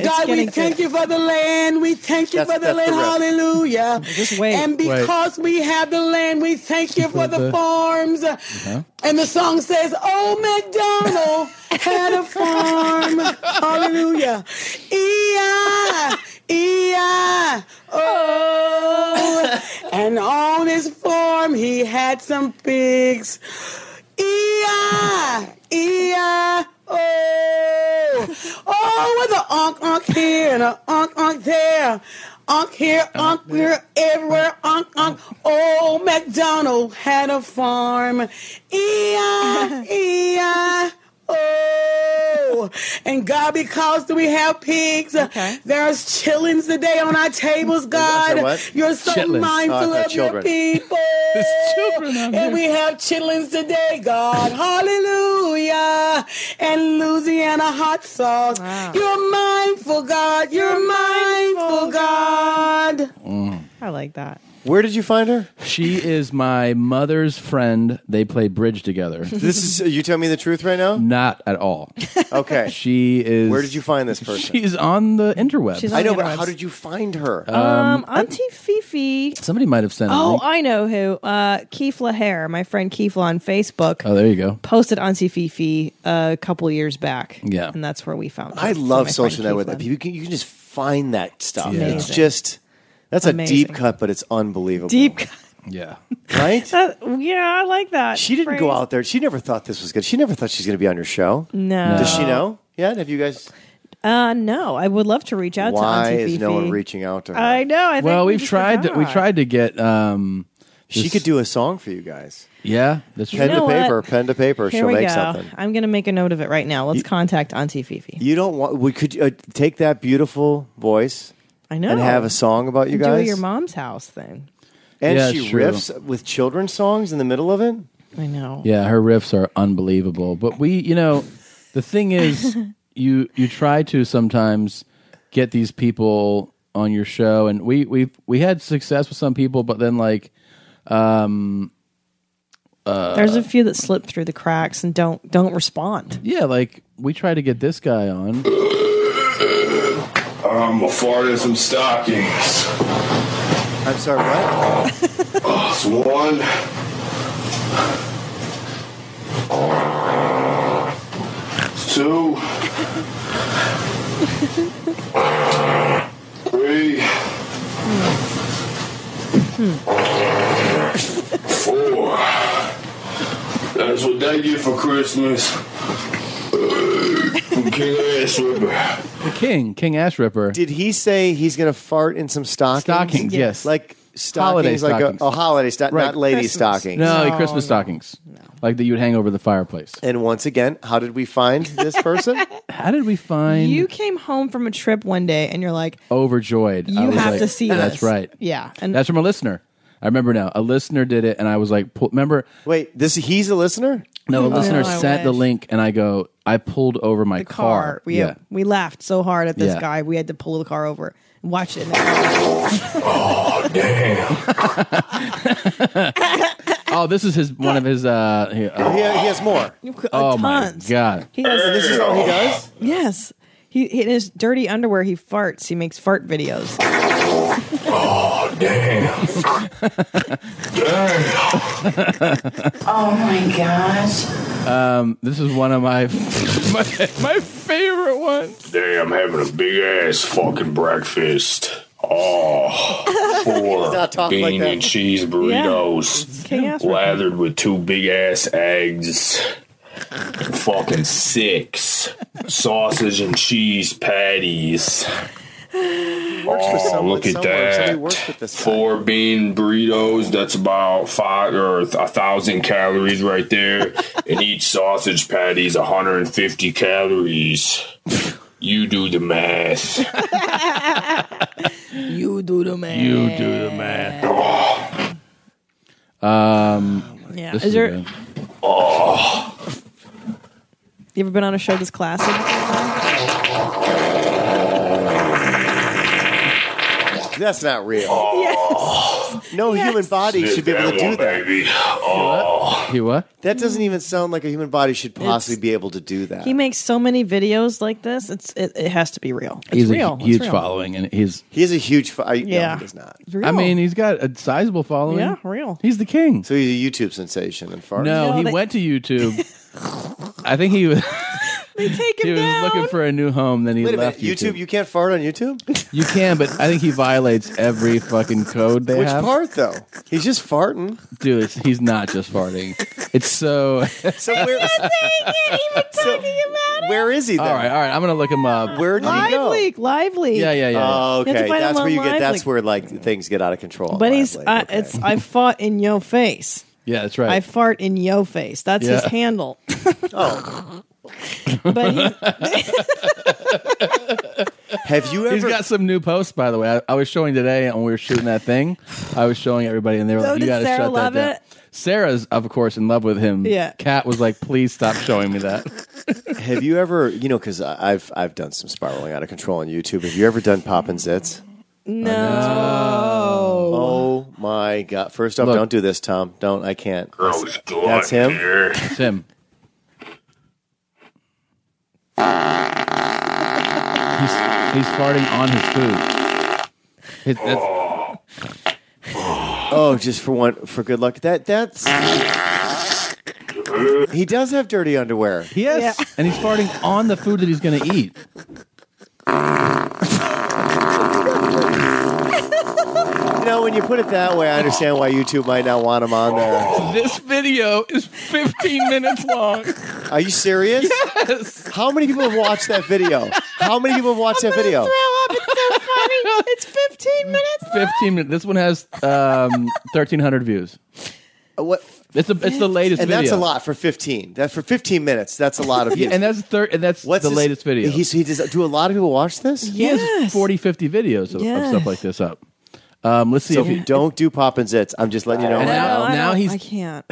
[SPEAKER 3] it's
[SPEAKER 16] God, we
[SPEAKER 3] getting
[SPEAKER 16] thank you for the land. We thank you
[SPEAKER 2] That's-
[SPEAKER 16] for the
[SPEAKER 2] that's
[SPEAKER 16] land.
[SPEAKER 2] the rest.
[SPEAKER 16] Hallelujah.
[SPEAKER 3] Just wait.
[SPEAKER 16] And
[SPEAKER 2] Wait.
[SPEAKER 16] because we have the land, we thank you for the
[SPEAKER 2] the-
[SPEAKER 16] farms.
[SPEAKER 2] Uh-huh.
[SPEAKER 16] And the song says, "Oh, McDonald had a farm." Hallelujah. E-I, E-I, oh. And on his farm, he had some pigs. E-I, E-I, oh. Oh, with an onk, onk here and an onk, onk there. Onk here, onk there, everywhere, onk, onk. Old MacDonald had a farm. E-I, E-I, oh. And God, because we have pigs, there's chillings today on our tables, God.
[SPEAKER 4] what?
[SPEAKER 16] You're so
[SPEAKER 4] Chitlins.
[SPEAKER 16] mindful
[SPEAKER 4] Oh, I thought
[SPEAKER 16] of your
[SPEAKER 4] children.
[SPEAKER 16] people. and we have chitlins today, God. Hallelujah. And Louisiana hot sauce. You're mindful, God. You're, mindful, God.
[SPEAKER 2] Mm.
[SPEAKER 3] I like that.
[SPEAKER 4] Where did you find her?
[SPEAKER 2] She is my mother's friend. They play bridge together.
[SPEAKER 4] This is you tell me the truth right now?
[SPEAKER 2] Not at all.
[SPEAKER 4] Okay.
[SPEAKER 2] She is.
[SPEAKER 4] Where did you find this person?
[SPEAKER 2] She's on the interweb.
[SPEAKER 3] She's on
[SPEAKER 4] I know,
[SPEAKER 3] the
[SPEAKER 4] but how
[SPEAKER 3] interwebs.
[SPEAKER 4] did you find her?
[SPEAKER 2] Um,
[SPEAKER 3] Um, Auntie Fifi.
[SPEAKER 2] Somebody might have sent. a
[SPEAKER 3] Oh,
[SPEAKER 2] link.
[SPEAKER 3] I know who. Uh, Keith LaHare, my friend Keith on Facebook,
[SPEAKER 2] oh, there you go.
[SPEAKER 3] posted Auntie Fifi a couple years back.
[SPEAKER 4] Yeah.
[SPEAKER 3] And that's where we found her.
[SPEAKER 4] I
[SPEAKER 3] from
[SPEAKER 4] love
[SPEAKER 3] my
[SPEAKER 4] social
[SPEAKER 3] friend Keith
[SPEAKER 4] network. That
[SPEAKER 3] Lin.
[SPEAKER 4] people can, you can just find that stuff.
[SPEAKER 3] Yeah.
[SPEAKER 4] It's
[SPEAKER 3] Amazing.
[SPEAKER 4] just that's
[SPEAKER 3] Amazing.
[SPEAKER 4] a deep cut, but it's unbelievable.
[SPEAKER 3] Deep cut.
[SPEAKER 2] Yeah.
[SPEAKER 4] Right?
[SPEAKER 3] That- yeah, I like that.
[SPEAKER 4] She didn't go
[SPEAKER 3] phrase.
[SPEAKER 4] out there. She never thought this was good. She never thought she's going to be on your show.
[SPEAKER 3] No.
[SPEAKER 4] Does she know? Yeah. Have you guys?
[SPEAKER 3] Uh, no, I would love to reach out to
[SPEAKER 4] Why
[SPEAKER 3] Auntie
[SPEAKER 4] is
[SPEAKER 3] Fifi.
[SPEAKER 4] no one reaching out to her?
[SPEAKER 3] I know. I think
[SPEAKER 2] well,
[SPEAKER 3] we
[SPEAKER 2] we've
[SPEAKER 3] just
[SPEAKER 2] tried. To, we
[SPEAKER 3] forgot.
[SPEAKER 2] tried to get. Um,
[SPEAKER 4] She could do a song for you guys.
[SPEAKER 2] Yeah, that's
[SPEAKER 4] Pen
[SPEAKER 3] You
[SPEAKER 4] to
[SPEAKER 3] know
[SPEAKER 4] paper.
[SPEAKER 3] what?
[SPEAKER 4] Pen to paper.
[SPEAKER 3] Here
[SPEAKER 4] She'll
[SPEAKER 3] we
[SPEAKER 4] make
[SPEAKER 3] go.
[SPEAKER 4] something.
[SPEAKER 3] I'm going to make a note of it right now. Let's contact Auntie Fifi.
[SPEAKER 4] You don't want. We could uh, take that beautiful voice.
[SPEAKER 3] I know.
[SPEAKER 4] And have a song about you
[SPEAKER 3] And
[SPEAKER 4] guys.
[SPEAKER 3] Do your mom's house thing.
[SPEAKER 4] and
[SPEAKER 2] Yeah,
[SPEAKER 4] she
[SPEAKER 2] true.
[SPEAKER 4] riffs with children's songs in the middle of it.
[SPEAKER 3] I know.
[SPEAKER 2] Yeah, her riffs are unbelievable. But we, you know, the thing is, you you try to sometimes get these people on your show, and we we we had success with some people, but then like, um, uh,
[SPEAKER 3] There's a few that slip through the cracks and don't don't respond.
[SPEAKER 2] yeah, like we tried to get this guy on.
[SPEAKER 11] I'm gonna fart in some stockings.
[SPEAKER 4] I'm sorry, what?
[SPEAKER 11] it's one. It's two. three. Four. That's what they get for Christmas. Uh, From King Ass Whipper.
[SPEAKER 2] King King Ash Ripper.
[SPEAKER 4] Did he say he's going to fart in some stockings?
[SPEAKER 2] Stockings, yes.
[SPEAKER 4] Like
[SPEAKER 2] Holiday
[SPEAKER 4] stockings, like
[SPEAKER 2] stockings.
[SPEAKER 4] A, a holiday stock,
[SPEAKER 2] Right.
[SPEAKER 4] not lady
[SPEAKER 2] Christmas.
[SPEAKER 4] stockings.
[SPEAKER 2] No, like Christmas stockings, like that you would hang over the fireplace.
[SPEAKER 4] And once again, how did we find this person?
[SPEAKER 2] how did we find
[SPEAKER 3] You came home from a trip one day and you're like,
[SPEAKER 2] overjoyed? I
[SPEAKER 3] you
[SPEAKER 2] was
[SPEAKER 3] have
[SPEAKER 2] like,
[SPEAKER 3] to see
[SPEAKER 2] That's
[SPEAKER 3] this.
[SPEAKER 2] right.
[SPEAKER 3] Yeah. And
[SPEAKER 2] That's from a listener. I remember now. A listener did it, and I was like, pull, "Remember?
[SPEAKER 4] Wait, this he's a listener?
[SPEAKER 2] No, the
[SPEAKER 3] No, Oh,
[SPEAKER 2] listener
[SPEAKER 3] I
[SPEAKER 2] sent the
[SPEAKER 3] wish.
[SPEAKER 2] link, and I go, I pulled over my car.
[SPEAKER 3] car. We
[SPEAKER 2] yeah,
[SPEAKER 3] we laughed so hard at this
[SPEAKER 2] Yeah.
[SPEAKER 3] guy, we had to pull the car over and watch it.
[SPEAKER 11] Oh, damn.
[SPEAKER 2] oh, this is his one of his. Uh, here, oh.
[SPEAKER 4] He, he has more.
[SPEAKER 2] Oh
[SPEAKER 3] tons.
[SPEAKER 2] my god!
[SPEAKER 3] He has-
[SPEAKER 4] And this is all he does?
[SPEAKER 3] yes. He in his dirty underwear he farts. He makes fart videos.
[SPEAKER 11] Oh, damn. damn.
[SPEAKER 12] Oh my gosh.
[SPEAKER 2] Um, this is one of my my, my favorite one.
[SPEAKER 11] Today I'm having a big ass fucking breakfast. Oh,
[SPEAKER 4] He's
[SPEAKER 11] four
[SPEAKER 4] not talking
[SPEAKER 11] bean
[SPEAKER 4] like that.
[SPEAKER 11] and cheese burritos
[SPEAKER 4] King Ass Ripper.
[SPEAKER 11] lathered with two big ass eggs. fucking six sausage and cheese patties.
[SPEAKER 4] Works for
[SPEAKER 11] Oh,
[SPEAKER 4] someone
[SPEAKER 11] look at
[SPEAKER 4] somewhere. Somebody
[SPEAKER 11] that.
[SPEAKER 4] works with this guy.
[SPEAKER 11] Four bean burritos, that's about five or a thousand calories right there. and each sausage patty is 150 calories. You do the math.
[SPEAKER 3] you do the man.
[SPEAKER 11] You do the Oh. math.
[SPEAKER 2] Um,
[SPEAKER 3] Yeah.
[SPEAKER 2] this
[SPEAKER 3] Is there-
[SPEAKER 2] good.
[SPEAKER 11] Oh.
[SPEAKER 3] You ever been on a show this classic?
[SPEAKER 4] That's not real. No human body
[SPEAKER 11] Sniff
[SPEAKER 4] should be able to
[SPEAKER 11] that
[SPEAKER 4] do
[SPEAKER 11] one,
[SPEAKER 4] that.
[SPEAKER 11] baby. Oh.
[SPEAKER 2] He what?
[SPEAKER 4] That doesn't even sound like a human body should possibly be able to do that.
[SPEAKER 3] He makes so many videos like this. It's it, it has to be real. It's
[SPEAKER 2] He's a
[SPEAKER 3] real. It's
[SPEAKER 2] huge
[SPEAKER 3] real.
[SPEAKER 2] following, and he's
[SPEAKER 4] he has a huge. Fo- I,
[SPEAKER 3] Yeah.
[SPEAKER 4] no, he does not.
[SPEAKER 3] It's real.
[SPEAKER 2] I mean, he's got a sizable following.
[SPEAKER 3] yeah, real.
[SPEAKER 2] He's the king.
[SPEAKER 4] So he's a YouTube sensation and far.
[SPEAKER 2] No,
[SPEAKER 3] No,
[SPEAKER 2] he
[SPEAKER 3] they-
[SPEAKER 2] went to YouTube. I think he was.
[SPEAKER 3] They take
[SPEAKER 2] he
[SPEAKER 3] him
[SPEAKER 2] was
[SPEAKER 3] down.
[SPEAKER 2] looking for a new home. Then he
[SPEAKER 4] Wait a minute,
[SPEAKER 2] left
[SPEAKER 4] YouTube, You can't fart on YouTube.
[SPEAKER 2] You can, but I think he violates every fucking code they
[SPEAKER 4] Which
[SPEAKER 2] have.
[SPEAKER 4] part though? He's just farting.
[SPEAKER 2] Dude, it's- he's not just farting. It's so.
[SPEAKER 4] So where? So where is he? Then?
[SPEAKER 2] all right, all right. I'm gonna look him up.
[SPEAKER 4] Where did he
[SPEAKER 3] Live
[SPEAKER 4] go?
[SPEAKER 3] leak, live leak.
[SPEAKER 2] Yeah, yeah, yeah.
[SPEAKER 4] Oh,
[SPEAKER 3] You have to
[SPEAKER 4] okay.
[SPEAKER 3] find
[SPEAKER 4] That's
[SPEAKER 3] him
[SPEAKER 4] where you
[SPEAKER 3] on
[SPEAKER 4] get. That's
[SPEAKER 3] Lively.
[SPEAKER 4] where like things get out of control.
[SPEAKER 3] But he's I, it's I fought in yo face.
[SPEAKER 2] Yeah, that's right.
[SPEAKER 3] I fart in yo face. That's his
[SPEAKER 2] Yeah.
[SPEAKER 3] handle.
[SPEAKER 4] oh,
[SPEAKER 3] But he,
[SPEAKER 4] Have you
[SPEAKER 2] He's
[SPEAKER 4] ever-
[SPEAKER 2] got some new posts, by the way. I, I was showing today when we were shooting that thing. I was showing everybody, and they were
[SPEAKER 3] So
[SPEAKER 2] like, "You
[SPEAKER 3] did
[SPEAKER 2] got to
[SPEAKER 3] Sarah
[SPEAKER 2] shut that
[SPEAKER 3] love
[SPEAKER 2] down."
[SPEAKER 3] it?
[SPEAKER 2] Sarah's, of course, in love with him.
[SPEAKER 3] Yeah.
[SPEAKER 2] Kat was like, "Please stop showing me that."
[SPEAKER 4] have you ever, you know, because I've I've done some spiraling out of control on YouTube. Have you ever done pop and zits?
[SPEAKER 3] no.
[SPEAKER 4] Oh my god! First off,
[SPEAKER 2] Look.
[SPEAKER 4] don't do this, Tom. Don't. I can't.
[SPEAKER 11] Gross
[SPEAKER 4] That's him.
[SPEAKER 2] It's him. He's, he's farting on his food. It- that's-
[SPEAKER 4] Oh, just for one, for good luck. That that's. He does have dirty underwear.
[SPEAKER 2] Yes, and he's farting on the food that he's going to eat.
[SPEAKER 4] You know, when you put it that way, I understand why YouTube might not want him on there.
[SPEAKER 2] This video is 15 minutes long.
[SPEAKER 4] Are you serious?
[SPEAKER 2] Yes.
[SPEAKER 4] How many people have watched that video? How many people have watched that video?
[SPEAKER 3] It's 15 minutes.
[SPEAKER 2] 15 minutes. This one has um, 1,300 views.
[SPEAKER 4] Uh, What?
[SPEAKER 2] It's, the it's the latest
[SPEAKER 4] and
[SPEAKER 2] video.
[SPEAKER 4] that's a lot for 15 that for 15 minutes that's a lot of
[SPEAKER 2] Yeah,
[SPEAKER 4] views.
[SPEAKER 2] and that's thir- and that's
[SPEAKER 4] What's
[SPEAKER 2] the
[SPEAKER 4] his-
[SPEAKER 2] latest video.
[SPEAKER 4] he's- he does, do a lot of people watch this
[SPEAKER 2] He has 40, 50 videos of, of
[SPEAKER 4] Yes.
[SPEAKER 2] stuff like this up. Um, let's see
[SPEAKER 4] so
[SPEAKER 2] if you,
[SPEAKER 4] don't do pop and zits i'm just letting you know
[SPEAKER 2] And now- No, I now don't- he's-
[SPEAKER 3] I can't.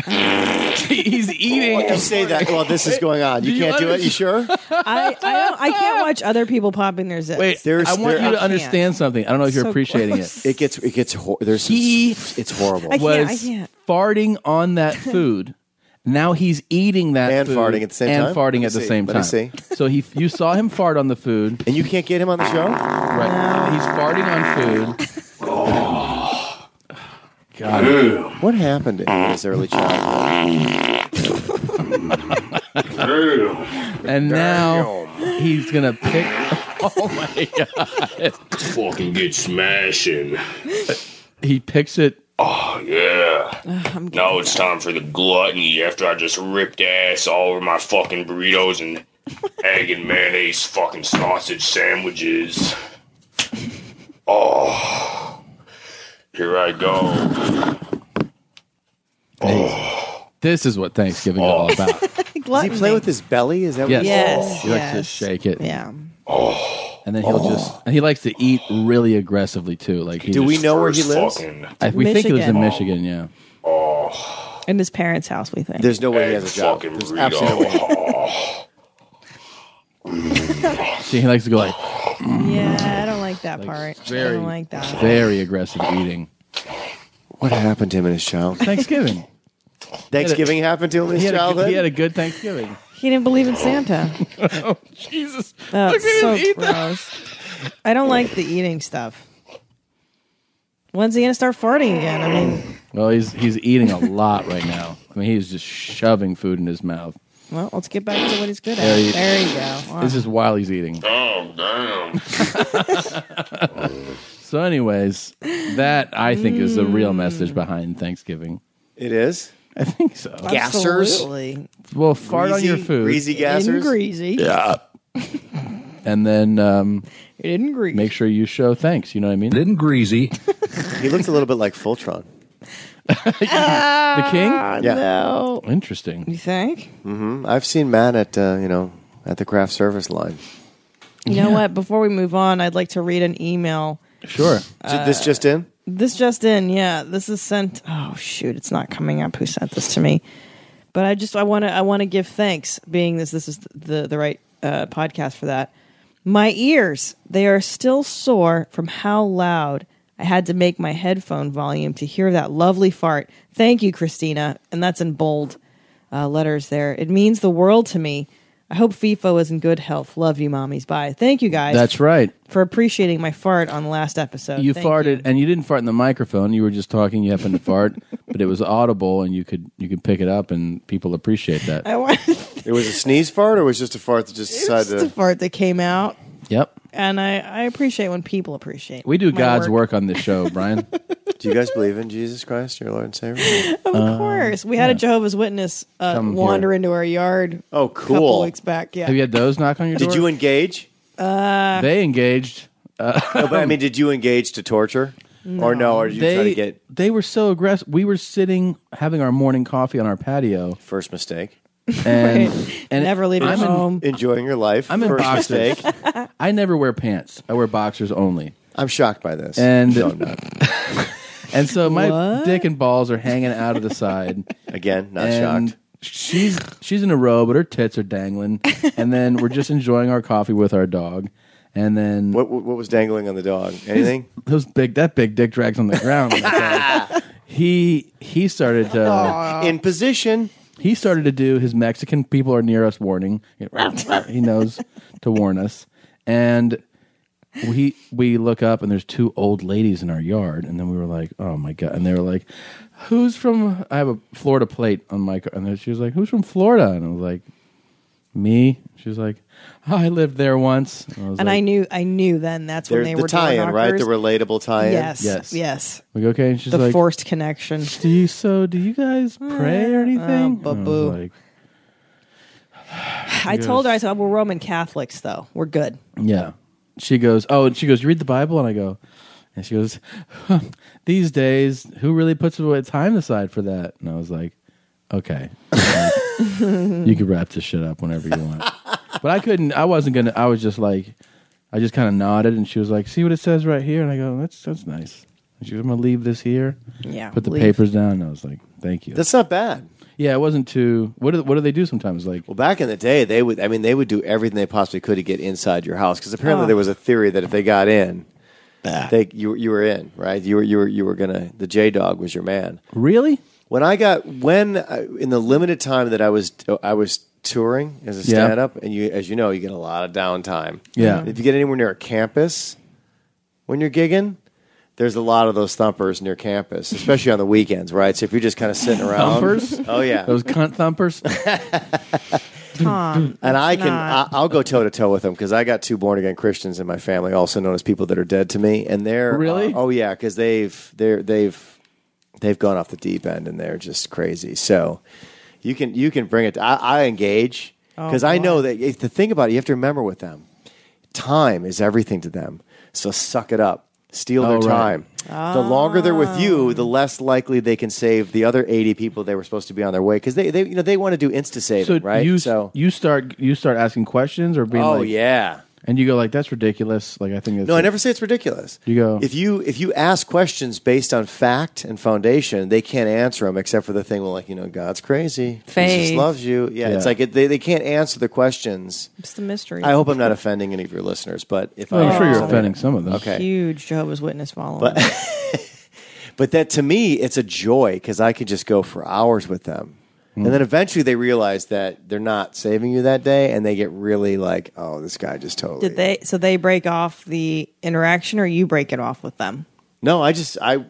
[SPEAKER 2] he's eating
[SPEAKER 4] you say that while this is going on you,
[SPEAKER 2] Do you
[SPEAKER 4] can't do it you sure
[SPEAKER 3] I, I, don't, I can't watch other people popping their zips.
[SPEAKER 2] Wait, I want you to understand something. I don't know if you're
[SPEAKER 3] So
[SPEAKER 2] appreciating
[SPEAKER 3] close.
[SPEAKER 2] it.
[SPEAKER 4] It gets it gets hor- there's some-
[SPEAKER 2] He
[SPEAKER 4] it's horrible
[SPEAKER 3] I can't, I
[SPEAKER 2] was
[SPEAKER 3] can't.
[SPEAKER 2] farting on that food. Now he's eating that
[SPEAKER 4] And
[SPEAKER 2] food
[SPEAKER 4] farting at the same
[SPEAKER 2] and
[SPEAKER 4] time? Let
[SPEAKER 2] farting
[SPEAKER 4] me
[SPEAKER 2] at the
[SPEAKER 4] see.
[SPEAKER 2] same
[SPEAKER 4] Let me see.
[SPEAKER 2] time. So he, you saw him fart on the food,
[SPEAKER 4] and you can't get him on the show
[SPEAKER 2] right? He's farting on food. God.
[SPEAKER 4] what happened in his early childhood
[SPEAKER 2] and now he's gonna pick. Oh my god!
[SPEAKER 11] Fucking get smashing.
[SPEAKER 2] He picks it.
[SPEAKER 11] Oh, yeah. now it's time for the gluttony after I just ripped ass all over my fucking burritos and egg and mayonnaise fucking sausage sandwiches. Oh. Here I go.
[SPEAKER 2] This is what Thanksgiving is all about.
[SPEAKER 4] does he play Oh. with his belly is that what
[SPEAKER 2] Yes.
[SPEAKER 3] Yes,
[SPEAKER 2] He likes to
[SPEAKER 3] yes.
[SPEAKER 2] shake it.
[SPEAKER 3] Yeah.
[SPEAKER 2] And then he'll just. And he likes to eat really aggressively too. Like he
[SPEAKER 4] Do
[SPEAKER 2] just-
[SPEAKER 4] we know where he lives?
[SPEAKER 2] I, we think he lives in
[SPEAKER 3] Michigan.
[SPEAKER 2] Michigan. Yeah.
[SPEAKER 3] In his parents' house, we think.
[SPEAKER 4] there's no way he has a job there's absolutely no way
[SPEAKER 2] See, he likes to go like
[SPEAKER 3] yeah, I don't like that part. I
[SPEAKER 2] very-
[SPEAKER 3] don't like that.
[SPEAKER 2] very aggressive eating.
[SPEAKER 4] what happened to him in his childhood
[SPEAKER 2] Thanksgiving.
[SPEAKER 4] thanksgiving happened to him in
[SPEAKER 2] He
[SPEAKER 4] his
[SPEAKER 2] had, a,
[SPEAKER 4] childhood
[SPEAKER 2] good- he had a good Thanksgiving.
[SPEAKER 3] He didn't believe in Santa.
[SPEAKER 2] oh Jesus!
[SPEAKER 3] That's
[SPEAKER 2] Look at
[SPEAKER 3] so
[SPEAKER 2] him eat that.
[SPEAKER 3] gross. I don't like the eating stuff. When's he gonna start farting again? I mean,
[SPEAKER 2] Well, he's he's eating a lot right now. I mean, he's just shoving food in his mouth.
[SPEAKER 3] well, let's get back to what he's good at.
[SPEAKER 2] There
[SPEAKER 3] There
[SPEAKER 2] you-
[SPEAKER 3] you, go. Wow.
[SPEAKER 2] This is while he's eating.
[SPEAKER 11] Oh, damn.
[SPEAKER 2] So, anyways, that I think is the real
[SPEAKER 3] Mm.
[SPEAKER 2] message behind Thanksgiving.
[SPEAKER 4] it is
[SPEAKER 2] I think so.
[SPEAKER 4] gassers
[SPEAKER 3] Absolutely.
[SPEAKER 2] Well, fart
[SPEAKER 4] greasy,
[SPEAKER 2] on your food.
[SPEAKER 4] greasy gassers
[SPEAKER 3] In greasy.
[SPEAKER 2] Yeah. and then um,
[SPEAKER 3] In greasy.
[SPEAKER 2] make sure you show thanks. You know what I mean? Didn't greasy.
[SPEAKER 4] he looks a little bit like Fultron
[SPEAKER 2] The king?
[SPEAKER 4] Yeah.
[SPEAKER 3] Ah, No.
[SPEAKER 2] Interesting.
[SPEAKER 3] You think?
[SPEAKER 4] hmm I've seen Matt at uh, you know at the craft service line.
[SPEAKER 3] You know what? Before we move on, I'd like to read an email. Uh,
[SPEAKER 2] Sure.
[SPEAKER 4] Ju- this just in.
[SPEAKER 3] This just in, yeah. This is sent. Oh shoot, it's not coming up. Who sent this to me? But I just I want to I want to give thanks, being this this is the the right uh, podcast for that. My ears they are still sore from how loud I had to make my headphone volume to hear that lovely fart. Thank you, Christina, and that's in bold uh, letters there. It means the world to me. I hope FIFO is in good health. Love you, mommies. Bye. Thank you guys.
[SPEAKER 2] That's right.
[SPEAKER 3] for appreciating my fart on the last episode.
[SPEAKER 2] You
[SPEAKER 3] Thank
[SPEAKER 2] farted, and you didn't fart in the microphone. You were just talking. You happened to fart, but it was audible, and you could you could pick it up, and people appreciate that.
[SPEAKER 3] I want
[SPEAKER 4] It was a sneeze fart, or was it just a fart that just decided
[SPEAKER 3] just a
[SPEAKER 4] to.
[SPEAKER 3] fart that came out,
[SPEAKER 2] Yep.
[SPEAKER 3] and I, I appreciate when people appreciate.
[SPEAKER 2] We do
[SPEAKER 3] my
[SPEAKER 2] God's work. on this show, Brian.
[SPEAKER 4] Do you guys believe in Jesus Christ, your Lord and Savior?
[SPEAKER 3] Of course, we had a Jehovah's Witness uh,
[SPEAKER 2] Come
[SPEAKER 3] wander into our yard.
[SPEAKER 4] Oh,
[SPEAKER 3] Couple
[SPEAKER 4] cool.
[SPEAKER 3] weeks back, yeah.
[SPEAKER 2] Have you had those knock on your door?
[SPEAKER 4] Did you engage?
[SPEAKER 3] uh,
[SPEAKER 2] they engaged. Uh,
[SPEAKER 4] No, but I mean, did you engage to torture, or no? Or did you
[SPEAKER 2] they
[SPEAKER 4] try to get
[SPEAKER 2] they were so aggressive. We were sitting having our morning coffee on our patio.
[SPEAKER 4] first mistake?
[SPEAKER 2] and, and
[SPEAKER 3] Never leaving
[SPEAKER 2] I'm in-
[SPEAKER 3] home.
[SPEAKER 4] Enjoying your life.
[SPEAKER 2] I'm in
[SPEAKER 4] First
[SPEAKER 2] boxers.
[SPEAKER 4] mistake.
[SPEAKER 2] I never wear pants. I wear boxers only.
[SPEAKER 4] I'm shocked by this.
[SPEAKER 2] And
[SPEAKER 4] No, I'm not.
[SPEAKER 2] and so my
[SPEAKER 4] What?
[SPEAKER 2] dick and balls are hanging out of the side.
[SPEAKER 4] Again, not
[SPEAKER 2] and
[SPEAKER 4] shocked.
[SPEAKER 2] She's she's in a row, but her tits are dangling. And then we're just enjoying our coffee with our dog. And then
[SPEAKER 4] what what was dangling on the dog? Anything?
[SPEAKER 2] Those big that big dick drags on the ground. he he started to
[SPEAKER 4] in position.
[SPEAKER 2] He started to do his Mexican people are near us warning. He knows to warn us, and we we look up and there's two old ladies in our yard, and then we were like, oh my god, and they were like, who's from? I have a Florida plate on my car, and then she was like, who's from Florida? And I was like, me. She was like, "Oh, I lived there once, and I, was
[SPEAKER 3] and
[SPEAKER 2] like,
[SPEAKER 3] I knew, I knew then that's when
[SPEAKER 2] There's
[SPEAKER 3] they
[SPEAKER 2] the
[SPEAKER 3] were
[SPEAKER 2] tie-in,
[SPEAKER 3] door
[SPEAKER 2] right? The
[SPEAKER 3] knockers.
[SPEAKER 4] relatable tie-in?
[SPEAKER 3] Yes, yes,
[SPEAKER 2] Yes.
[SPEAKER 3] yes.
[SPEAKER 2] Like, okay, and she's
[SPEAKER 3] the
[SPEAKER 2] like,
[SPEAKER 3] forced connection. Uh,
[SPEAKER 2] Do you so? Do you guys pray or anything? And I was
[SPEAKER 3] boo.
[SPEAKER 2] like,
[SPEAKER 3] I told her, I said, we're Roman Catholics, though. We're good.
[SPEAKER 2] Yeah. She goes, Oh, and she goes, You read the Bible? And I go, And she goes, huh, These days, who really puts away time aside for that? And I was like, Okay. you can wrap this shit up whenever you want. but I couldn't, I wasn't going to, I was just like, I just kind of nodded and she was like, See what it says right here? And I go, That's, that's nice. And she goes, I'm going to leave this here.
[SPEAKER 3] Yeah,
[SPEAKER 2] Put the
[SPEAKER 3] leave.
[SPEAKER 2] papers down. And I was like, Thank you.
[SPEAKER 4] That's not bad.
[SPEAKER 2] Yeah, it wasn't too. What do, what do they do sometimes? Like,
[SPEAKER 4] well, back in the day, they would. I mean, they would do everything they possibly could to get inside your house because apparently
[SPEAKER 2] Oh.
[SPEAKER 4] there was a theory that if they got in, they you you were in, right? You were you were you were gonna the J dog was your man.
[SPEAKER 2] Really?
[SPEAKER 4] When I got when I, in the limited time that I was I was touring as a
[SPEAKER 2] Yeah.
[SPEAKER 4] stand up, and you as you know, you get a lot of downtime.
[SPEAKER 2] Yeah.
[SPEAKER 4] If you get anywhere near a campus when you're gigging. There's a lot of those thumpers near campus, especially on the weekends, right? So if you're just kind of sitting around,
[SPEAKER 2] Thumpers?
[SPEAKER 4] oh yeah,
[SPEAKER 2] Those cunt thumpers?
[SPEAKER 3] Tom.
[SPEAKER 4] And I
[SPEAKER 3] it's
[SPEAKER 4] can, I,
[SPEAKER 3] not.
[SPEAKER 4] I'll go toe to toe with them because I got two born again Christians in my family, also known as people that are dead to me, and they're
[SPEAKER 2] Really?
[SPEAKER 4] uh, oh yeah, because they've they're they've they've gone off the deep end and they're just crazy. So you can you can bring it. I, I engage
[SPEAKER 17] Oh,
[SPEAKER 4] because I
[SPEAKER 17] boy.
[SPEAKER 4] know that if the thing about it, you have to remember with them, time is everything to them. So suck it up, steal
[SPEAKER 17] Oh,
[SPEAKER 4] their
[SPEAKER 17] right.
[SPEAKER 4] time. The longer they're with you, the less likely they can save the other eighty people they were supposed to be on their way because they, they you know they want to do insta
[SPEAKER 2] so
[SPEAKER 4] saving, right?
[SPEAKER 2] you you start you start asking questions or being
[SPEAKER 4] Oh,
[SPEAKER 2] like,
[SPEAKER 4] yeah.
[SPEAKER 2] and you go like that's ridiculous like I think it's
[SPEAKER 4] No, I never say it's ridiculous.
[SPEAKER 2] you go
[SPEAKER 4] If you if you ask questions based on fact and foundation, they can't answer them except for the thing well, like you know, God's crazy,
[SPEAKER 3] Faith.
[SPEAKER 4] Jesus loves you. Yeah, it's
[SPEAKER 3] Yeah.
[SPEAKER 4] like it, they they can't answer the questions.
[SPEAKER 3] It's the mystery.
[SPEAKER 4] I hope I'm not offending any of your listeners, but if
[SPEAKER 2] Well,
[SPEAKER 4] I
[SPEAKER 2] I'm
[SPEAKER 4] am
[SPEAKER 2] sure you're
[SPEAKER 4] something-
[SPEAKER 2] offending some of them.
[SPEAKER 4] Okay,
[SPEAKER 3] Huge Jehovah's Witness following.
[SPEAKER 4] but but that to me it's a joy because I could just go for hours with them.
[SPEAKER 2] Hmm.
[SPEAKER 4] And then eventually they realize that they're not saving you that day, and they get really like, "Oh, this guy just totally."
[SPEAKER 3] Did they? So they break off the interaction, or you break it off with them?
[SPEAKER 4] No, I just I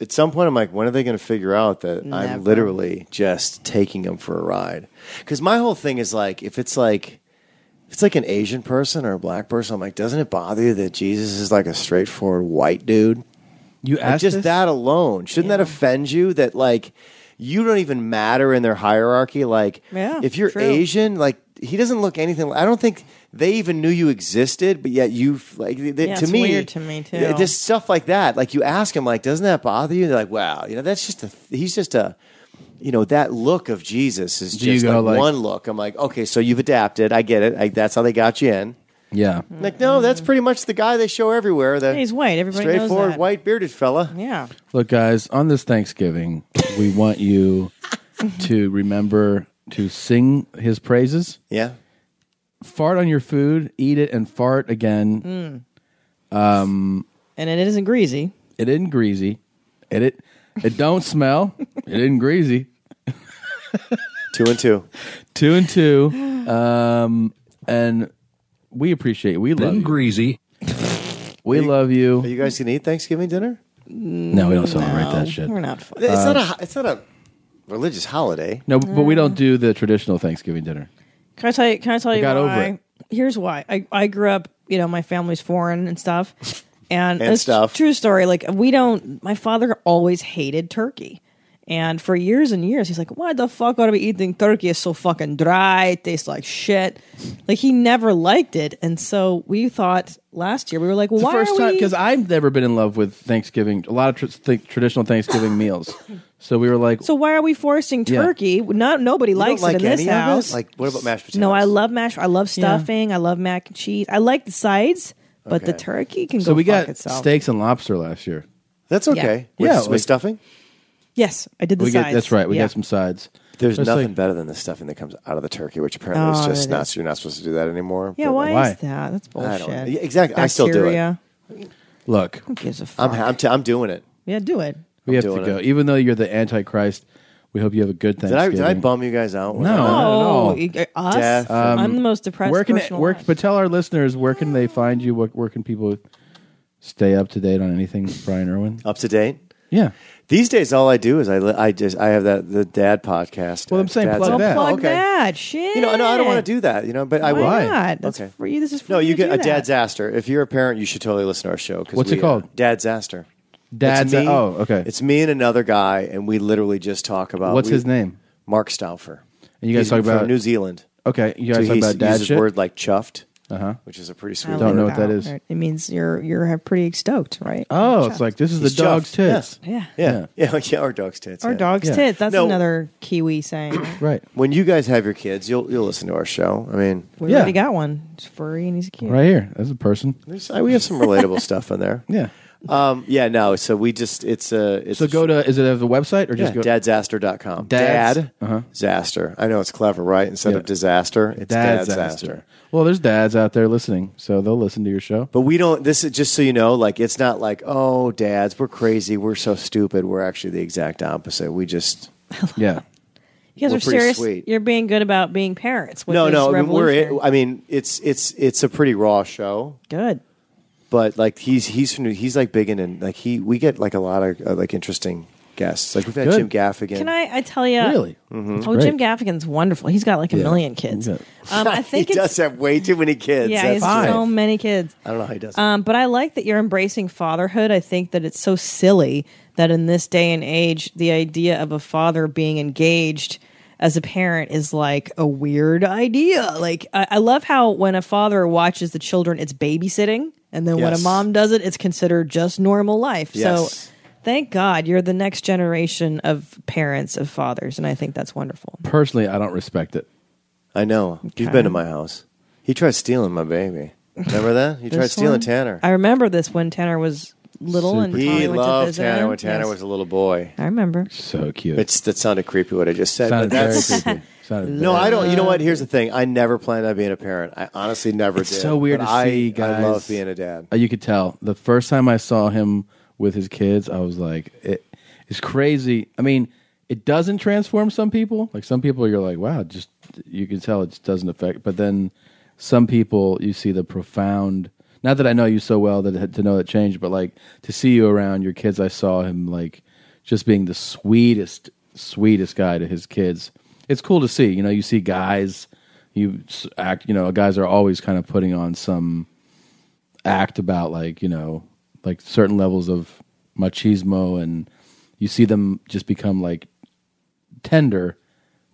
[SPEAKER 4] at some point I'm like, when are they going to figure out that
[SPEAKER 3] Never.
[SPEAKER 4] I'm literally just taking them for a ride? Because my whole thing is like, if it's like if it's like an Asian person or a black person, I'm like, doesn't it bother you that Jesus is like a straightforward white dude?
[SPEAKER 2] You
[SPEAKER 4] Like,
[SPEAKER 2] asked
[SPEAKER 4] just
[SPEAKER 2] this?
[SPEAKER 4] that alone shouldn't that offend you? That like you don't even matter in their hierarchy. Like
[SPEAKER 17] Yeah,
[SPEAKER 4] if you're
[SPEAKER 17] true.
[SPEAKER 4] Asian, like he doesn't look anything. I don't think they even knew you existed, but yet you like th- th-
[SPEAKER 3] Yeah,
[SPEAKER 4] to
[SPEAKER 3] it's
[SPEAKER 4] me
[SPEAKER 3] weird to me, too.
[SPEAKER 4] yeah, Just stuff like that. Like you ask him, like, doesn't that bother you? They're like, wow, you know, that's just a. He's just a. You know that look of Jesus is
[SPEAKER 2] Do you
[SPEAKER 4] just
[SPEAKER 2] go
[SPEAKER 4] like
[SPEAKER 2] like-
[SPEAKER 4] one look. I'm like, okay, so you've adapted. I get it. I, that's how they got you in.
[SPEAKER 2] yeah
[SPEAKER 4] Like, no, that's pretty much the guy they show everywhere. The
[SPEAKER 3] He's white. Everybody knows
[SPEAKER 4] straightforward
[SPEAKER 3] that.
[SPEAKER 4] white bearded fella.
[SPEAKER 3] Yeah.
[SPEAKER 2] look guys on this Thanksgiving we want you to remember to sing His praises
[SPEAKER 4] yeah
[SPEAKER 2] fart on your food eat it and fart again
[SPEAKER 3] Mm.
[SPEAKER 2] um
[SPEAKER 3] And it isn't greasy
[SPEAKER 2] it isn't greasy it it it don't smell it isn't greasy
[SPEAKER 4] two and two
[SPEAKER 2] two and two um and we appreciate it. we love
[SPEAKER 15] Been
[SPEAKER 2] you.
[SPEAKER 15] greasy
[SPEAKER 2] we love you
[SPEAKER 4] Are you guys gonna eat Thanksgiving dinner?
[SPEAKER 2] no we don't celebrate that shit
[SPEAKER 4] It's
[SPEAKER 2] Uh,
[SPEAKER 4] not a. It's not a religious holiday.
[SPEAKER 2] No, but we don't do the traditional Thanksgiving dinner.
[SPEAKER 3] Can I tell you? Can I tell
[SPEAKER 2] I
[SPEAKER 3] you
[SPEAKER 2] got over
[SPEAKER 3] why?
[SPEAKER 2] it.
[SPEAKER 3] Here's why. I I grew up. You know, my family's foreign and stuff, and,
[SPEAKER 2] And
[SPEAKER 3] it's
[SPEAKER 2] stuff.
[SPEAKER 3] True story. Like we don't. My father always hated turkey, And for years and years, he's like, "Why the fuck ought I be eating turkey? It's so fucking dry. It tastes like shit." Like he never liked it, and so we thought last year we were like, "Well,
[SPEAKER 2] It's the
[SPEAKER 3] why
[SPEAKER 2] first
[SPEAKER 3] are
[SPEAKER 2] time
[SPEAKER 3] we-
[SPEAKER 2] because I've never been in love with Thanksgiving. A lot of tr- th- traditional Thanksgiving meals. So we were like,
[SPEAKER 3] So why are we forcing
[SPEAKER 2] Yeah.
[SPEAKER 3] turkey? Not nobody likes it in this house.
[SPEAKER 4] Like, what about mashed potatoes?
[SPEAKER 3] no, I love mashed. I love stuffing. I love mac and cheese. I like the sides, but the
[SPEAKER 2] Okay.
[SPEAKER 3] turkey can
[SPEAKER 2] so
[SPEAKER 3] go
[SPEAKER 2] we
[SPEAKER 3] fuck
[SPEAKER 2] got
[SPEAKER 3] itself.
[SPEAKER 2] steaks and lobster last year.
[SPEAKER 4] That's
[SPEAKER 3] okay.
[SPEAKER 2] Yeah,
[SPEAKER 4] With-
[SPEAKER 2] yeah
[SPEAKER 4] with
[SPEAKER 2] like-
[SPEAKER 4] stuffing?
[SPEAKER 3] Yes, I did the
[SPEAKER 2] we
[SPEAKER 3] sides.
[SPEAKER 2] get that's right. We
[SPEAKER 3] Yeah.
[SPEAKER 2] got some sides.
[SPEAKER 4] There's
[SPEAKER 2] Just
[SPEAKER 4] nothing
[SPEAKER 2] like-
[SPEAKER 4] better than the stuffing that comes out of the turkey, which apparently
[SPEAKER 3] Oh,
[SPEAKER 4] is just
[SPEAKER 3] it
[SPEAKER 4] not.
[SPEAKER 3] is.
[SPEAKER 4] You're not supposed to do that anymore.
[SPEAKER 3] Yeah,
[SPEAKER 4] but-
[SPEAKER 3] why, is that? That's
[SPEAKER 4] I
[SPEAKER 3] bullshit.
[SPEAKER 4] don't- Yeah, exactly. I still do it.
[SPEAKER 3] Bacteria.
[SPEAKER 2] Look,
[SPEAKER 3] who gives a
[SPEAKER 4] I'm, I'm, t- I'm doing it.
[SPEAKER 3] Yeah, do it.
[SPEAKER 2] We
[SPEAKER 4] I'm
[SPEAKER 2] have to
[SPEAKER 4] doing
[SPEAKER 2] go.
[SPEAKER 4] it.
[SPEAKER 2] Even though you're the Antichrist, we hope you have a good
[SPEAKER 4] Did I,
[SPEAKER 2] Thanksgiving.
[SPEAKER 4] did I bum you guys out?
[SPEAKER 2] No, not at all.
[SPEAKER 3] you- uh, us?
[SPEAKER 2] Death.
[SPEAKER 3] I'm the most depressed
[SPEAKER 2] um, Where can
[SPEAKER 3] person
[SPEAKER 2] where,
[SPEAKER 3] alive.
[SPEAKER 2] but tell our listeners where can they find you? Where, where can people stay up to date on anything, Brian Irwin?
[SPEAKER 4] Up to date?
[SPEAKER 2] Yeah.
[SPEAKER 4] These days, all I do is I, li- I just I have that the dad podcast. Well, I'm
[SPEAKER 2] saying plug
[SPEAKER 3] Don't
[SPEAKER 2] that.
[SPEAKER 3] plug that shit.
[SPEAKER 4] You know, no, I don't want to do that. You know, but I will.
[SPEAKER 3] Why not? That's free. This is free
[SPEAKER 4] No, you
[SPEAKER 3] to
[SPEAKER 4] get
[SPEAKER 3] do
[SPEAKER 4] a
[SPEAKER 3] that.
[SPEAKER 4] dad's aster. If you're a parent, you should totally listen to our show. 'cause
[SPEAKER 2] What's it
[SPEAKER 4] we, uh,
[SPEAKER 2] called?
[SPEAKER 4] Dad's aster.
[SPEAKER 2] Dad's-
[SPEAKER 4] It's me-
[SPEAKER 2] oh, okay.
[SPEAKER 4] It's me and another guy, and we literally just talk about
[SPEAKER 2] What's
[SPEAKER 4] we-
[SPEAKER 2] his name?
[SPEAKER 4] Mark Stauffer.
[SPEAKER 2] And you guys
[SPEAKER 4] He's
[SPEAKER 2] talk
[SPEAKER 4] from
[SPEAKER 2] about-
[SPEAKER 4] New Zealand.
[SPEAKER 2] Okay, you guys
[SPEAKER 4] so
[SPEAKER 2] talk
[SPEAKER 4] he
[SPEAKER 2] about dad
[SPEAKER 4] uses
[SPEAKER 2] shit?
[SPEAKER 4] word like chuffed,
[SPEAKER 2] Uh-huh.
[SPEAKER 4] which is a pretty sweet.
[SPEAKER 2] Don't
[SPEAKER 4] word.
[SPEAKER 2] know what that is.
[SPEAKER 3] It means you're you're pretty stoked, right?
[SPEAKER 2] Oh, it's like this is
[SPEAKER 4] He's
[SPEAKER 2] the dog's
[SPEAKER 4] chuffed.
[SPEAKER 2] tits.
[SPEAKER 3] Yeah.
[SPEAKER 4] Yeah, yeah, yeah. Our dog's tits.
[SPEAKER 3] Or
[SPEAKER 4] yeah.
[SPEAKER 3] dog's
[SPEAKER 4] Yeah.
[SPEAKER 3] tits. That's
[SPEAKER 4] No.
[SPEAKER 3] another Kiwi saying.
[SPEAKER 2] Right.
[SPEAKER 4] When you guys have your kids, you'll you'll listen to our show. I mean,
[SPEAKER 3] We already got one. He's furry and he's cute.
[SPEAKER 2] Right here. That's a person.
[SPEAKER 4] There's, uh, we have some relatable stuff in there.
[SPEAKER 2] Yeah.
[SPEAKER 4] Um, yeah, no. So we just it's a it's
[SPEAKER 2] So go to is it have the website or just
[SPEAKER 4] yeah,
[SPEAKER 2] go
[SPEAKER 4] dadzaster.com.
[SPEAKER 2] Dad's- Uh-huh.
[SPEAKER 4] Dad Zaster. I know it's clever, right? Instead of disaster, it's
[SPEAKER 2] Dad's
[SPEAKER 4] Dadzaster.
[SPEAKER 2] Aster. Well, there's dads out there listening, so they'll listen to your show.
[SPEAKER 4] But we don't. This is just so you know. Like it's not like oh, dads, we're crazy, we're so stupid. We're actually the exact opposite. We just
[SPEAKER 2] yeah.
[SPEAKER 3] You guys
[SPEAKER 4] We're
[SPEAKER 3] are
[SPEAKER 4] pretty
[SPEAKER 3] serious.
[SPEAKER 4] sweet.
[SPEAKER 3] You're being good about being parents. Which
[SPEAKER 4] No,
[SPEAKER 3] is
[SPEAKER 4] no. I mean, we're.
[SPEAKER 3] revolutionary.
[SPEAKER 4] I mean, it's it's it's a pretty raw show.
[SPEAKER 3] Good.
[SPEAKER 4] But like he's he's from he's like big in and like he we get like a lot of uh, like interesting guests. Like we've had
[SPEAKER 3] Good.
[SPEAKER 4] Jim Gaffigan.
[SPEAKER 3] Can I? I tell you,
[SPEAKER 4] Really? Mhm. That's
[SPEAKER 3] Oh, Jim Gaffigan's wonderful. He's got like a million kids. Um, I think
[SPEAKER 4] he
[SPEAKER 3] it's
[SPEAKER 4] does have way too many kids.
[SPEAKER 3] yeah,
[SPEAKER 4] That's
[SPEAKER 3] he's
[SPEAKER 4] true.
[SPEAKER 3] so many kids.
[SPEAKER 4] I don't know how he does. it.
[SPEAKER 3] Um, but I like that you're embracing fatherhood. I think that it's so silly that in this day and age, the idea of a father being engaged as a parent is like a weird idea. Like, I, I love how when a father watches the children, it's babysitting. And then when a
[SPEAKER 17] Yes.
[SPEAKER 3] mom does it, it's considered just normal life.
[SPEAKER 17] Yes.
[SPEAKER 3] So thank God you're the next generation of parents, of fathers. And I think that's wonderful.
[SPEAKER 2] Personally, I don't respect it.
[SPEAKER 4] I know. You've been to my house. He tried stealing my baby. Remember that? He tried
[SPEAKER 3] This
[SPEAKER 4] stealing
[SPEAKER 3] one?
[SPEAKER 4] Tanner.
[SPEAKER 3] I remember this when Tanner was little and Tommy
[SPEAKER 4] he
[SPEAKER 3] went to
[SPEAKER 4] loved
[SPEAKER 3] visit
[SPEAKER 4] Tanner
[SPEAKER 3] him.
[SPEAKER 4] when Tanner
[SPEAKER 3] Yes.
[SPEAKER 4] was a little boy.
[SPEAKER 3] I remember.
[SPEAKER 2] So cute.
[SPEAKER 4] It's that sounded creepy what I just said.
[SPEAKER 2] Sounded
[SPEAKER 4] but
[SPEAKER 2] very
[SPEAKER 4] that's-
[SPEAKER 2] creepy. Sounded
[SPEAKER 4] no,
[SPEAKER 2] very-
[SPEAKER 4] I don't. You know what? Here's the thing. I never planned on being a parent. I honestly never
[SPEAKER 2] It's
[SPEAKER 4] did.
[SPEAKER 2] so weird
[SPEAKER 4] But
[SPEAKER 2] to
[SPEAKER 4] I,
[SPEAKER 2] see guys.
[SPEAKER 4] I love being a dad.
[SPEAKER 2] Uh, You could tell the first time I saw him with his kids, I was like, it, it's crazy. I mean, it doesn't transform some people. Like some people, you're like, wow, just you can tell it just doesn't affect. But then some people, you see the profound. Not that I know you so well that it- to know it changed, but like to see you around your kids, I saw him like just being the sweetest, sweetest guy to his kids. It's cool to see. You know, you see guys, you s- act. You know, guys are always kind of putting on some act about like you know like certain levels of machismo and you see them just become like tender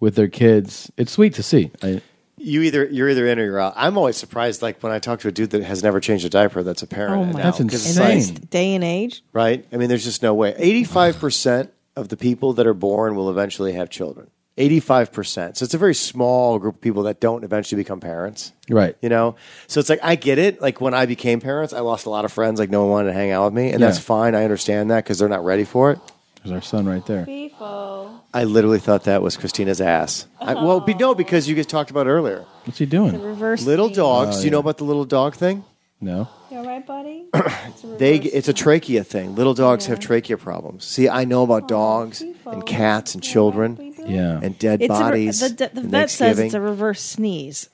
[SPEAKER 2] with their kids it's sweet to see I,
[SPEAKER 4] You either you're either in or you're out. I'm always surprised, like when I talk to a dude that has never changed a diaper, that's a parent.
[SPEAKER 3] Oh
[SPEAKER 4] now,
[SPEAKER 3] my!
[SPEAKER 4] 'cause it's
[SPEAKER 3] In
[SPEAKER 4] like-
[SPEAKER 3] this day and age,
[SPEAKER 4] right? I mean, there's just no way. 85% of the people that are born will eventually have children. 85%. So it's a very small group of people that don't eventually become parents.
[SPEAKER 2] right
[SPEAKER 4] You know? So it's like, I get it. Like when I became parents, I lost a lot of friends. Like no one wanted to hang out with me. And
[SPEAKER 2] Yeah.
[SPEAKER 4] that's fine. I understand that because they're not ready for it.
[SPEAKER 2] there's our son right there
[SPEAKER 4] I literally thought that was Christina's ass. I, well, be, no, because you guys talked about earlier.
[SPEAKER 2] What's he doing?
[SPEAKER 3] reverse
[SPEAKER 4] Little
[SPEAKER 3] thing.
[SPEAKER 4] dogs.
[SPEAKER 2] Oh,
[SPEAKER 4] Do you know
[SPEAKER 2] yeah.
[SPEAKER 4] about the little dog thing?
[SPEAKER 2] No.
[SPEAKER 3] You all right, buddy?
[SPEAKER 4] They it's a trachea thing. Little dogs have trachea problems. See, I know about dogs and cats and children.
[SPEAKER 2] Yeah.
[SPEAKER 4] And dead
[SPEAKER 3] It's a re-
[SPEAKER 4] bodies.
[SPEAKER 3] the, the, the
[SPEAKER 4] and
[SPEAKER 3] vet says it's a
[SPEAKER 4] Thanksgiving.
[SPEAKER 3] reverse sneeze.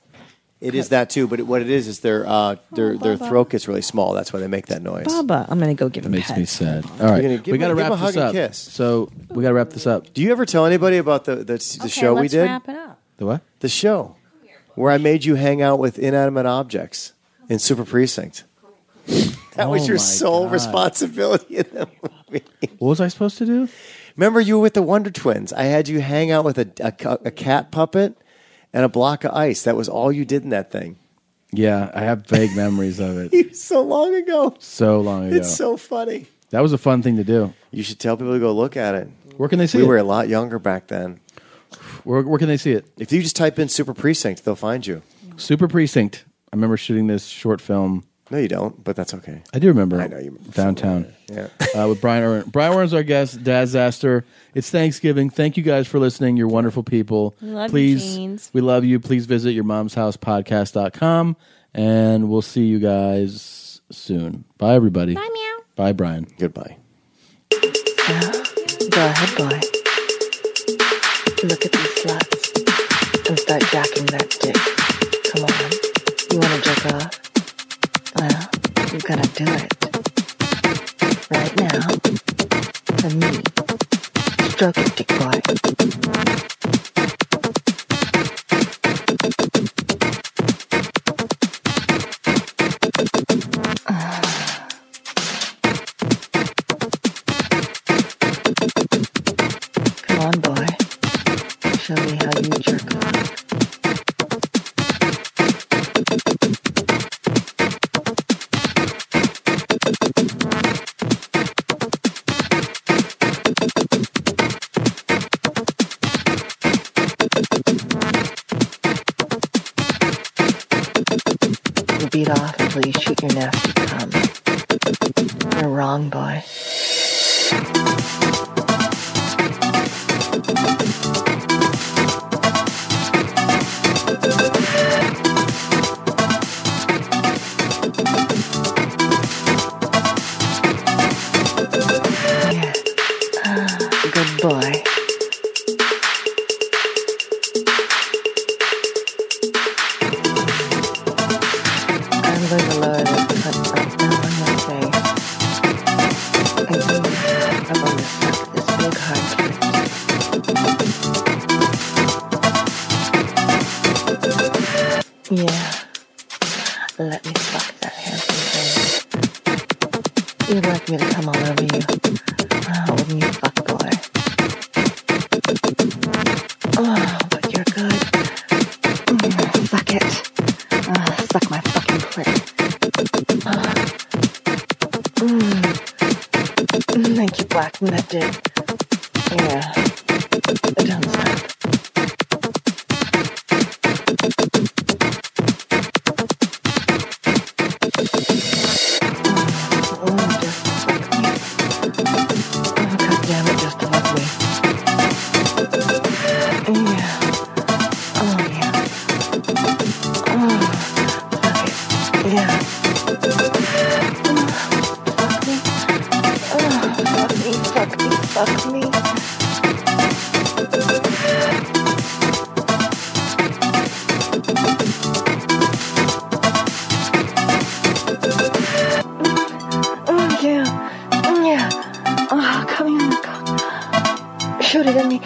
[SPEAKER 4] It is that too, but it, what it is is their uh,
[SPEAKER 3] Oh,
[SPEAKER 4] their their throat gets really small. That's why they make that noise.
[SPEAKER 3] Baba, I'm gonna go give him.
[SPEAKER 2] makes me
[SPEAKER 3] pets.
[SPEAKER 2] sad all
[SPEAKER 4] You're
[SPEAKER 2] right
[SPEAKER 4] gonna give
[SPEAKER 2] we gotta
[SPEAKER 4] him- give him
[SPEAKER 2] wrap
[SPEAKER 4] a hug
[SPEAKER 2] this
[SPEAKER 4] and
[SPEAKER 2] up
[SPEAKER 4] kiss.
[SPEAKER 2] so we gotta wrap this up
[SPEAKER 4] Do you ever tell anybody about the the, the show we did?
[SPEAKER 3] it up.
[SPEAKER 2] the what
[SPEAKER 4] The show where I made you hang out with inanimate objects in Super Precinct. That was
[SPEAKER 2] Oh
[SPEAKER 4] your
[SPEAKER 2] my
[SPEAKER 4] sole
[SPEAKER 2] God.
[SPEAKER 4] responsibility in the movie.
[SPEAKER 2] What was I supposed to do?
[SPEAKER 4] Remember, you were with the Wonder Twins. I had you hang out with a, a ca- a cat puppet and a block of ice. That was all you did in that thing.
[SPEAKER 2] Yeah, I have vague memories of it.
[SPEAKER 4] so long ago.
[SPEAKER 2] So long ago.
[SPEAKER 4] It's so funny.
[SPEAKER 2] that was a fun thing to do.
[SPEAKER 4] You should tell people to go look at it.
[SPEAKER 2] Where can they see
[SPEAKER 4] we
[SPEAKER 2] it?
[SPEAKER 4] were a lot younger back then.
[SPEAKER 2] Where, where can they see it?
[SPEAKER 4] If you just type in Super Precinct, they'll find you.
[SPEAKER 2] Super Precinct. I remember shooting this short film.
[SPEAKER 4] No, you don't, but that's okay.
[SPEAKER 2] I do remember. I know you downtown.
[SPEAKER 4] Yeah.
[SPEAKER 2] uh, with Brian Irwin. Brian Irwin's our guest. Dad's Aster. It's Thanksgiving. Thank you guys for listening. You're wonderful people.
[SPEAKER 3] We love you,
[SPEAKER 2] Please,
[SPEAKER 3] teens.
[SPEAKER 2] we love you. Please visit your mom's house podcast.com and we'll see you guys soon. Bye, everybody. Bye, meow. Bye, Brian.
[SPEAKER 4] Goodbye.
[SPEAKER 17] Go ahead, boy. Look at these sluts and start jacking that dick. Come on. You want to jerk off? Well, you're going to do it. Right now. For me. Stroke it, dick boy. Come on, boy. Show me how you jerk off. You beat off until you shoot your nasty cum. You're wrong, boy. Ah, Good boy. I'm going to lower this foot right now on your face. Again, I want to suck this big hard clit. Yeah. Let me fuck that handsome thing. You'd like me to come all over you. Oh, wouldn't you fuck boy? Oh, but you're good. Mm, suck it. Ah, suck my fucking clit. Ah. Mm. Thank you, Black. That did. Yeah. Don't stop. Mm, just fuck me. Oh, God damn it, just fuck me. Yeah. Oh, yeah. Oh, fuck it. Yeah. Oh, fuck me. Oh, fuck me, fuck me, fuck me. Oh yeah, oh yeah. Oh, come here, God. Shoot it at me.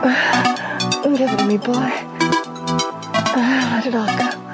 [SPEAKER 17] Uh, Give it to me, boy. Uh, let it all go.